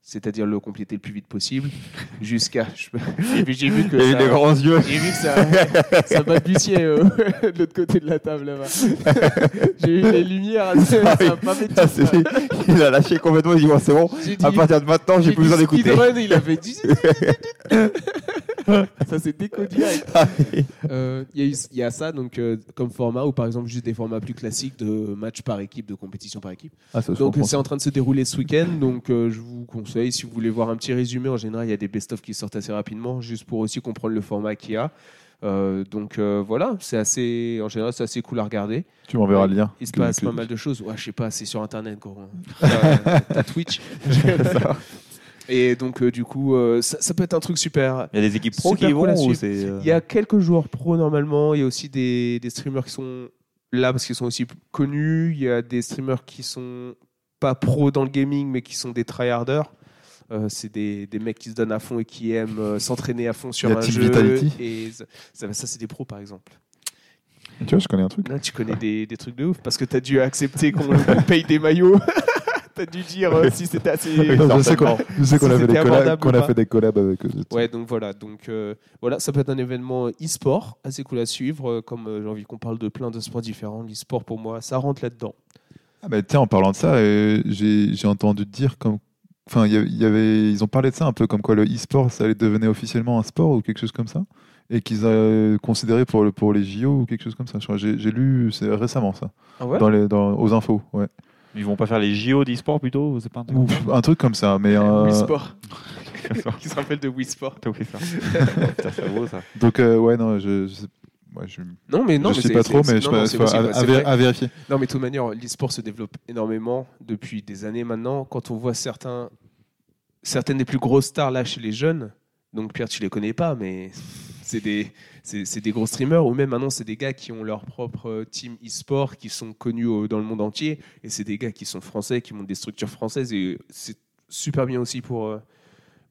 c'est-à-dire le compléter le plus vite possible, jusqu'à... J'ai vu- j'ai vu que... Il a eu ça- des grands yeux. j'ai vu que ça, ça balbutiait euh, de l'autre côté de la table là-bas. J'ai eu les lumières, ça Ah oui. m'a pas fait de Ah, tout, c'est- là. Il a lâché complètement. Il dit bon, c'est bon. J'ai dit, À partir de maintenant, j'ai j'ai plus dit besoin d'écouter. speedrun et il a fait. ça s'est décodé direct. Ah Euh, Il y, a eu- il y a ça donc, euh, comme format, ou par exemple juste des formats plus classiques de match par équipe, de compétition par équipe. Ah, ça se Donc comprend. c'est en train de se dérouler ce week-end, donc euh, je vous conseille, si vous voulez voir un petit résumé, en général il y a des best-of qui sortent assez rapidement, juste pour aussi comprendre le format qu'il y a. Euh, donc euh, voilà, c'est assez, en général c'est assez cool à regarder. Tu m'enverras le lien. Il se Que- passe que- pas mal de choses. Ouais, je sais pas, c'est sur internet gros. Ah T'as t'as Twitch. Et donc euh, du coup, euh, ça, ça peut être un truc Euh. super. Il y a des équipes pro Super qui y cool à vont ou suivre. c'est. euh, Il y a quelques joueurs pro normalement. Il y a aussi des, des streamers qui sont là parce qu'ils sont aussi connus. Il y a des streamers qui sont pas pro dans le gaming mais qui sont des tryharders. Euh, c'est des, des mecs qui se donnent à fond et qui aiment euh, s'entraîner à fond sur Il y a un Team jeu. Vitality Et ça, ça, ça, c'est des pros par exemple. Tu vois, je connais un truc. Là, tu connais des, des trucs de ouf parce que tu as dû accepter qu'on qu'on paye des maillots. tu as dû dire euh, si c'était assez. Non, je sais qu'on je sais qu'on a, fait C'était des collabs- abordable qu'on ou a pas fait des collabs avec euh, eux. Ouais, donc voilà. Donc euh, voilà, ça peut être un événement e-sport assez cool à suivre. euh, comme euh, j'ai envie qu'on parle de plein de sports différents, l'e-sport pour moi, ça rentre là-dedans. Ah bah, tiens, en parlant de ça, euh, j'ai j'ai entendu dire comme. Enfin, il y a- il y avait, ils ont parlé de ça un peu comme quoi le e-sport, ça allait devenir officiellement un sport ou quelque chose comme ça, et qu'ils euh, considéraient pour, le, pour les JO ou quelque chose comme ça. Je crois. J'ai j'ai lu c'est récemment ça, Ah ouais dans les, dans, aux infos, ouais. Ils vont pas faire les JO d'e-sport plutôt ou C'est pas un truc. Ou un truc comme ça. Mais euh, Wii Sport. Qui se rappelle de Wii Sport. T'as oublié ça. Putain, c'est beau, ça. donc euh, ouais, non, je, je sais, ouais, je, Non, mais non, je mais sais c'est- pas c'est- trop, c'est- mais je non, non, pense c'est faut possible, à, c'est à- vrai. à vérifier. Non, mais de toute manière, l'e-sport se développe énormément depuis des années maintenant. Quand on voit certains, certaines des plus grosses stars là chez les jeunes, donc Pierre, tu les connais pas, mais c'est des, c'est, c'est des gros streamers ou même maintenant, c'est des gars qui ont leur propre euh, team e-sport qui sont connus au- dans le monde entier et c'est des gars qui sont français, qui montent des structures françaises et c'est super bien aussi pour. euh,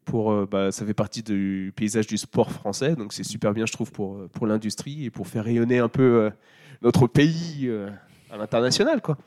pour, euh, bah, ça fait partie du paysage du sport français, donc c'est super bien, je trouve, pour, euh, pour l'industrie et pour faire rayonner un peu euh, notre pays euh, à l'international. quoi.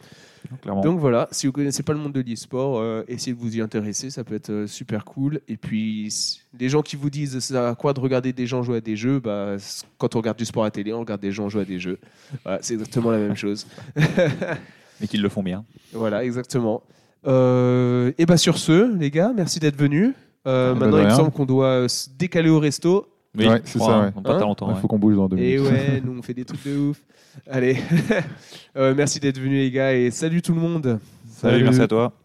Clairement. Donc voilà, si vous connaissez pas le monde de l'e-sport, euh, essayez de vous y intéresser, ça peut être euh, super cool. Et puis, s- les gens qui vous disent ça sert à quoi de regarder des gens jouer à des jeux, bah, c- quand on regarde du sport à la télé, on regarde des gens jouer à des jeux. Voilà, c'est exactement la même chose. Mais qu'ils le font bien. Voilà, exactement. Euh, et bah sur ce, les gars, merci d'être venus. Euh, Eh ben, maintenant, de il me rien. semble qu'on doit euh, se décaler au resto. Oui, Ouais, c'est je crois, ça, hein. ouais. Dans Pas Hein très Il longtemps. ouais. faut qu'on bouge dans deux Et minutes. ouais, nous on fait des trucs de ouf. Allez, Euh, merci d'être venus les gars et salut tout le monde. Salut, merci à toi.